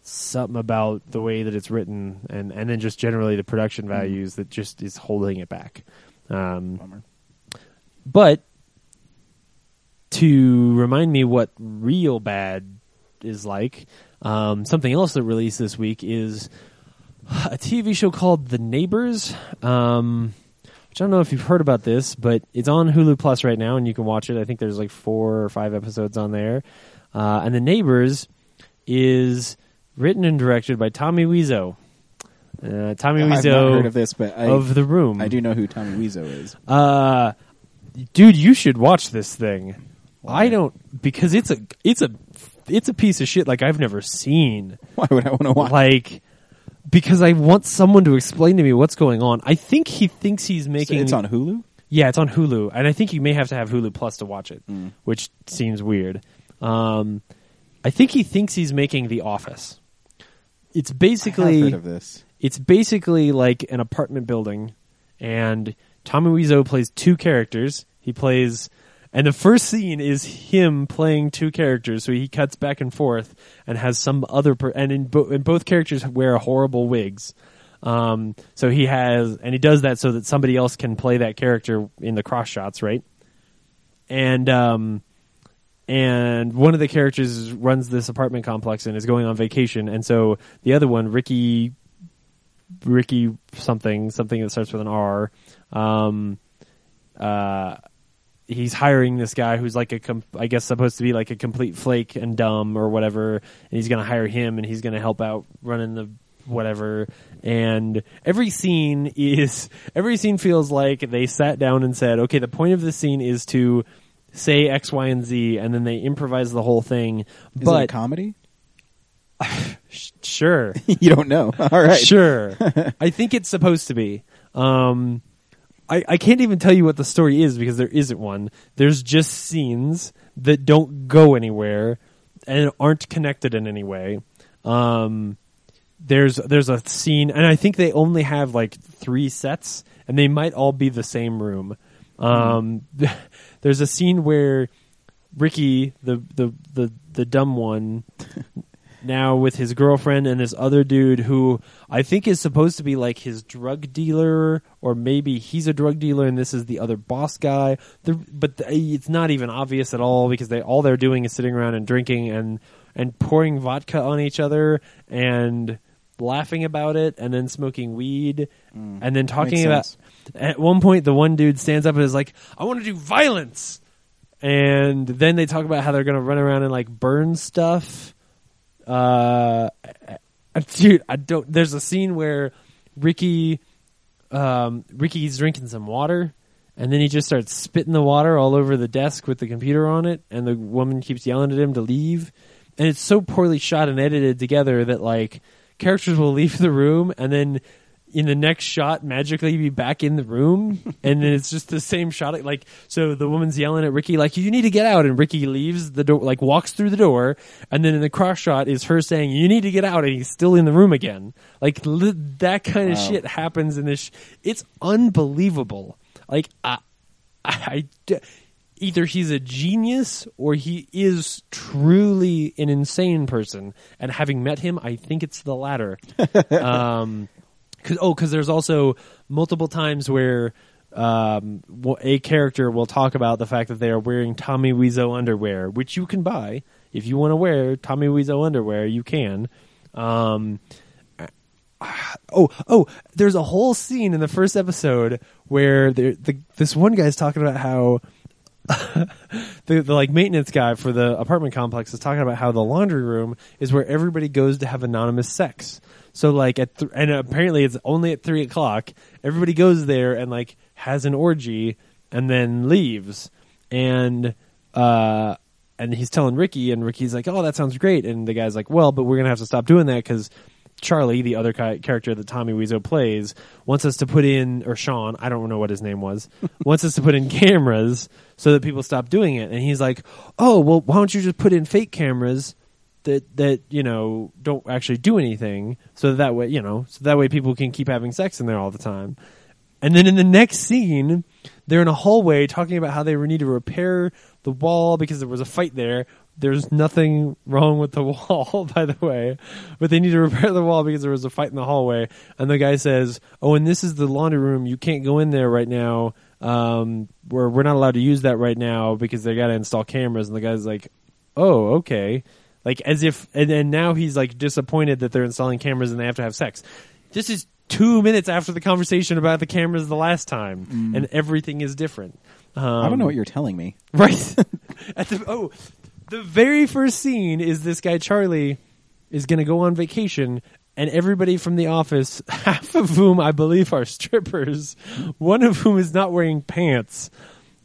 Speaker 2: something about the way that it's written and, and then just generally the production values that just is holding it back. Um, but to remind me what real bad is like, um, something else that released this week is a TV show called The Neighbors. Um, which I don't know if you've heard about this, but it's on Hulu Plus right now, and you can watch it. I think there's like four or five episodes on there. Uh, and The Neighbors is written and directed by Tommy Wiseau. Uh, Tommy
Speaker 1: I've
Speaker 2: Wiseau
Speaker 1: not heard of this, but I,
Speaker 2: of The Room.
Speaker 1: I do know who Tommy Wiseau is.
Speaker 2: Uh, dude, you should watch this thing. I don't because it's a it's a it's a piece of shit like I've never seen.
Speaker 1: Why would I want to watch?
Speaker 2: Like because I want someone to explain to me what's going on. I think he thinks he's
Speaker 1: It's-
Speaker 2: making
Speaker 1: it's on Hulu.
Speaker 2: yeah, it's on Hulu, and I think you may have to have Hulu Plus to watch it,
Speaker 1: Mm.
Speaker 2: which seems weird. Um, I think he thinks he's making The Office. It's
Speaker 1: I've
Speaker 2: basically
Speaker 1: heard of this.
Speaker 2: it's basically like an apartment building, and Tommy Wiseau plays two characters. He plays, and the first scene is him playing two characters. So he cuts back and forth and has some other, per- and in bo- and both characters wear horrible wigs. Um, so he has, and he does that so that somebody else can play that character in the cross shots, right? And um, and one of the characters runs this apartment complex and is going on vacation, and so the other one, Ricky Ricky something, something that starts with an R. Um, uh, he's hiring this guy who's like a, com- I guess supposed to be like a complete flake and dumb or whatever, and he's going to hire him and he's going to help out running the whatever. And every scene is every scene feels like they sat down and said, "Okay, the point of this scene is to say X, Y, and Z," and then they improvise the whole thing.
Speaker 1: Is it a
Speaker 2: but
Speaker 1: comedy?
Speaker 2: sh- sure,
Speaker 1: you don't know. All right.
Speaker 2: Sure. I think it's supposed to be. Um, I, I can't even tell you what the story is because there isn't one. There's just scenes that don't go anywhere and aren't connected in any way. Um, there's there's a scene, and I think they only have like three sets, and they might all be the same room. Um, there's a scene where Ricky, the the the the dumb one, now with his girlfriend and this other dude who I think is supposed to be like his drug dealer, or maybe he's a drug dealer and this is the other boss guy. They're, but th- it's not even obvious at all because they all they're doing is sitting around and drinking and and pouring vodka on each other and laughing about it and then smoking weed and then talking
Speaker 1: Mm. makes sense.
Speaker 2: about at one point the one dude stands up and is like i want to do violence and then they talk about how they're going to run around and like burn stuff uh dude i don't there's a scene where ricky um ricky's drinking some water and then he just starts spitting the water all over the desk with the computer on it and the woman keeps yelling at him to leave and it's so poorly shot and edited together that like characters will leave the room and then in the next shot magically be back in the room and then it's just the same shot like so the woman's yelling at Ricky like you need to get out and Ricky leaves the door like walks through the door and then in the cross shot is her saying you need to get out and he's still in the room again like li- that kind of shit happens in this sh- it's unbelievable like I, I d- either he's a genius or he is truly an insane person and having met him I think it's the latter um, cause, oh, because there's also multiple times where um, wh- a character will talk about the fact that they are wearing Tommy Wiseau underwear, which you can buy if you want to wear Tommy Wiseau underwear. You can. Um, oh, oh, there's a whole scene in the first episode where there, the, this one guy's talking about how the, the like maintenance guy for the apartment complex is talking about how the laundry room is where everybody goes to have anonymous sex. So like at th- and apparently it's only at three o'clock. Everybody goes there and like has an orgy and then leaves. And uh, and he's telling Ricky, and Ricky's like, "Oh, that sounds great." And the guy's like, "Well, but we're gonna have to stop doing that because Charlie, the other ki- character that Tommy Wiseau plays, wants us to put in, or Sean, I don't know what his name was, wants us to put in cameras so that people stop doing it. And he's like, "Oh, well, why don't you just put in fake cameras that that you know don't actually do anything, so that way you know, so that way people can keep having sex in there all the time." And then in the next scene, they're in a hallway talking about how they need to repair the wall because there was a fight there. There's nothing wrong with the wall, by the way, but they need to repair the wall because there was a fight in the hallway. And the guy says, "Oh, and this is the laundry room. You can't go in there right now. Um, we're we're not allowed to use that right now because they got to install cameras." And the guy's like, oh okay like as if and then now he's like disappointed that they're installing cameras and they have to have sex this is two minutes after the conversation about the cameras the last time and everything is different um,
Speaker 1: I don't know what you're telling me.
Speaker 2: right at the oh the very first scene is this guy charlie is going to go on vacation and everybody from the office half of whom i believe are strippers one of whom is not wearing pants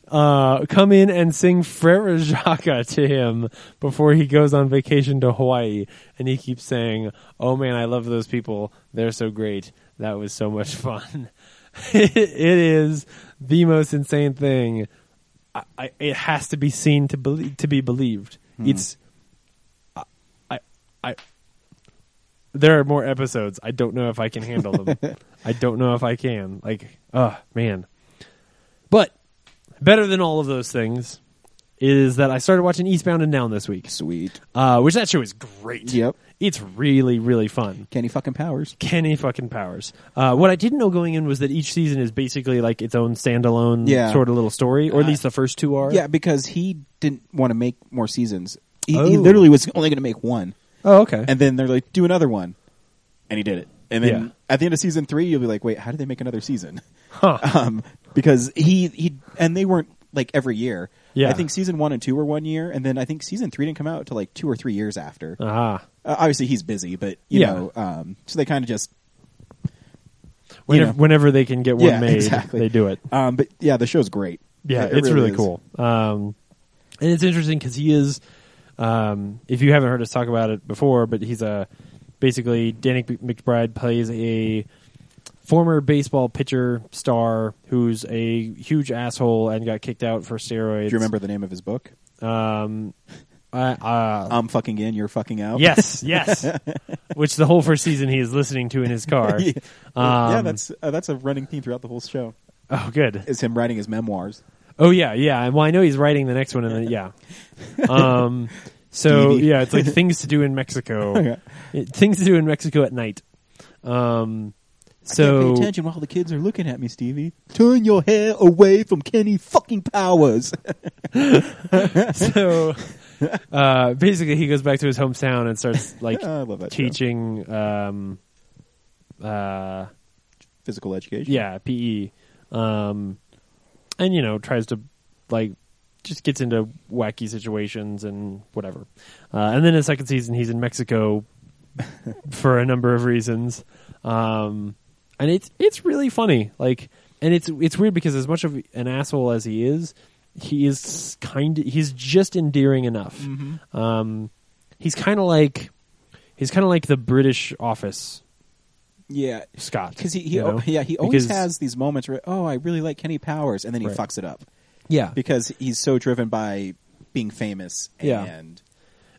Speaker 2: uh, come in and sing Frere Jacques to him before he goes on vacation to Hawaii. And he keeps saying, Oh man, I love those people. They're so great. That was so much fun. it is the most insane thing. I, I, it has to be seen to, believe, to be believed.
Speaker 1: Hmm.
Speaker 2: It's. I, I, I, there are more episodes. I don't know if I can handle them. I don't know if I can. Like, oh, man. But better than all of those things is that I started watching Eastbound and Down this week,
Speaker 1: Sweet.
Speaker 2: uh, which that show is great.
Speaker 1: Yep.
Speaker 2: It's really, really fun.
Speaker 1: Kenny fucking Powers.
Speaker 2: Kenny fucking powers. Uh, what I didn't know going in was that each season is basically like its own standalone
Speaker 1: Yeah.
Speaker 2: sort of little story, or at least the first two are.
Speaker 1: Yeah, because he didn't want to make more seasons. He, he
Speaker 2: Oh.
Speaker 1: literally was only going to make one,
Speaker 2: Oh, okay.
Speaker 1: and then they're like, "Do another one," and he did it. And then
Speaker 2: Yeah.
Speaker 1: at the end of season three, you'll be like, "Wait, how did they make another season?"
Speaker 2: huh.
Speaker 1: um, because he he and they weren't like every year.
Speaker 2: Yeah.
Speaker 1: I think season one and two were one year, and then I think season three didn't come out until like two or three years after.
Speaker 2: Aha.
Speaker 1: Uh, obviously, he's busy, but you
Speaker 2: Uh-huh. Yeah.
Speaker 1: know, um, so they kind of just
Speaker 2: Whenever,
Speaker 1: know.
Speaker 2: whenever they can get one
Speaker 1: Yeah,
Speaker 2: made,
Speaker 1: exactly.
Speaker 2: they do it.
Speaker 1: Um, but yeah, the show's great.
Speaker 2: Yeah,
Speaker 1: It- it
Speaker 2: it's really,
Speaker 1: is.
Speaker 2: cool. Um, and it's interesting because he is, um, if you haven't heard us talk about it before, but he's a basically Danny McBride plays a former baseball pitcher star who's a huge asshole and got kicked out for steroids.
Speaker 1: Do you remember the name of his book?
Speaker 2: Um, uh, uh,
Speaker 1: I'm fucking in, you're fucking out.
Speaker 2: yes, yes. Which the whole first season he is listening to in his car.
Speaker 1: yeah,
Speaker 2: Um,
Speaker 1: Yeah, that's uh, that's a running theme throughout the whole show.
Speaker 2: oh good.
Speaker 1: Is him writing his memoirs?
Speaker 2: Oh yeah, yeah. Well, I know he's writing the next one, and then yeah. Um, so
Speaker 1: Stevie.
Speaker 2: yeah, it's like things to do in Mexico. It- Things to do in Mexico at night. Um,
Speaker 1: I
Speaker 2: so
Speaker 1: can't pay attention while the kids are looking at me, Stevie. Turn your hair away from Kenny fucking Powers.
Speaker 2: so uh, basically, he goes back to his hometown and starts like
Speaker 1: I love that show.
Speaker 2: teaching. Um, uh,
Speaker 1: Physical education.
Speaker 2: yeah, PE, um, and you know tries to like just gets into wacky situations and whatever. Uh, and then in the second season, he's in Mexico for a number of reasons, um, and it's it's really funny. Like, and it's it's weird because as much of an asshole as he is, he is kind. He's just endearing enough.
Speaker 1: Mm-hmm.
Speaker 2: Um, he's kind of like. He's kind of like the British office
Speaker 1: yeah.
Speaker 2: Scott.
Speaker 1: Because he, he
Speaker 2: you know?
Speaker 1: yeah, he always
Speaker 2: Because-
Speaker 1: has these moments where oh, I really like Kenny Powers, and then he
Speaker 2: Right.
Speaker 1: fucks it up
Speaker 2: yeah.
Speaker 1: because he's so driven by being famous.
Speaker 2: Yeah.
Speaker 1: and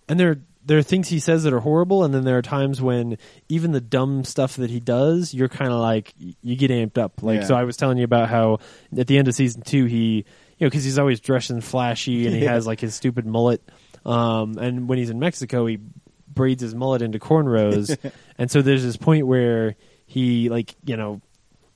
Speaker 2: and there there are things he says that are horrible, and then there are times when even the dumb stuff that he does, you're kind of like you get amped up. Like
Speaker 1: Yeah.
Speaker 2: so, I was telling you about how at the end of season two, he you know because he's always dressed and flashy, and he
Speaker 1: Yeah.
Speaker 2: has like his stupid mullet. Um, and when he's in Mexico, he braids his mullet into cornrows, and so there's this point where he like you know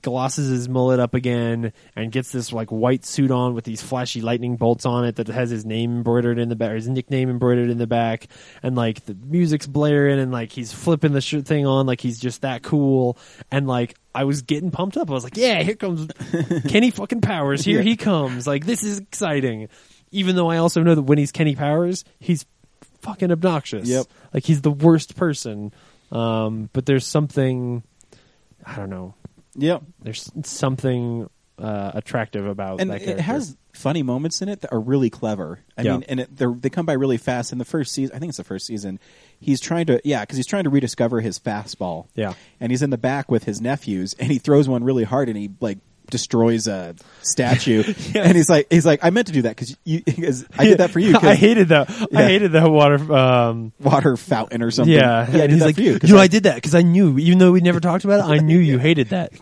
Speaker 2: glosses his mullet up again and gets this like white suit on with these flashy lightning bolts on it that has his name embroidered in the back, or his nickname embroidered in the back, and like the music's blaring and like he's flipping the shirt thing on like he's just that cool and like I was getting pumped up. I was like, yeah, here comes Kenny fucking Powers. Here he comes. Like this is exciting. Even though I also know that when he's Kenny Powers, he's fucking obnoxious.
Speaker 1: Yep.
Speaker 2: Like he's the worst person. Um, but there's something I don't know
Speaker 1: yep,
Speaker 2: there's something uh, attractive about
Speaker 1: and
Speaker 2: that
Speaker 1: it
Speaker 2: character.
Speaker 1: has funny moments in it that are really clever. I
Speaker 2: Yeah.
Speaker 1: mean, and it, they're, they come by really fast. In the first season, I think it's the first season, he's trying to yeah, because he's trying to rediscover his fastball.
Speaker 2: Yeah.
Speaker 1: and he's in the back with his nephews, and he throws one really hard, and he like destroys a statue, and he's like, he's like, I meant to do that because you, cause I did that for you. 'cause
Speaker 2: I hated that. I
Speaker 1: Yeah.
Speaker 2: hated that water. Um,
Speaker 1: water fountain or something.
Speaker 2: yeah,
Speaker 1: yeah, I
Speaker 2: and
Speaker 1: did
Speaker 2: he's
Speaker 1: that
Speaker 2: like,
Speaker 1: for you. 'cause
Speaker 2: know,
Speaker 1: I-
Speaker 2: I did that because I knew, even though we never talked about it, I knew you hated that.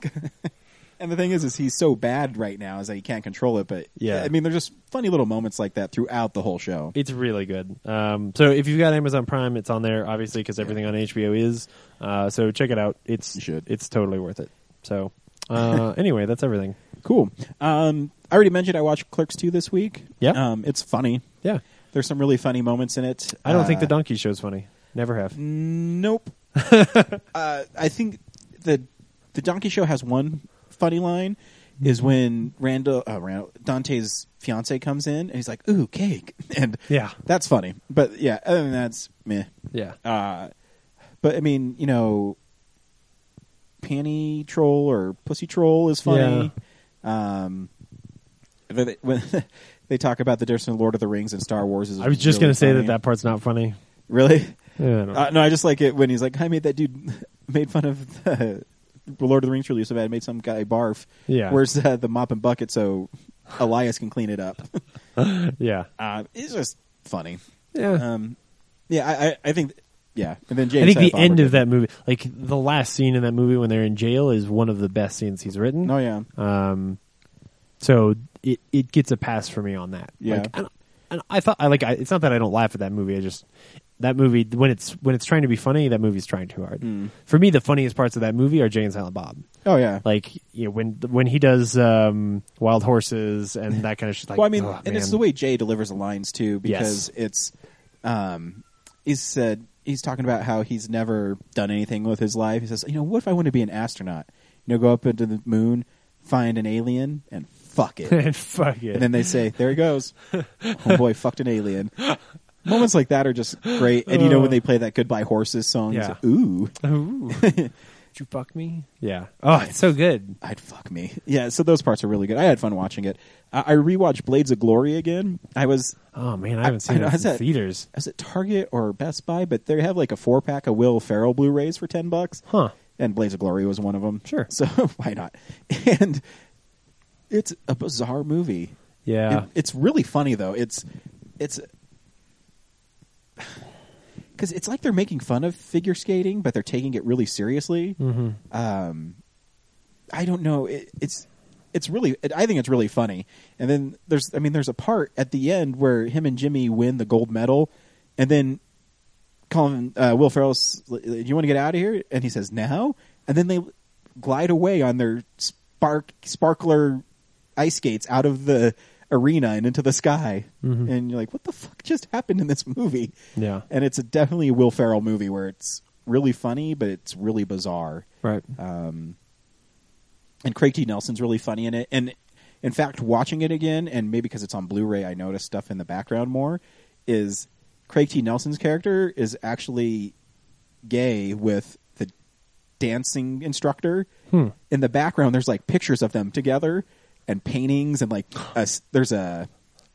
Speaker 1: And the thing is, is he's so bad right now is that he can't control it. But
Speaker 2: Yeah.
Speaker 1: I mean, there's just funny little moments like that throughout the whole show.
Speaker 2: It's really good. Um, so if you've got Amazon Prime, it's on there obviously because everything on HBO is. Uh, so check it out. It's
Speaker 1: You should.
Speaker 2: it's totally worth it. So uh, anyway, that's everything.
Speaker 1: Cool. Um, I already mentioned I watched Clerks 2 this week.
Speaker 2: Yeah.
Speaker 1: Um, it's funny.
Speaker 2: Yeah,
Speaker 1: There's some really funny moments in it.
Speaker 2: I don't think
Speaker 1: Uh,
Speaker 2: the Donkey Show's funny. Never have.
Speaker 1: Nope. uh, I think the the Donkey Show has one funny line
Speaker 2: Mm-hmm.
Speaker 1: is when Randall, uh, Randall Dante's fiance comes in and he's like, "Ooh, cake," and
Speaker 2: Yeah.
Speaker 1: that's funny. But yeah, other than that's meh.
Speaker 2: Yeah.
Speaker 1: Uh, but I mean, you know, panty troll or pussy troll is funny. Um, but they- when they talk about the difference in Lord of the Rings and Star Wars, is
Speaker 2: I was just
Speaker 1: really
Speaker 2: gonna say
Speaker 1: funny.
Speaker 2: that that part's not funny.
Speaker 1: really.
Speaker 2: Yeah, I don't-
Speaker 1: Uh, no, I just like it when he's like, I made that dude made fun of the Lord of the Rings release so bad. I made some guy barf.
Speaker 2: Yeah.
Speaker 1: Where's uh, the mop and bucket so Elias can clean it up?
Speaker 2: yeah.
Speaker 1: uh, it's just funny.
Speaker 2: Yeah.
Speaker 1: Um, yeah, I, I, I think, yeah. And then Jay
Speaker 2: I think the
Speaker 1: Silent Bob
Speaker 2: end
Speaker 1: were
Speaker 2: of
Speaker 1: good.
Speaker 2: that movie, like the last scene in that movie when they're in jail, is one of the best scenes he's written.
Speaker 1: Oh yeah,
Speaker 2: Um, so it it gets a pass for me on that.
Speaker 1: Yeah.
Speaker 2: Like, and, and I thought I like I, it's not that I don't laugh at that movie. I just that movie when it's when it's trying to be funny, that movie's trying too hard.
Speaker 1: Mm.
Speaker 2: For me, the funniest parts of that movie are Jay and Silent Bob.
Speaker 1: oh yeah.
Speaker 2: Like you know, when when he does um, Wild Horses and that kind of shit. Like,
Speaker 1: well, I mean,
Speaker 2: ugh,
Speaker 1: and it's
Speaker 2: oh, man.
Speaker 1: the way Jay delivers the lines too, because
Speaker 2: Yes.
Speaker 1: it's, um, he said he's talking about how he's never done anything with his life. He says, you know, what if I want to be an astronaut? You know, go up into the moon, find an alien and fuck it.
Speaker 2: and fuck it.
Speaker 1: and then they say, "There he goes." oh boy, fucked an alien. Moments like that are just great. And you know when they play that "Goodbye Horses" song, it's
Speaker 2: Yeah.
Speaker 1: like, ooh,
Speaker 2: Ooh. Would you fuck me? Yeah. Oh, it's so good.
Speaker 1: I'd fuck me. Yeah, so those parts are really good. I had fun watching it. I, I rewatched Blades of Glory again. I was
Speaker 2: Oh man, I haven't seen
Speaker 1: know,
Speaker 2: that
Speaker 1: has
Speaker 2: since
Speaker 1: that-
Speaker 2: theaters.
Speaker 1: I was at Target or Best Buy, but they have like a four pack of Will Ferrell Blu-rays for ten bucks.
Speaker 2: Huh.
Speaker 1: And Blades of Glory was one of them.
Speaker 2: Sure.
Speaker 1: So why not? And it's a bizarre movie.
Speaker 2: Yeah.
Speaker 1: It- it's really funny though. It's it's because it's like they're making fun of figure skating, but they're taking it really seriously.
Speaker 2: hmm
Speaker 1: I don't know. It, it's it's really. It, I think it's really funny. And then there's, I mean, there's a part at the end where him and Jimmy win the gold medal, and then Colin uh, Will Ferrell's, "You want to get out of here?" And he says, "Now." And then they glide away on their spark sparkler ice skates out of the arena and into the sky. And you're like, "What the fuck just happened in this movie?"
Speaker 2: Yeah.
Speaker 1: And it's a definitely a Will Ferrell movie where it's really funny, but it's really bizarre
Speaker 2: Right.
Speaker 1: Uh, and Craig T. Nelson's really funny in it. And in fact, watching it again, and maybe because it's on Blu-ray, I noticed stuff in the background more. Is Craig T. Nelson's character is actually gay with the dancing instructor?
Speaker 2: Hmm.
Speaker 1: In the background, there's like pictures of them together and paintings, and like a s there's a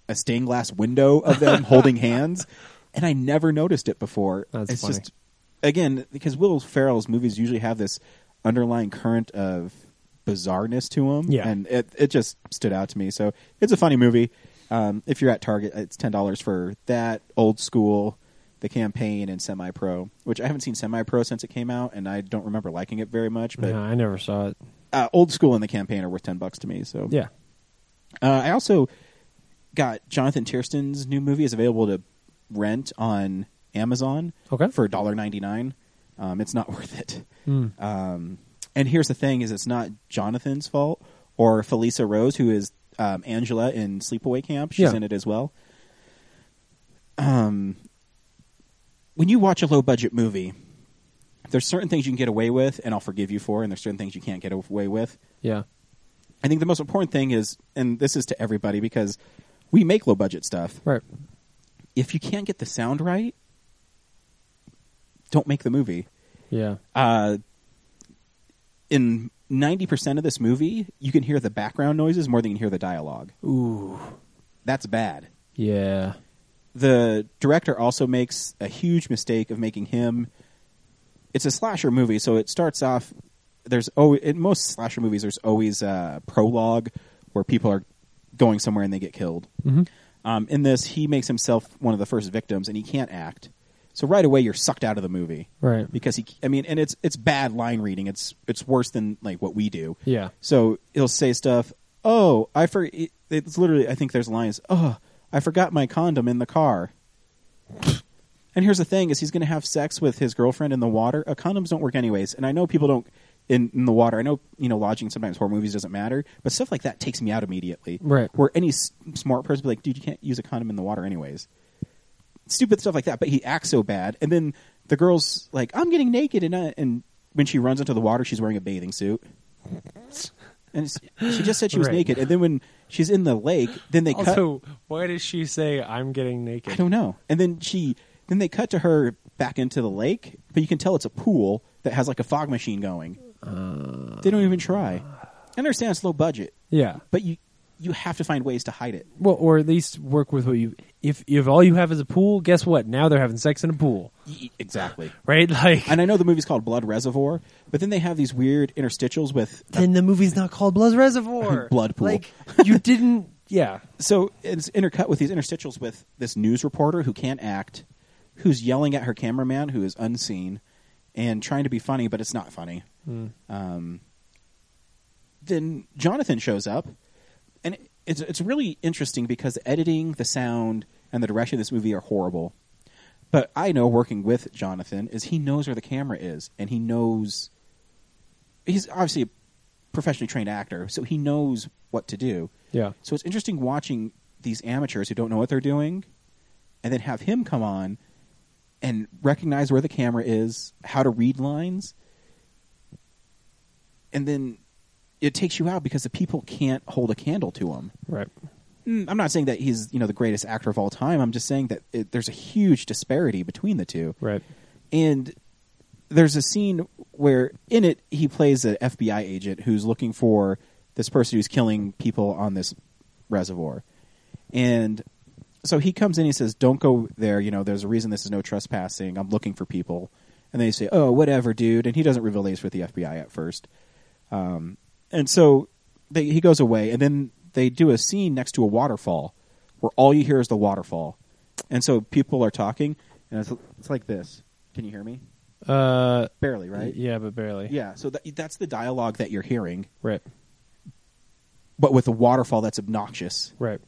Speaker 1: a stained glass window of them holding hands. And I never noticed it before.
Speaker 2: That's
Speaker 1: it's
Speaker 2: funny.
Speaker 1: just again because Will Ferrell's movies usually have this underlying current of bizarreness to them,
Speaker 2: Yeah.
Speaker 1: and it it just stood out to me. So it's a funny movie. Um, if you're at Target, it's ten dollars for that old school, the campaign, and semi pro. Which I haven't seen semi pro since it came out, and I don't remember liking it very much. But
Speaker 2: yeah, I never saw it.
Speaker 1: uh, old school and the campaign are worth ten bucks to me. So
Speaker 2: Yeah.
Speaker 1: uh, I also got Jonathan Tiersten's new movie is available to rent on Amazon
Speaker 2: Okay.
Speaker 1: for $1.99. Um, it's not worth it.
Speaker 2: Hmm.
Speaker 1: Um, and here's the thing: is it's not Jonathan's fault or Felisa Rose, who is um, Angela in Sleepaway Camp. She's
Speaker 2: Yeah.
Speaker 1: in it as well. Um, when you watch a low budget movie, there's certain things you can get away with, and I'll forgive you for, and there's certain things you can't get away with.
Speaker 2: Yeah.
Speaker 1: I think the most important thing is, and this is to everybody because we make low budget stuff.
Speaker 2: Right.
Speaker 1: If you can't get the sound right, don't make the movie.
Speaker 2: Yeah.
Speaker 1: Uh, in 90% of this movie, you can hear the background noises more than you can hear the dialogue.
Speaker 2: Ooh.
Speaker 1: That's bad.
Speaker 2: Yeah.
Speaker 1: The director also makes a huge mistake of making him. It's a slasher movie, so it starts off. There's oh, in most slasher movies, there's always a prologue where people are going somewhere and they get killed.
Speaker 2: Mhm.
Speaker 1: Um, in this, he makes himself one of the first victims, and he can't act. So right away, you're sucked out of the movie.
Speaker 2: Right.
Speaker 1: because he I mean and it's it's bad line reading. It's it's worse than like what we do.
Speaker 2: Yeah.
Speaker 1: So he'll say stuff, "Oh, I for it's literally I think there's lines, "Oh, I forgot my condom in the car." and here's the thing is he's going to have sex with his girlfriend in the water. Uh, condoms don't work anyways, and I know people don't in, in the water. I know, you know, lodging sometimes horror movies doesn't matter, but stuff like that takes me out immediately.
Speaker 2: Right.
Speaker 1: Where any s- smart person would be like, "Dude, you can't use a condom in the water anyways." stupid stuff like that. But he acts so bad, and then the girl's like, "I'm getting naked," and I, and when she runs into the water, she's wearing a bathing suit, and it's, she just said she was
Speaker 2: Right.
Speaker 1: naked. And then when she's in the lake, then they cut.
Speaker 2: Also, why does she say I'm getting naked?
Speaker 1: I don't know. And then she then they cut to her back into the lake, but you can tell it's a pool that has like a fog machine going.
Speaker 2: Uh,
Speaker 1: they don't even try. I understand it's low budget,
Speaker 2: Yeah.
Speaker 1: but you you have to find ways to hide it.
Speaker 2: Well, or at least work with what you. If if all you have is a pool, guess what? Now they're having sex in a pool,
Speaker 1: Exactly.
Speaker 2: right? Like,
Speaker 1: And I know the movie's called Blood Reservoir, but then they have these weird interstitials with
Speaker 2: then the movie's not called Blood Reservoir.
Speaker 1: Blood pool.
Speaker 2: Like, you didn't. Yeah.
Speaker 1: so it's intercut with these interstitials with this news reporter who can't act, who's yelling at her cameraman who is unseen, and trying to be funny, but it's not funny. Um, then Jonathan shows up, and it's it's really interesting because the editing, the sound, and the direction of this movie are horrible. But I know working with Jonathan is he knows where the camera is, and he knows he's obviously a professionally trained actor, so he knows what to do.
Speaker 2: Yeah.
Speaker 1: So it's interesting watching these amateurs who don't know what they're doing and then have him come on and recognize where the camera is, how to read lines. And then it takes you out because the people can't hold a candle to him.
Speaker 2: Right.
Speaker 1: Mm, I'm not saying that he's you know the greatest actor of all time. I'm just saying that it, there's a huge disparity between the two.
Speaker 2: Right.
Speaker 1: And there's a scene where in it he plays an FBI agent who's looking for this person who's killing people on this reservoir. And so he comes in, he says, Don't go there. You know, there's a reason this is no trespassing. I'm looking for people. And they say, Oh, whatever, dude. And he doesn't reveal that he's with the FBI at first. Um, and so they, he goes away, and then they do a scene next to a waterfall where all you hear is the waterfall. And so people are talking, and it's, it's like this. Can you hear me?
Speaker 2: Uh,
Speaker 1: Barely, right?
Speaker 2: Yeah, but barely.
Speaker 1: Yeah, so that, that's the dialogue that you're hearing,
Speaker 2: Right.
Speaker 1: but with a waterfall that's obnoxious.
Speaker 2: Right.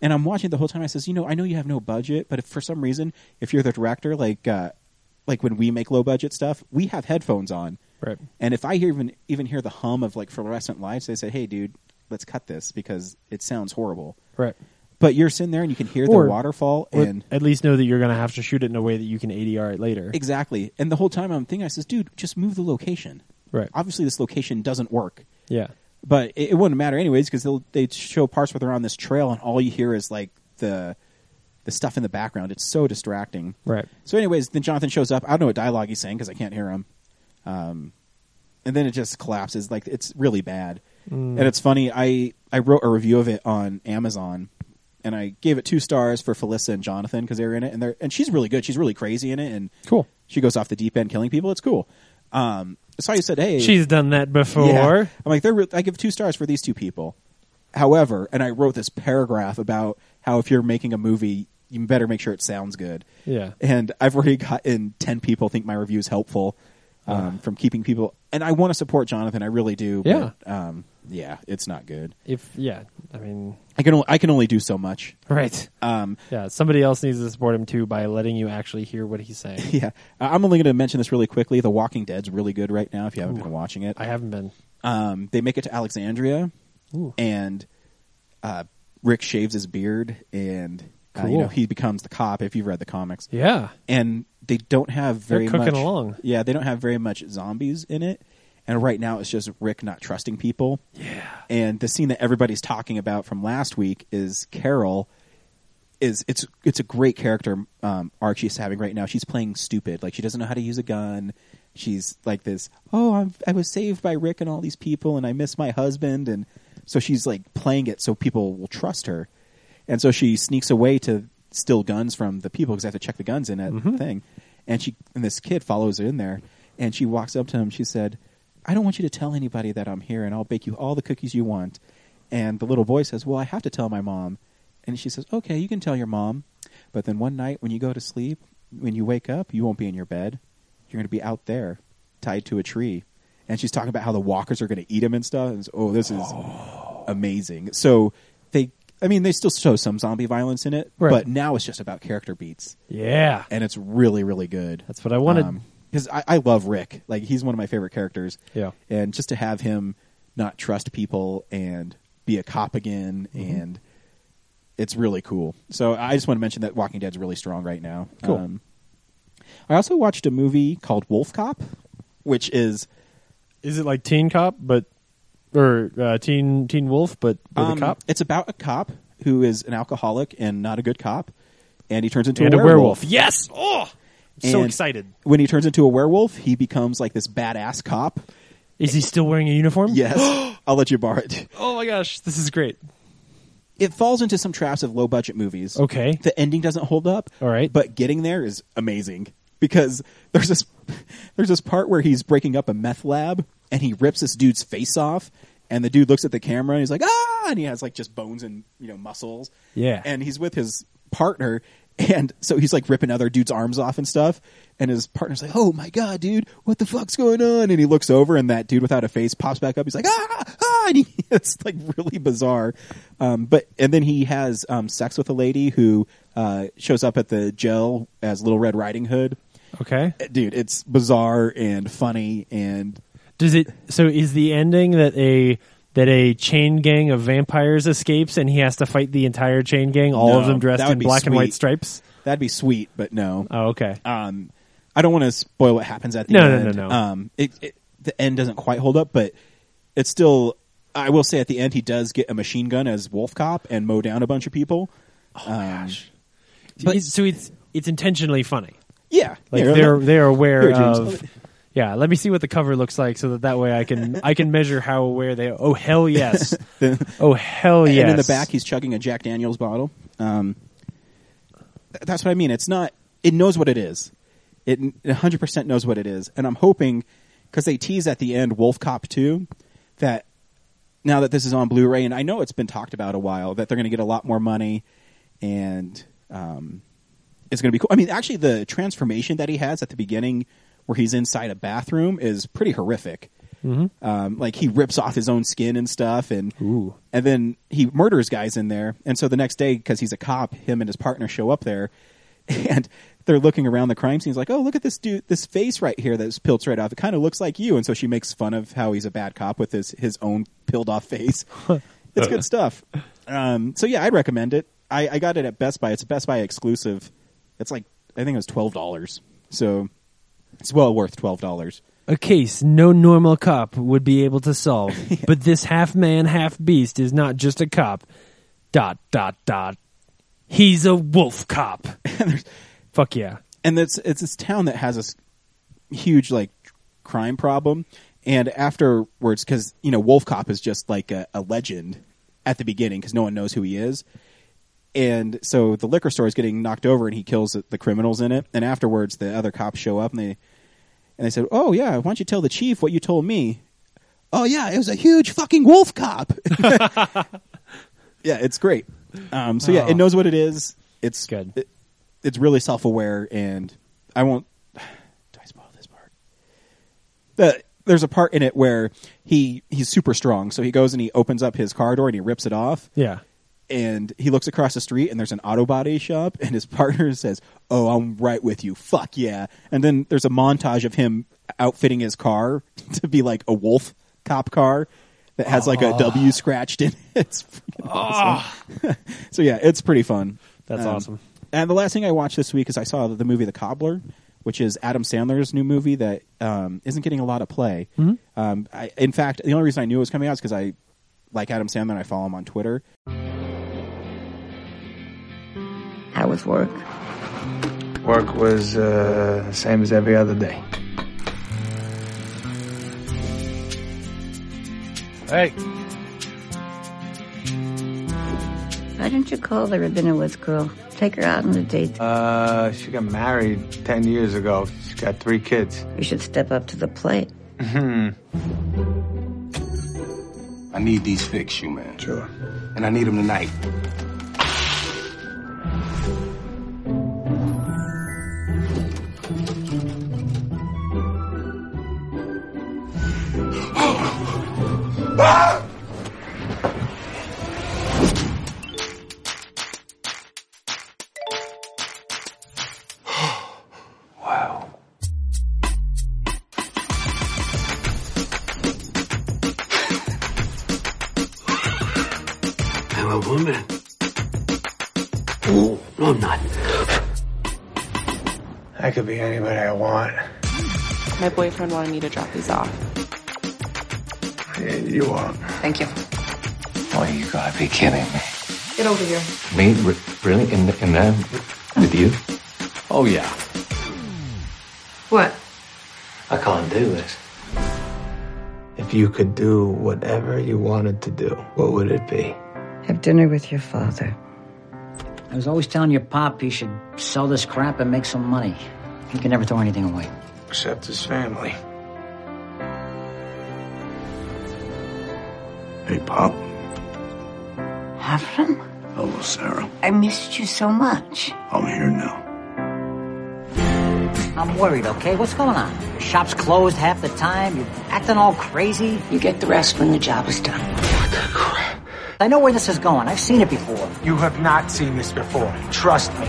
Speaker 1: And I'm watching it the whole time. I says, you know, I know you have no budget, but if for some reason, if you're the director, like, uh, like when we make low budget stuff, we have headphones on,
Speaker 2: Right.
Speaker 1: and if I hear even even hear the hum of like fluorescent lights, they say, hey, dude, let's cut this because it sounds horrible.
Speaker 2: Right.
Speaker 1: But you're sitting there and you can hear
Speaker 2: Or-
Speaker 1: the waterfall
Speaker 2: Or
Speaker 1: and.
Speaker 2: at least know that you're going to have to shoot it in a way that you can ADR it later.
Speaker 1: Exactly, and the whole time I'm thinking, I says, "Dude, just move the location."
Speaker 2: Right.
Speaker 1: Obviously, this location doesn't work.
Speaker 2: yeah.
Speaker 1: but it, it wouldn't matter anyways because they'll they show parts where they're on this trail and all you hear is like the the stuff in the background. It's so distracting.
Speaker 2: Right.
Speaker 1: So, anyways, then Jonathan shows up. I don't know what dialogue he's saying because I can't hear him. Um, and then it just collapses. Like it's really bad. And it's funny. I I wrote a review of it on Amazon, and I gave it two stars for Felissa and Jonathan because they were in it, and they're and she's really good. She's really crazy in it, and
Speaker 2: Cool.
Speaker 1: She goes off the deep end, killing people. It's cool. Um, so I said, hey,
Speaker 2: She's done that before.
Speaker 1: yeah. I'm like, they're real I give two stars for these two people. However, and I wrote this paragraph about how if you're making a movie, you better make sure it sounds good.
Speaker 2: Yeah.
Speaker 1: And I've already gotten 10 people think my review is helpful um, from keeping people. And I want to support Jonathan. I really do.
Speaker 2: Yeah.
Speaker 1: But, um, yeah, it's not good.
Speaker 2: If yeah, I mean,
Speaker 1: I can, only, I can only do so much.
Speaker 2: right.
Speaker 1: Um,
Speaker 2: Yeah, somebody else needs to support him too by letting you actually hear what he's saying.
Speaker 1: yeah. I- I'm only going to mention this really quickly. The Walking Dead's really good right now if you haven't been watching it.
Speaker 2: I haven't been.
Speaker 1: um, they make it to Alexandria,
Speaker 2: Ooh.
Speaker 1: and uh, Rick shaves his beard, and uh, you
Speaker 2: Cool.
Speaker 1: know he becomes the cop. If you've read the comics,
Speaker 2: Yeah.
Speaker 1: and they don't have very
Speaker 2: cooking
Speaker 1: much.
Speaker 2: along.
Speaker 1: Yeah, they don't have very much zombies in it, and right now it's just Rick not trusting people. Yeah, and the scene that everybody's talking about from last week is Carol. Is it's it's a great character um, Archie's having right now. She's playing stupid, like she doesn't know how to use a gun. She's like this. Oh, I'm, I was saved by Rick and all these people, and I miss my husband, and so she's like playing it so people will trust her. And so she sneaks away to steal guns from the people because they have to check the guns in at the thing. And she and this kid follows her in there, and she walks up to him. She said, "I don't want you to tell anybody that I'm here, and I'll bake you all the cookies you want." And the little boy says, "Well, I have to tell my mom." And she says, "Okay, you can tell your mom, but then one night when you go to sleep, when you wake up, you won't be in your bed. You're going to be out there, tied to a tree." And she's talking about how the walkers are going to eat him and stuff. And it's, oh, this is amazing. So they, I mean, they still show some zombie violence in it,
Speaker 2: Right.
Speaker 1: but now it's just about character beats,
Speaker 2: Yeah.
Speaker 1: and it's really, really good.
Speaker 2: That's what I wanted.
Speaker 1: because I, I love Rick. Like he's one of my favorite characters.
Speaker 2: Yeah.
Speaker 1: and just to have him not trust people and be a cop again,
Speaker 2: Mm-hmm.
Speaker 1: and it's really cool. So I just want to mention that Walking Dead's really strong right now. Um,
Speaker 2: Cool.
Speaker 1: I also watched a movie called Wolf Cop, which is
Speaker 2: Is it like Teen Cop, but or uh, Teen Teen Wolf, but with
Speaker 1: Um,
Speaker 2: a cop?
Speaker 1: It's about a cop who is an alcoholic and not a good cop, and he turns into
Speaker 2: And
Speaker 1: a,
Speaker 2: a
Speaker 1: werewolf.
Speaker 2: werewolf. Yes. Oh, I'm so
Speaker 1: And
Speaker 2: excited.
Speaker 1: When he turns into a werewolf, he becomes like this badass cop.
Speaker 2: Is he still wearing a uniform?
Speaker 1: Yes, I'll let you borrow it.
Speaker 2: Oh my gosh, this is great.
Speaker 1: It falls into some traps of low budget movies.
Speaker 2: Okay.
Speaker 1: the ending doesn't hold up.
Speaker 2: All right.
Speaker 1: but getting there is amazing because there's this there's this part where he's breaking up a meth lab and he rips this dude's face off. And the dude looks at the camera and he's like, ah, and he has like just bones and you know muscles.
Speaker 2: Yeah.
Speaker 1: and he's with his partner and so he's like ripping other dude's arms off and stuff and his partner's like oh my god dude what the fuck's going on and he looks over and that dude without a face pops back up he's like ah ah and he, it's like really bizarre um, but and then he has um, sex with a lady who uh, shows up at the jail as little red riding hood
Speaker 2: Okay.
Speaker 1: dude it's bizarre and funny and
Speaker 2: Does it? So is the ending that a that a chain gang of vampires escapes and he has to fight the entire chain gang, all of
Speaker 1: No,
Speaker 2: them dressed
Speaker 1: that would
Speaker 2: in
Speaker 1: be
Speaker 2: black and
Speaker 1: sweet.
Speaker 2: white stripes?
Speaker 1: that'd be sweet but no
Speaker 2: Oh, okay.
Speaker 1: um, I don't want to spoil what happens at the
Speaker 2: No, no,
Speaker 1: end.
Speaker 2: no, no.
Speaker 1: Um, it, it, the end doesn't quite hold up, but it's still. I will say at the end he does get a machine gun as Wolf Cop and mow down a bunch of people. Oh gosh. But-
Speaker 2: It's- so it's it's intentionally funny.
Speaker 1: Yeah,
Speaker 2: Like
Speaker 1: Yeah,
Speaker 2: they're
Speaker 1: not-
Speaker 2: they're aware
Speaker 1: Here, James,
Speaker 2: of. Yeah, let me see what the cover looks like, so that that way I can I can measure how aware they. are. Oh hell yes! oh hell yes!
Speaker 1: And in the back, he's chugging a Jack Daniels bottle. Um, th- that's what I mean. It's not. It knows what it is. It 100 percent knows what it is. And I'm hoping because they tease at the end Wolf Cop 2 that now that this is on Blu-ray and I know it's been talked about a while that they're going to get a lot more money and um, it's going to be cool. I mean, actually, the transformation that he has at the beginning where he's inside a bathroom is pretty horrific. Um, like he rips off his own skin and stuff, and
Speaker 2: Ooh.
Speaker 1: and then he murders guys in there. And so the next day, because he's a cop, him and his partner show up there, and they're looking around the crime scene. He's like, "Oh, look at this dude, this face right here that's peeled right off. It kind of looks like you." And so she makes fun of how he's a bad cop with his his own peeled off face. it's good stuff. Um, so yeah, I'd recommend it. I, I got it at Best Buy. It's a Best Buy exclusive. It's like I think it was twelve dollars. So it's well worth twelve dollars.
Speaker 2: a case no normal cop would be able to solve, but this half man, half beast is not just a cop. Dot dot dot. He's a wolf cop. Fuck yeah!
Speaker 1: and it's it's this town that has this huge like crime problem. And afterwards, because you know Wolf Cop is just like a, a legend at the beginning because no one knows who he is. And so the liquor store is getting knocked over, and he kills the- the criminals in it. And afterwards, the other cops show up, and they and they said, "Oh yeah, why don't you tell the chief what you told me?" Oh yeah, it was a huge fucking wolf cop. yeah, it's great. Um, so yeah,
Speaker 2: Oh.
Speaker 1: it knows what it is. It's
Speaker 2: Good.
Speaker 1: It, it's really self-aware, and I won't. Do I spoil this part? The, there's a part in it where he he's super strong, so he goes and he opens up his car door and he rips it off
Speaker 2: Yeah.
Speaker 1: and he looks across the street and there's an auto body shop and his partner says oh i'm right with you fuck yeah and then there's a montage of him outfitting his car to be like a wolf cop car that has like
Speaker 2: Ah.
Speaker 1: a w scratched in it it's freaking awesome so yeah it's pretty fun Um,
Speaker 2: That's awesome.
Speaker 1: and the last thing i watched this week is i saw the movie the cobbler which is adam sandler's new movie that um, isn't getting a lot of play
Speaker 2: Mm-hmm.
Speaker 1: um, I, in fact the only reason i knew it was coming out is because i like adam sandler and i follow him on twitter
Speaker 8: How was work?
Speaker 9: Work was uh, same as every other day. Hey,
Speaker 8: Why don't you call the Rabinowitz girl? Take her out on a date.
Speaker 9: uh, she got married ten years ago. She's got three kids.
Speaker 8: You should step up to the plate.
Speaker 10: I need these fixed, you man.
Speaker 9: Sure.
Speaker 10: And I need them tonight. I'm a woman. Oh, no, I'm not.
Speaker 9: I could be anybody I want.
Speaker 11: My boyfriend wanted me to drop these off.
Speaker 9: And you are.
Speaker 11: Thank you.
Speaker 10: Oh, you gotta be kidding me.
Speaker 11: Get over here.
Speaker 10: Me? Re- really? In, in there? With you? Oh, yeah.
Speaker 11: What?
Speaker 10: I can't do this.
Speaker 9: If you could do whatever you wanted to do, what would it be?
Speaker 8: Have dinner with your father.
Speaker 12: I was always telling your pop he should sell this crap and make some money. He can never throw anything away.
Speaker 9: Except his family.
Speaker 10: Hey, Pop.
Speaker 8: Avram,
Speaker 10: Hello, Sarah.
Speaker 8: I missed you so much.
Speaker 10: I'm here now.
Speaker 12: I'm worried, okay? What's going on? Your shop's closed half the time. You're acting all crazy.
Speaker 8: You get the rest when the job is done.
Speaker 12: I know where this is going. I've seen it before.
Speaker 9: You have not seen this before. Trust me.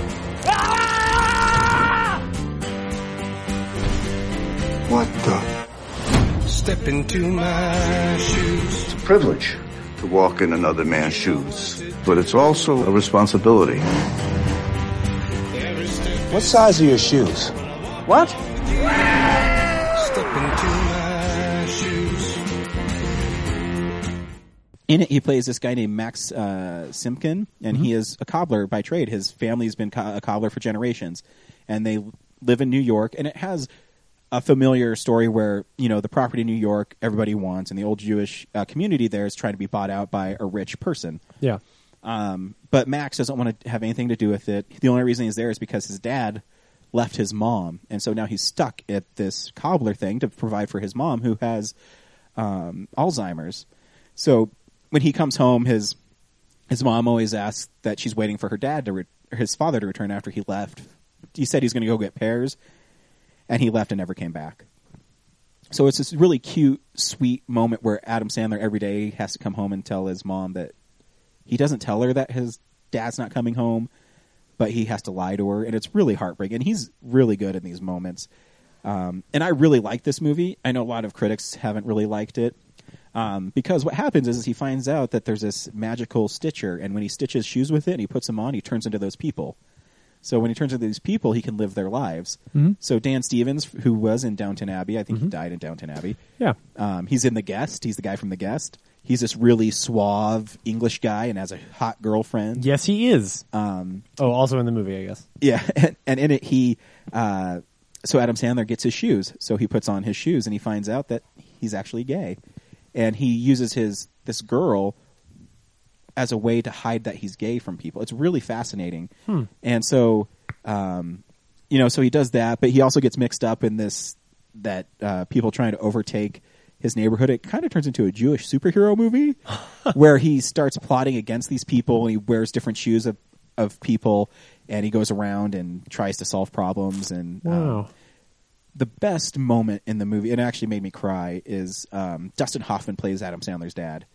Speaker 10: What the? Step into my shoes. It's a privilege to walk in another man's shoes, but it's also a responsibility.
Speaker 9: What size are your shoes?
Speaker 12: What?
Speaker 10: Step into my shoes.
Speaker 1: In it, he plays this guy named Max uh, Simpkin, and he is a cobbler by trade. His family's been co- a cobbler for generations, and they live in New York. And it has a familiar story where you know the property in New York everybody wants, and the old Jewish uh, community there is trying to be bought out by a rich person.
Speaker 2: Yeah.
Speaker 1: Um, but Max doesn't want to have anything to do with it. The only reason he's there is because his dad left his mom, and so now he's stuck at this cobbler thing to provide for his mom, who has um, Alzheimer's. So when he comes home, his his mom always asks that she's waiting for her dad to re- or his father to return after he left. He said he's going to go get pears, and he left and never came back. So it's this really cute, sweet moment where Adam Sandler every day has to come home and tell his mom that he doesn't tell her that his dad's not coming home, but he has to lie to her, and it's really heartbreaking. And he's really good in these moments. Um, and I really like this movie. I know a lot of critics haven't really liked it um, because what happens is, he finds out that there's this magical stitcher, and when he stitches shoes with it and he puts them on, he turns into those people. So when he turns into these people, he can live their lives.
Speaker 2: Mhm.
Speaker 1: So Dan Stevens, who was in Downton Abbey, I think he died in Downton Abbey.
Speaker 2: Yeah.
Speaker 1: Um, he's in The Guest. He's the guy from The Guest. He's this really suave English guy and has a hot girlfriend.
Speaker 2: Yes, he is.
Speaker 1: Um,
Speaker 2: oh, also in the movie, I guess.
Speaker 1: Yeah, and, and in it he, uh, so Adam Sandler gets his shoes. So he puts on his shoes and he finds out that he's actually gay, and he uses his this girl as a way to hide that he's gay from people. It's really fascinating.
Speaker 2: Hmm.
Speaker 1: And so, um, you know, so he does that, but he also gets mixed up in this that uh, people trying to overtake his neighborhood. It kind of turns into a Jewish superhero movie where he starts plotting against these people and he wears different shoes of, of people and he goes around and tries to solve problems. And um,
Speaker 2: Wow.
Speaker 1: the best moment in the movie, and it actually made me cry, is um, Dustin Hoffman plays Adam Sandler's dad.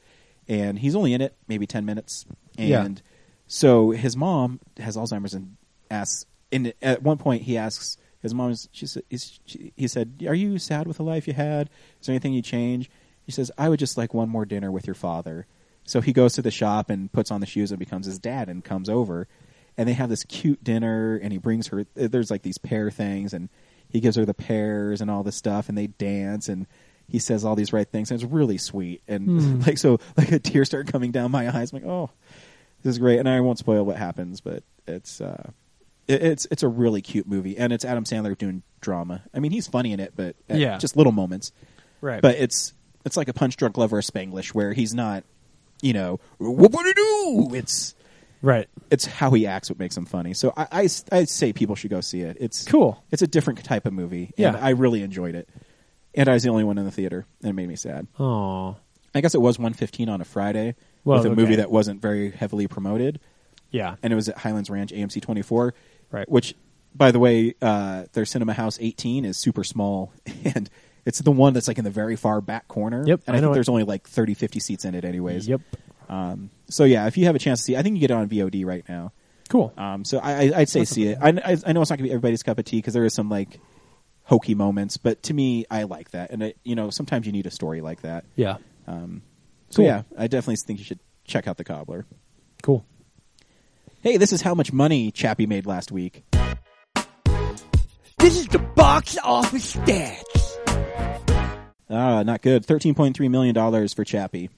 Speaker 1: And he's only in it maybe 10 minutes. And
Speaker 2: Yeah.
Speaker 1: so his mom has Alzheimer's and asks, and at one point he asks his mom, is- she said, is, she, he said, are you sad with the life you had? Is there anything you change? He says, I would just like one more dinner with your father. So he goes to the shop and puts on the shoes and becomes his dad and comes over and they have this cute dinner and he brings her, there's like these pear things and he gives her the pears and all this stuff and they dance and he says all these right things and it's really sweet. And
Speaker 2: Hmm.
Speaker 1: like, so like a tear started coming down my eyes. I'm like, oh, this is great, and I won't spoil what happens, but it's uh, it, it's it's a really cute movie, and it's Adam Sandler doing drama. I mean, he's funny in it, but uh,
Speaker 2: Yeah.
Speaker 1: just little moments,
Speaker 2: Right.
Speaker 1: But it's it's like a punch drunk lover of Spanglish, where he's not, you know, what would he do? It's
Speaker 2: right.
Speaker 1: It's how he acts, what makes him funny. So I, I s- I say people should go see it. It's
Speaker 2: cool.
Speaker 1: It's a different type of movie. and
Speaker 2: Yeah.
Speaker 1: I really enjoyed it, and I was the only one in the theater, and it made me sad.
Speaker 2: Oh,
Speaker 1: I guess it was 115 on a Friday
Speaker 2: Well,
Speaker 1: with a
Speaker 2: okay.
Speaker 1: movie that wasn't very heavily promoted.
Speaker 2: Yeah.
Speaker 1: And it was at Highlands Ranch AMC 24.
Speaker 2: Right.
Speaker 1: Which, by the way, uh, their Cinema House 18 is super small. And it's the one that's like in the very far back corner.
Speaker 2: Yep,
Speaker 1: And I,
Speaker 2: I know
Speaker 1: think
Speaker 2: it.
Speaker 1: there's only like 30, 50 seats in it, anyways.
Speaker 2: Yep.
Speaker 1: Um, so, yeah, if you have a chance to see I think you get it on VOD right now.
Speaker 2: Cool.
Speaker 1: Um, so I, I, I'd say see it. I, I, I know it's not going to be everybody's cup of tea because there is some like hokey moments, but to me, I like that. And, it, you know, sometimes you need a story like that.
Speaker 2: Yeah.
Speaker 1: Um, so
Speaker 2: Cool.
Speaker 1: yeah, I definitely think you should check out the cobbler.
Speaker 2: Cool.
Speaker 1: Hey, this is how much money Chappie made last week.
Speaker 7: This is the box office stats.
Speaker 1: Ah, not good. Thirteen point three million dollars for Chappie.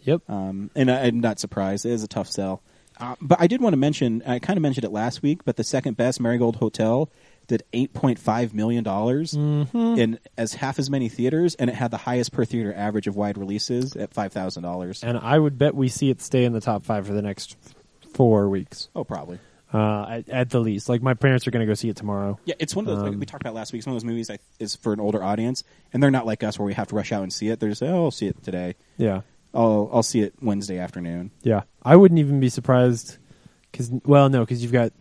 Speaker 2: Yep.
Speaker 1: Um, and I, I'm not surprised. It is a tough sell. Uh, but I did want to mention. I kind of mentioned it last week, but the second best Marigold Hotel did eight point five million dollars
Speaker 7: Mm-hmm.
Speaker 2: Mhm.
Speaker 1: in as half as many theaters, and it had the highest per theater average of wide releases at five thousand dollars.
Speaker 2: And I would bet we see it stay in the top five for the next f- four weeks.
Speaker 1: Oh, probably.
Speaker 2: Uh, at, at the least. Like my parents are going to go see it tomorrow.
Speaker 1: Yeah, it's one of those like
Speaker 2: Um,
Speaker 1: we talked about last week. It's one of those movies that is for an older audience, and they're not like us where we have to rush out and see it. They're just, oh, I'll see it today.
Speaker 2: Yeah.
Speaker 1: I'll I'll see it Wednesday afternoon.
Speaker 2: Yeah, I wouldn't even be surprised because well, no, because you've got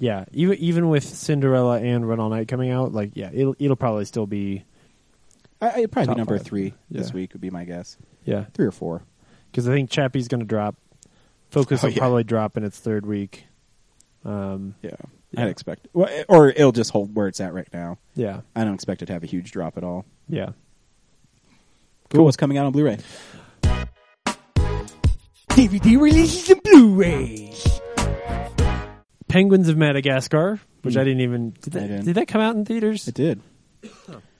Speaker 2: yeah, even even with Cinderella and Run All Night coming out, like yeah, it'll it'll probably still be
Speaker 1: I, it'd probably
Speaker 2: Top
Speaker 1: be number
Speaker 2: five.
Speaker 1: three this
Speaker 2: Yeah.
Speaker 1: week would be my guess.
Speaker 2: yeah
Speaker 1: three or four
Speaker 2: because I think Chappie's going to drop. Focus
Speaker 1: Oh,
Speaker 2: will
Speaker 1: yeah.
Speaker 2: probably drop in its third week. Um,
Speaker 1: yeah, I'd expect, well, it- or it'll just hold where it's at right now.
Speaker 2: Yeah.
Speaker 1: I don't expect it to have a huge drop at all.
Speaker 2: yeah.
Speaker 1: Cool, what's coming out on Blu-ray?
Speaker 7: DVD releases and Blu-rays.
Speaker 2: Penguins of Madagascar, which
Speaker 1: Hmm.
Speaker 2: I didn't even did
Speaker 1: I
Speaker 2: that,
Speaker 1: didn't.
Speaker 2: did that come out in theaters? It
Speaker 1: did.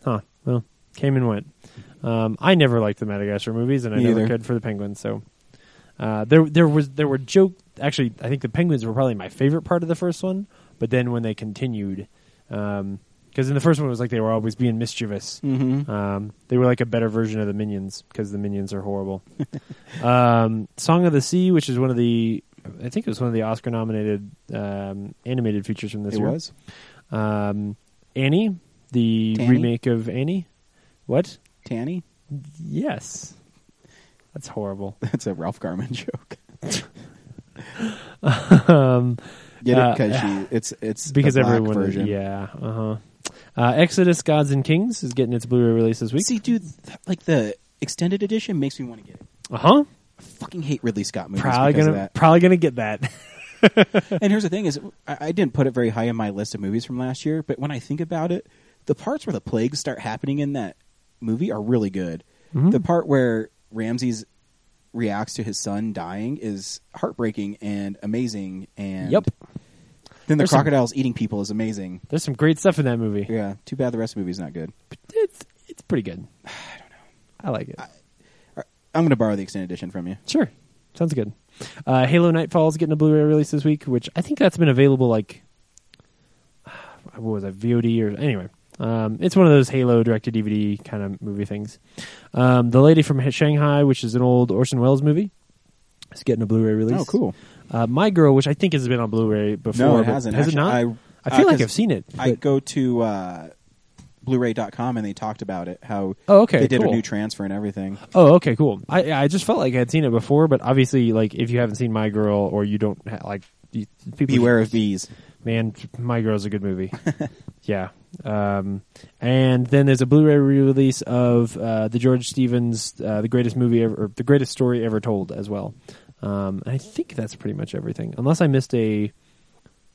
Speaker 2: Huh. Well, Came and went. Um, I never liked the Madagascar movies, and I
Speaker 1: Me
Speaker 2: never
Speaker 1: either.
Speaker 2: could for the Penguins. So uh, there, there was there were joke. Actually, I think the Penguins were probably my favorite part of the first one. But then when they continued, because in the first one it was like they were always being mischievous.
Speaker 1: Mhm.
Speaker 2: Um, they were like a better version of the Minions because the Minions are horrible. um, Song of the Sea, which is one of the, I think it was one of the Oscar-nominated um, animated features from this
Speaker 1: It
Speaker 2: year.
Speaker 1: was.
Speaker 2: Um, Annie, the
Speaker 1: Tanny?
Speaker 2: remake of Annie. What?
Speaker 1: Tanny?
Speaker 2: Yes. That's horrible.
Speaker 1: That's a Ralph Garman joke.
Speaker 2: um,
Speaker 1: Get it?
Speaker 2: uh,
Speaker 1: 'Cause she- it's- it's the
Speaker 2: because
Speaker 1: black
Speaker 2: everyone
Speaker 1: version.
Speaker 2: Yeah. Uh-huh. Uh Exodus: Gods and Kings is getting its Blu-ray release this week.
Speaker 1: See, dude, that, like the extended edition makes me want to get it.
Speaker 2: Uh huh.
Speaker 1: Fucking hate Ridley Scott movies
Speaker 2: Probably
Speaker 1: because
Speaker 2: gonna
Speaker 1: of that.
Speaker 2: probably gonna get that.
Speaker 1: and here's the thing: is I, I didn't put it very high on my list of movies from last year, but when I think about it, the parts where the plagues start happening in that movie are really good.
Speaker 2: Mhm.
Speaker 1: The part where Ramses reacts to his son dying is heartbreaking and amazing. And
Speaker 2: Yep.
Speaker 1: Then the
Speaker 2: There's some-
Speaker 1: crocodiles eating people is amazing.
Speaker 2: There's some great stuff in that movie.
Speaker 1: Yeah. Too bad the rest of the movie's not good.
Speaker 2: It's pretty good. I don't know. I like it.
Speaker 1: I'm going to borrow the extended edition from you.
Speaker 2: Sure. Sounds good. Uh, Halo Nightfall is getting a Blu-ray release this week, which I think that's been available like what was that VOD or anyway. Um, it's one of those Halo direct to DVD kind of movie things. Um, the Lady from Shanghai, which is an old Orson Welles movie, is getting a Blu-ray release.
Speaker 1: Oh, cool.
Speaker 2: Uh, My Girl, which I think has been on Blu-ray before.
Speaker 1: no, it
Speaker 2: but-
Speaker 1: hasn't.
Speaker 2: Has it not?
Speaker 1: Actually,
Speaker 2: I feel
Speaker 1: uh,
Speaker 2: like
Speaker 1: 'cause
Speaker 2: I've seen it.
Speaker 1: I
Speaker 2: but-
Speaker 1: go to uh, Blu-ray.com and they talked about it. How
Speaker 2: Oh, okay,
Speaker 1: they did
Speaker 2: cool.
Speaker 1: a new transfer and everything.
Speaker 2: Oh, okay, cool. I I just felt like I'd seen it before, but obviously, like if you haven't seen My Girl or you don't ha- like you- people
Speaker 1: Beware of bees.
Speaker 2: Man, My Girl's a good movie. yeah. Um, and then there's a Blu-ray release of uh, the George Stevens, uh, the greatest movie ever, or the greatest story ever told, as well. Um, and I think that's pretty much everything, unless I missed a.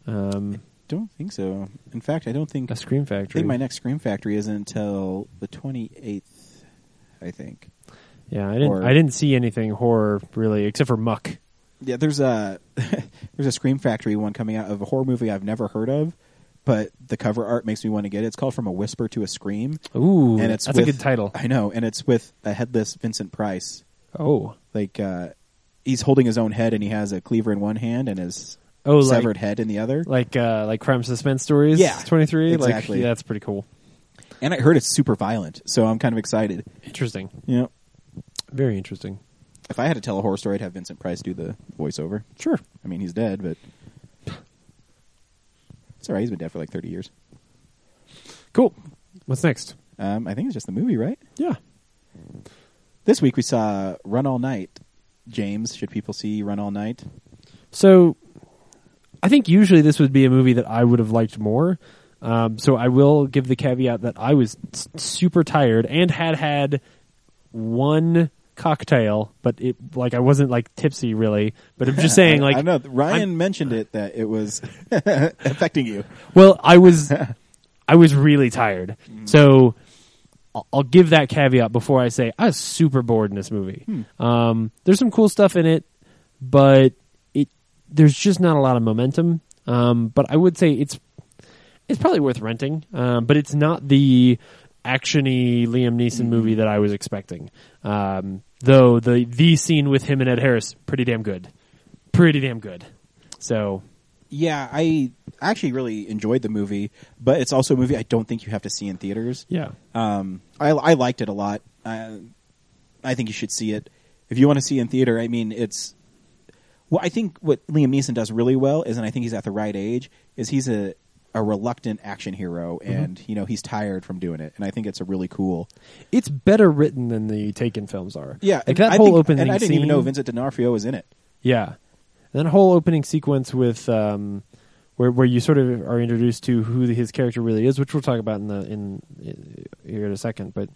Speaker 2: Um,
Speaker 1: Don't think so. In fact, I don't think
Speaker 2: a Scream
Speaker 1: I
Speaker 2: Factory.
Speaker 1: think my next Scream Factory isn't until the 28th. I think.
Speaker 2: yeah, I didn't.
Speaker 1: or-
Speaker 2: I didn't see anything horror really, except for Muck.
Speaker 1: Yeah, there's a there's a Scream Factory one coming out of a horror movie I've never heard of, but the cover art makes me want to get it. It's called From a Whisper to a Scream.
Speaker 2: Ooh, that's a
Speaker 1: with-
Speaker 2: good title.
Speaker 1: I know, and it's with a headless Vincent Price.
Speaker 2: Oh,
Speaker 1: like uh, he's holding his own head, and he has a cleaver in one hand and his
Speaker 2: Oh, like-
Speaker 1: severed head in the other.
Speaker 2: Like uh, like crime suspense stories.
Speaker 1: Yeah,
Speaker 2: twenty three.
Speaker 1: exactly.
Speaker 2: Like, yeah, that's pretty cool.
Speaker 1: And I heard it's super violent, so I'm kind of excited.
Speaker 2: Interesting.
Speaker 1: You know,
Speaker 2: Very interesting.
Speaker 1: if I had to tell a horror story, I'd have Vincent Price do the voiceover.
Speaker 2: Sure.
Speaker 1: I mean, he's dead, but it's all right. He's been dead for like 30 years.
Speaker 2: Cool. What's next?
Speaker 1: Um, I think it's just the movie, right?
Speaker 2: Yeah.
Speaker 1: This week we saw Run All Night. James, should people see Run All Night?
Speaker 2: So, I think usually this would be a movie that I would have liked more. Um, so I will give the caveat that I was s- super tired and had had one cocktail, but it like I wasn't like tipsy really. But I'm just saying,
Speaker 1: I-
Speaker 2: like
Speaker 1: I know Ryan mentioned it that it was affecting you.
Speaker 2: Well, I was I was really tired. So I'll- I'll give that caveat before I say I was super bored in this movie. Um, there's some cool stuff in it, but it there's just not a lot of momentum. Um, but I would say it's it's probably worth renting, um, but it's not the actiony Liam Neeson movie that I was expecting. Um, though the the scene with him and Ed Harris pretty damn good, pretty damn good. So
Speaker 1: Yeah, I actually really enjoyed the movie, but it's also a movie I don't think you have to see in theaters.
Speaker 2: Yeah.
Speaker 1: um, I, I liked it a lot. I, I think you should see it if you want to see it in theater. I mean, it's well, I think what Liam Neeson does really well is, and I think he's at the right age, is he's a a reluctant action hero, and you know he's tired from doing it, and I think it's a really cool.
Speaker 2: it's better written than the Taken films are.
Speaker 1: Yeah,
Speaker 2: like
Speaker 1: and
Speaker 2: that
Speaker 1: I
Speaker 2: whole
Speaker 1: think-
Speaker 2: opening.
Speaker 1: And I didn't even
Speaker 2: scene-
Speaker 1: know Vincent D'Onofrio was in it.
Speaker 2: Yeah, and that whole opening sequence with um, where where you sort of are introduced to who his character really is, which we'll talk about in the in uh, here in a second, but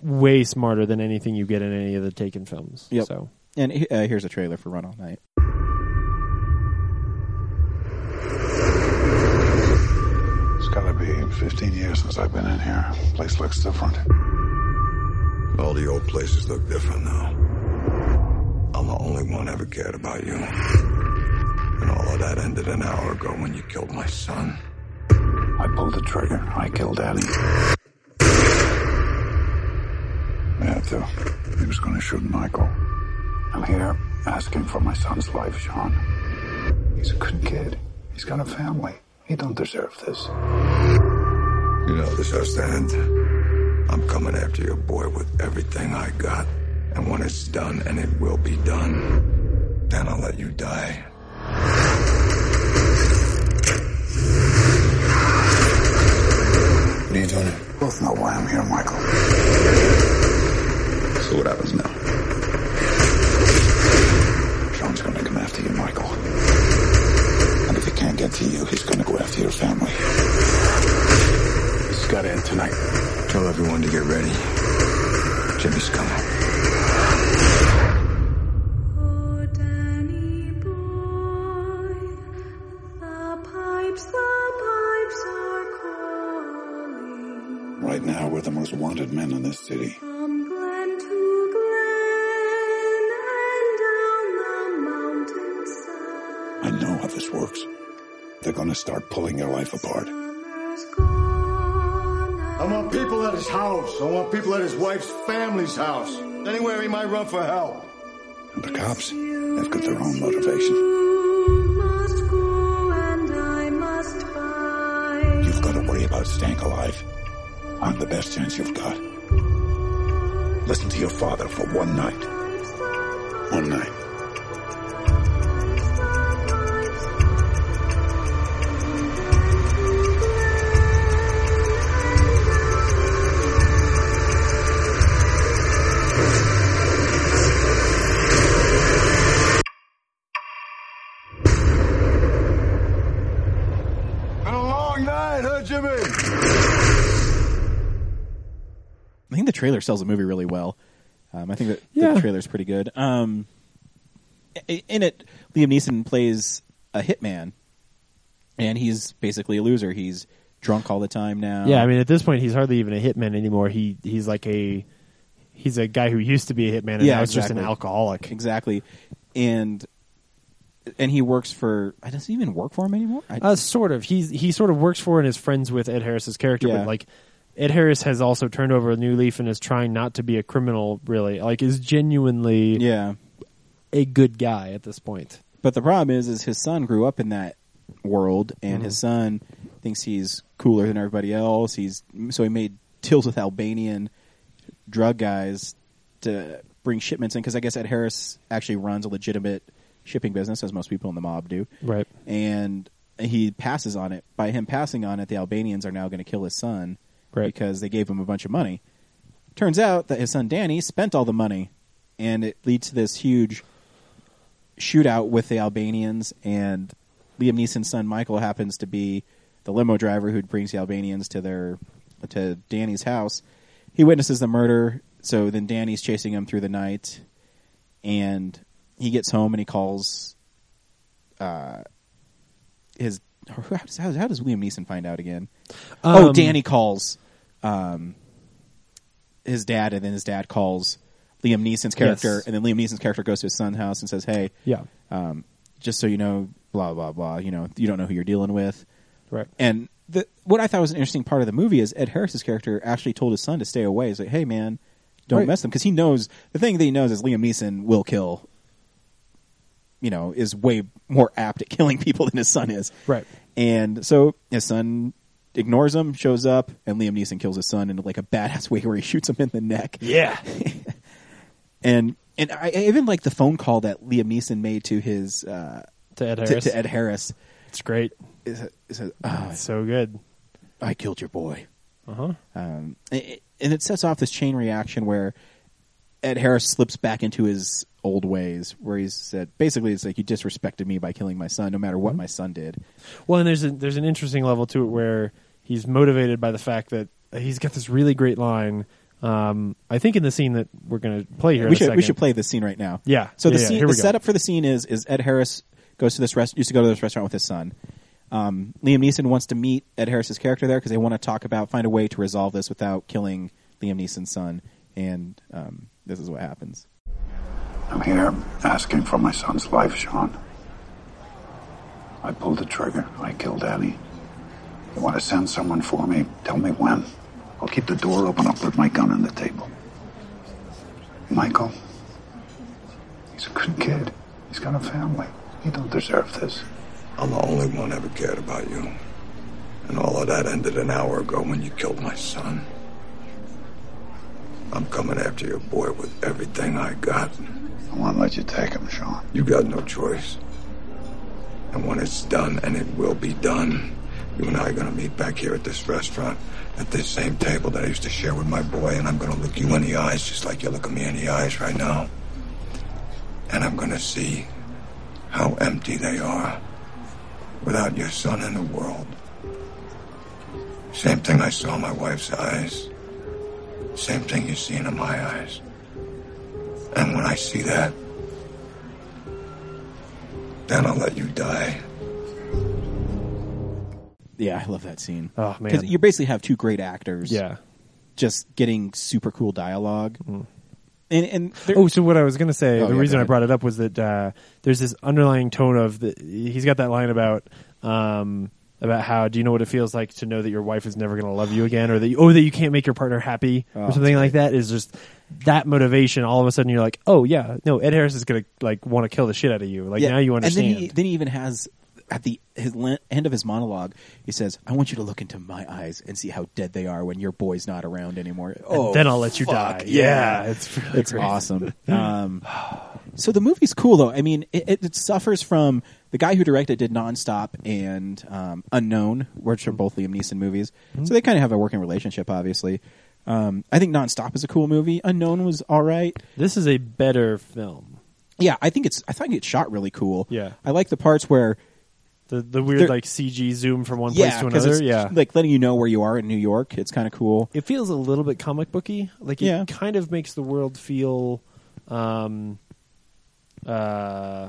Speaker 2: way smarter than anything you get in any of the Taken films.
Speaker 1: Yep.
Speaker 2: So
Speaker 1: And he- uh, here's a trailer for Run All Night.
Speaker 10: It's gotta be 15 years since I've been in here. Place looks different. All the old places look different now. I'm the only one ever cared about you. And all of that ended an hour ago when you killed my son. I pulled the trigger. I killed Ellie. to. He was going to shoot Michael. I'm here asking for my son's life, Sean. He's a good kid. He's got a family. He don't deserve this. You know this has to end. I'm coming after your boy with everything I got. And when it's done, and it will be done, then I'll let you die. What are you doing here? Both know why I'm here, Michael. So what happens now? Sean's gonna come after you, Michael. And if he can't get to you, he's gonna go after your family. This has gotta end tonight. Tell everyone to get ready. Jimmy's coming. Right now, we're the most wanted men in this city. I know how this works. They're gonna start pulling your life apart.
Speaker 13: I want people at his house. I want people at his wife's family's house. Anywhere he might run for help.
Speaker 10: And the cops, they've got their own motivation. You've got to worry about staying alive. I'm the best chance you've got. Listen to your father for one night. One night.
Speaker 13: Been a long night, huh, Jimmy?
Speaker 1: I think the trailer sells the movie really well. Um, I think that
Speaker 2: Yeah.
Speaker 1: the trailer's pretty good. Um, i- in it, Liam Neeson plays a hitman, and he's basically a loser. He's drunk all the time now.
Speaker 2: yeah, I mean, at this point, he's hardly even a hitman anymore. He he's like a he's a guy who used to be a hitman and now it's just an alcohol.
Speaker 1: alcoholic. Exactly, and and he works for. I doesn't even work for him anymore. I,
Speaker 2: Uh, sort of. He's he sort of works for and is friends with Ed Harris's character,
Speaker 1: Yeah.
Speaker 2: but like Ed Harris has also turned over a new leaf and is trying not to be a criminal. Really, like is genuinely
Speaker 1: yeah
Speaker 2: a good guy at this point.
Speaker 1: But the problem is, is his son grew up in that world, and
Speaker 2: Mhm.
Speaker 1: his son thinks he's cooler than everybody else. He's so he made deals with Albanian drug guys to bring shipments in because I guess Ed Harris actually runs a legitimate shipping business, as most people in the mob do.
Speaker 2: Right.
Speaker 1: And he passes on it. By him passing on it, the Albanians are now going to kill his son because they gave him a bunch of money. Turns out that his son Danny spent all the money, and it leads to this huge shootout with the Albanians. And Liam Neeson's son Michael happens to be the limo driver who brings the Albanians to their to Danny's house. He witnesses the murder, so then Danny's chasing him through the night, and he gets home and he calls uh, his. How does, how, how does Liam Neeson find out again? oh,
Speaker 2: Um,
Speaker 1: Danny calls um, his dad, and then his dad calls Liam Neeson's character,
Speaker 2: Yes.
Speaker 1: and then Liam Neeson's character goes to his son's house and says, "Hey,
Speaker 2: Yeah.
Speaker 1: um, just so you know, blah blah blah. You know, you don't know who you're dealing with,
Speaker 2: Right.
Speaker 1: And the, what I thought was an interesting part of the movie is Ed Harris's character actually told his son to stay away. He's like, "Hey, man, don't
Speaker 2: Right.
Speaker 1: mess them," because he knows the thing that he knows is Liam Neeson will kill. You know, is way more apt at killing people than his son is.
Speaker 2: Right.
Speaker 1: And so his son ignores him, shows up, and Liam Neeson kills his son in like a badass way where he shoots him in the neck.
Speaker 2: Yeah.
Speaker 1: and and I, I even like the phone call that Liam Neeson made to his uh,
Speaker 2: To Ed Harris.
Speaker 1: To, Ed Harris.
Speaker 2: It's great.
Speaker 1: It's, oh,
Speaker 2: It's so good.
Speaker 1: I killed your boy.
Speaker 2: Uh huh.
Speaker 1: Um, a- and it sets off this chain reaction where Ed Harris slips back into his old ways, where he said, basically, it's like you disrespected me by killing my son, no matter
Speaker 2: Mm-hmm.
Speaker 1: what my son did.
Speaker 2: Well, and there's a, there's an interesting level to it where he's motivated by the fact that he's got this really great line. Um, I think in the scene that we're going to play here, in
Speaker 1: We
Speaker 2: a
Speaker 1: should we
Speaker 2: second.
Speaker 1: should play this scene right now.
Speaker 2: Yeah.
Speaker 1: So the
Speaker 2: Yeah, yeah.
Speaker 1: scene,
Speaker 2: Here
Speaker 1: the
Speaker 2: we go.
Speaker 1: setup for the scene is is Ed Harris goes to this rest used to go to this restaurant with his son. Um, Liam Neeson wants to meet Ed Harris's character there because they want to talk about find a way to resolve this without killing Liam Neeson's son, and um, this is what happens.
Speaker 10: I'm here asking for my son's life, Sean. I pulled the trigger. I killed Annie. You want to send someone for me? Tell me when. I'll keep the door open. I'll put my gun on the table. Michael. He's a good kid. He's got a family. He don't deserve this. I'm the only one ever cared about you. And all of that ended an hour ago when you killed my son. I'm coming after your boy with everything I got. I won't let you take him, Sean. You got no choice. And when it's done, and it will be done, you and I are gonna meet back here at this restaurant, at this same table that I used to share with my boy, and I'm gonna look you in the eyes just like you're looking me in the eyes right now. And I'm gonna see how empty they are without your son in the world. Same thing I saw in my wife's eyes. Same thing you seen in my eyes. And when I see that, then I'll let you die.
Speaker 1: Yeah, I love that scene.
Speaker 2: Oh man.
Speaker 1: you basically have two great actors.
Speaker 2: Yeah. Mm.
Speaker 1: just getting super cool dialogue. And and there-
Speaker 2: Oh, so what I was going to say,
Speaker 1: Oh,
Speaker 2: the
Speaker 1: yeah,
Speaker 2: reason
Speaker 1: go
Speaker 2: I
Speaker 1: ahead.
Speaker 2: brought it up was that uh, there's this underlying tone of the, he's got that line about um, about how do you know what it feels like to know that your wife is never going to love you again, or that you, oh that you can't make your partner happy
Speaker 1: Oh,
Speaker 2: or something like that is just that motivation. All of a sudden, you're like, oh yeah, no, Ed Harris is going to like want to kill the shit out of you. Like
Speaker 1: Yeah,
Speaker 2: now you understand.
Speaker 1: And then he, then he even has at the his le- end of his monologue, he says, "I want you to look into my eyes and see how dead they are when your boy's not around anymore." Oh,
Speaker 2: then I'll let you
Speaker 1: fuck,
Speaker 2: die.
Speaker 1: Yeah,
Speaker 2: Yeah, it's really
Speaker 1: it's
Speaker 2: crazy.
Speaker 1: awesome. Um, so the movie's cool though. I mean, it, it, it suffers from the guy who directed did Nonstop and um, Unknown, which are both Liam Neeson movies.
Speaker 2: Mm-hmm.
Speaker 1: So they kind of have a working relationship, obviously. Um, I think Nonstop is a cool movie. Unknown was all right.
Speaker 2: This is a better film.
Speaker 1: Yeah, I think it's. I think it's shot really cool.
Speaker 2: Yeah.
Speaker 1: I like the parts where
Speaker 2: the the weird
Speaker 1: There-
Speaker 2: like CG zoom from one place to
Speaker 1: 'cause
Speaker 2: another.
Speaker 1: it's
Speaker 2: Yeah,
Speaker 1: like letting you know where you are in New York. It's kind of cool.
Speaker 2: it feels a little bit comic booky. Like it
Speaker 1: Yeah.
Speaker 2: kind of makes the world feel um, uh,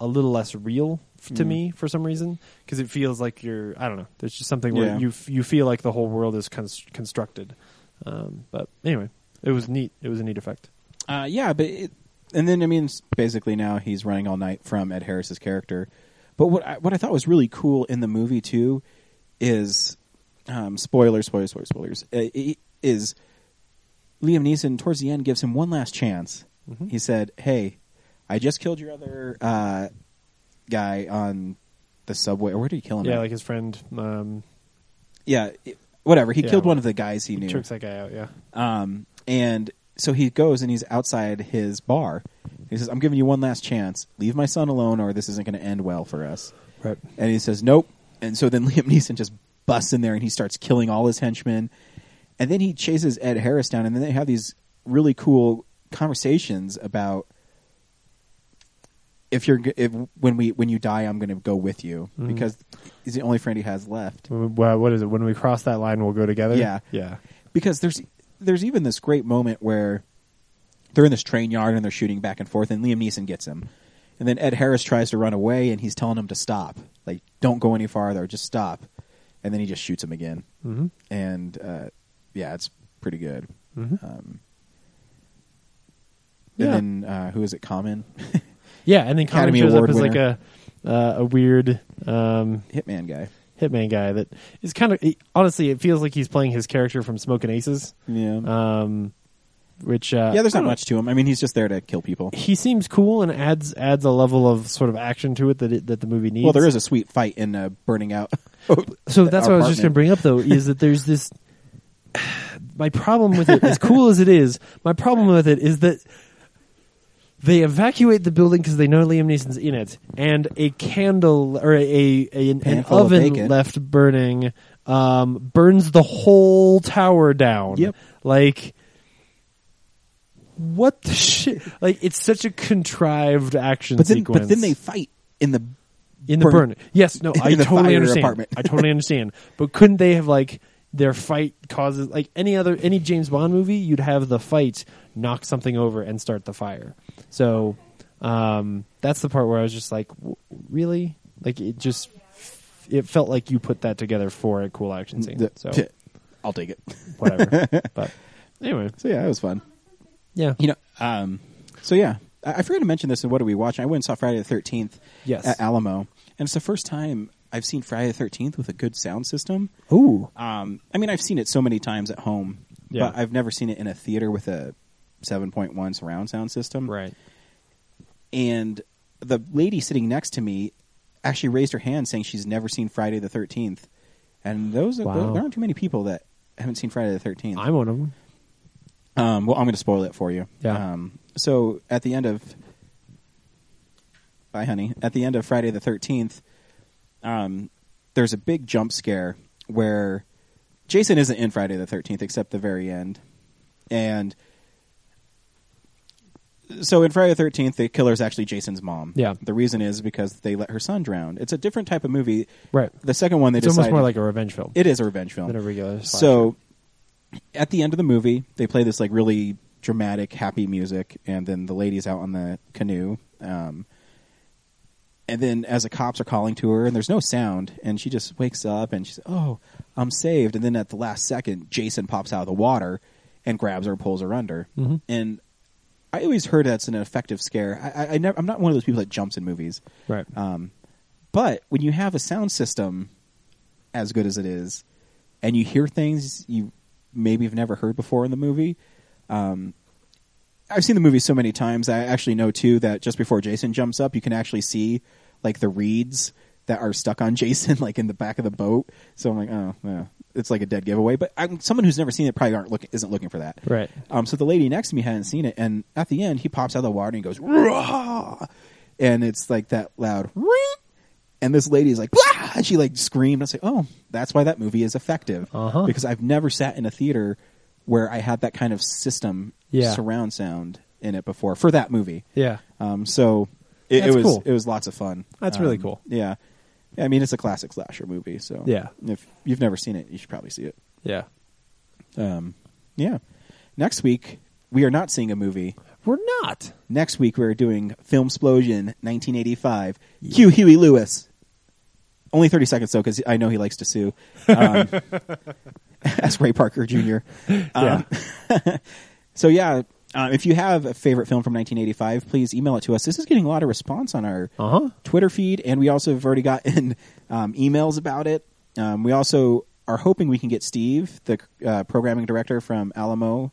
Speaker 2: a little less real f- to
Speaker 1: Mm.
Speaker 2: me for some reason because it feels like you're. I don't know. There's just something where
Speaker 1: Yeah.
Speaker 2: you f- you feel like the whole world is cons- constructed. Um, but anyway, it was neat. It was a neat effect.
Speaker 1: Uh, yeah, but it, and then I mean, s- basically now he's running all night from Ed Harris's character. But what I, what I thought was really cool in the movie too is um, spoilers, spoilers, spoilers, spoilers. Uh, i- is Liam Neeson towards the end gives him one last chance.
Speaker 2: Mm-hmm.
Speaker 1: He said, "Hey, I just killed your other uh, guy on the subway. Or where did he kill him?
Speaker 2: yeah,
Speaker 1: at?
Speaker 2: like his friend. Um,
Speaker 1: yeah, it- whatever. He
Speaker 2: Yeah,
Speaker 1: killed one of the guys he knew.
Speaker 2: tricks that guy out. Yeah.
Speaker 1: Um, and so he goes and he's outside his bar. He says, "I'm giving you one last chance. Leave my son alone, or this isn't going to end well for us."
Speaker 2: Right.
Speaker 1: And he says, "Nope." And so then Liam Neeson just busts in there and he starts killing all his henchmen. And then he chases Ed Harris down, and then they have these really cool conversations about if you're g- if when we when you die, I'm going to go with you
Speaker 2: Mhm.
Speaker 1: because he's the only friend he has left.
Speaker 2: Well, what is it? When we cross that line, we'll go together.
Speaker 1: Yeah.
Speaker 2: Yeah.
Speaker 1: because there's there's even this great moment where they're in this train yard and they're shooting back and forth, and Liam Neeson gets him, and then Ed Harris tries to run away, and he's telling him to stop, like don't go any farther, just stop, and then he just shoots him again,
Speaker 2: Mhm.
Speaker 1: and uh, yeah, it's pretty good.
Speaker 2: Mhm.
Speaker 1: Um,
Speaker 2: Yeah.
Speaker 1: And then uh, who is it? Common.
Speaker 2: Yeah, and then Common
Speaker 1: Academy
Speaker 2: shows
Speaker 1: Award
Speaker 2: up as like
Speaker 1: winner.
Speaker 2: a uh, a weird um,
Speaker 1: hitman guy.
Speaker 2: Hitman guy that is kind of he- honestly, it feels like he's playing his character from Smoking Aces.
Speaker 1: Yeah.
Speaker 2: Um, which uh,
Speaker 1: Uh, yeah, there's not
Speaker 2: I don't know.
Speaker 1: much to him. I mean, he's just there to kill people.
Speaker 2: He seems cool and adds adds a level of sort of action to it that it, that the movie needs.
Speaker 1: Well, there is a sweet fight in uh, burning out.
Speaker 2: so that's what I was just going to bring up though is that there's this. My problem with it, as cool as it is, my problem with it is that they evacuate the building because they know Liam Neeson's in it, and a candle or a, a, a- an, an
Speaker 1: Handful of
Speaker 2: oven
Speaker 1: bacon.
Speaker 2: left burning um, burns the whole tower down.
Speaker 1: Yep.
Speaker 2: Like what the shit? Like it's such a contrived action
Speaker 1: But then,
Speaker 2: sequence.
Speaker 1: but then they fight in the
Speaker 2: In the burn. Yes, no,
Speaker 1: in
Speaker 2: I
Speaker 1: the
Speaker 2: totally
Speaker 1: fire
Speaker 2: understand.
Speaker 1: Apartment.
Speaker 2: I totally understand. But couldn't they have like their fight causes like any other any James Bond movie, you'd have the fight knock something over and start the fire. So um that's the part where I was just like w- really? Like it just it felt like you put that together for a cool action scene.
Speaker 1: The-
Speaker 2: So
Speaker 1: I'll take it.
Speaker 2: whatever. But anyway,
Speaker 1: so yeah, it was fun.
Speaker 2: Yeah.
Speaker 1: you know. Um, so yeah, I, I forgot to mention this. And what are we watching? I went and saw Friday the Thirteenth.
Speaker 2: Yes.
Speaker 1: at Alamo, and it's the first time I've seen Friday the Thirteenth with a good sound system.
Speaker 2: Ooh.
Speaker 1: Um, I mean, I've seen it so many times at home,
Speaker 2: Yeah.
Speaker 1: but I've never seen it in a theater with a 7.1 surround sound system. Right. And the lady sitting next to me actually raised her hand saying she's never seen Friday the 13th. And those,
Speaker 2: Wow.
Speaker 1: there aren't too many people that haven't seen Friday the 13th.
Speaker 2: I'm one of them.
Speaker 1: Um, well, I'm going to spoil it for you.
Speaker 2: Yeah.
Speaker 1: Um, so at the end of, bye, honey. At the end of Friday the Thirteenth, um, there's a big jump scare where Jason isn't in Friday the Thirteenth except the very end, and so in Friday the Thirteenth, the killer is actually Jason's mom.
Speaker 2: Yeah.
Speaker 1: The reason is because they let her son drown. It's a different type of movie.
Speaker 2: Right.
Speaker 1: The second one, they
Speaker 2: It's almost
Speaker 1: decided-
Speaker 2: more like a revenge film.
Speaker 1: It is a revenge film
Speaker 2: Than a regular
Speaker 1: So at the end of the movie, they play this like really dramatic, happy music, and then the lady's out on the canoe. Um, and then as the cops are calling to her, and there's no sound, and she just wakes up and she's, "Oh, I'm saved!" And then at the last second, Jason pops out of the water and grabs her and pulls her under.
Speaker 2: Mhm.
Speaker 1: And I always heard that's an effective scare. I, I, I never, I'm not one of those people that jumps in movies.
Speaker 2: Right.
Speaker 1: Um, but when you have a sound system as good as it is, and you hear things you maybe have never heard before in the movie, um, I've seen the movie so many times. I actually know too that just before Jason jumps up, you can actually see like the reeds that are stuck on Jason, like in the back of the boat. So I'm like, oh, yeah. it's like a dead giveaway. But I'm, someone who's never seen it probably aren't look, isn't looking for that.
Speaker 2: Right.
Speaker 1: Um, so the lady next to me hadn't seen it, and at the end, he pops out of the water and goes, Rah! and it's like that loud, "Wheep." and this lady is like, "Blah!" and she like screamed. I was like, oh, that's why that movie is effective
Speaker 2: Uh-huh.
Speaker 1: because I've never sat in a theater where I had that kind of system
Speaker 2: Yeah.
Speaker 1: surround sound in it before for that movie.
Speaker 2: Yeah.
Speaker 1: Um, so it, it
Speaker 2: That's
Speaker 1: was
Speaker 2: cool.
Speaker 1: it was lots of fun.
Speaker 2: That's really
Speaker 1: Um,
Speaker 2: cool.
Speaker 1: Yeah. Yeah, I mean, it's a classic slasher movie, so
Speaker 2: Yeah.
Speaker 1: If you've never seen it, you should probably see it.
Speaker 2: Yeah.
Speaker 1: Um, yeah. Next week, we are not seeing a movie.
Speaker 2: We're not.
Speaker 1: Next week, we're doing Film Explosion 1985. Hugh Huey Lewis. Only 30 seconds, though, because I know he likes to sue. Um, as Ray Parker Jr. Um, so, yeah. Um, if you have a favorite film from 1985, please email it to us. This is getting a lot of response on our Twitter feed, and we also have already gotten um, emails about it. Um, we also are hoping we can get Steve, the uh, programming director from Alamo,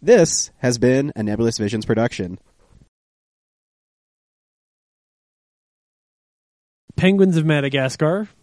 Speaker 1: This has been a Nebulous Visions production.
Speaker 2: Penguins of Madagascar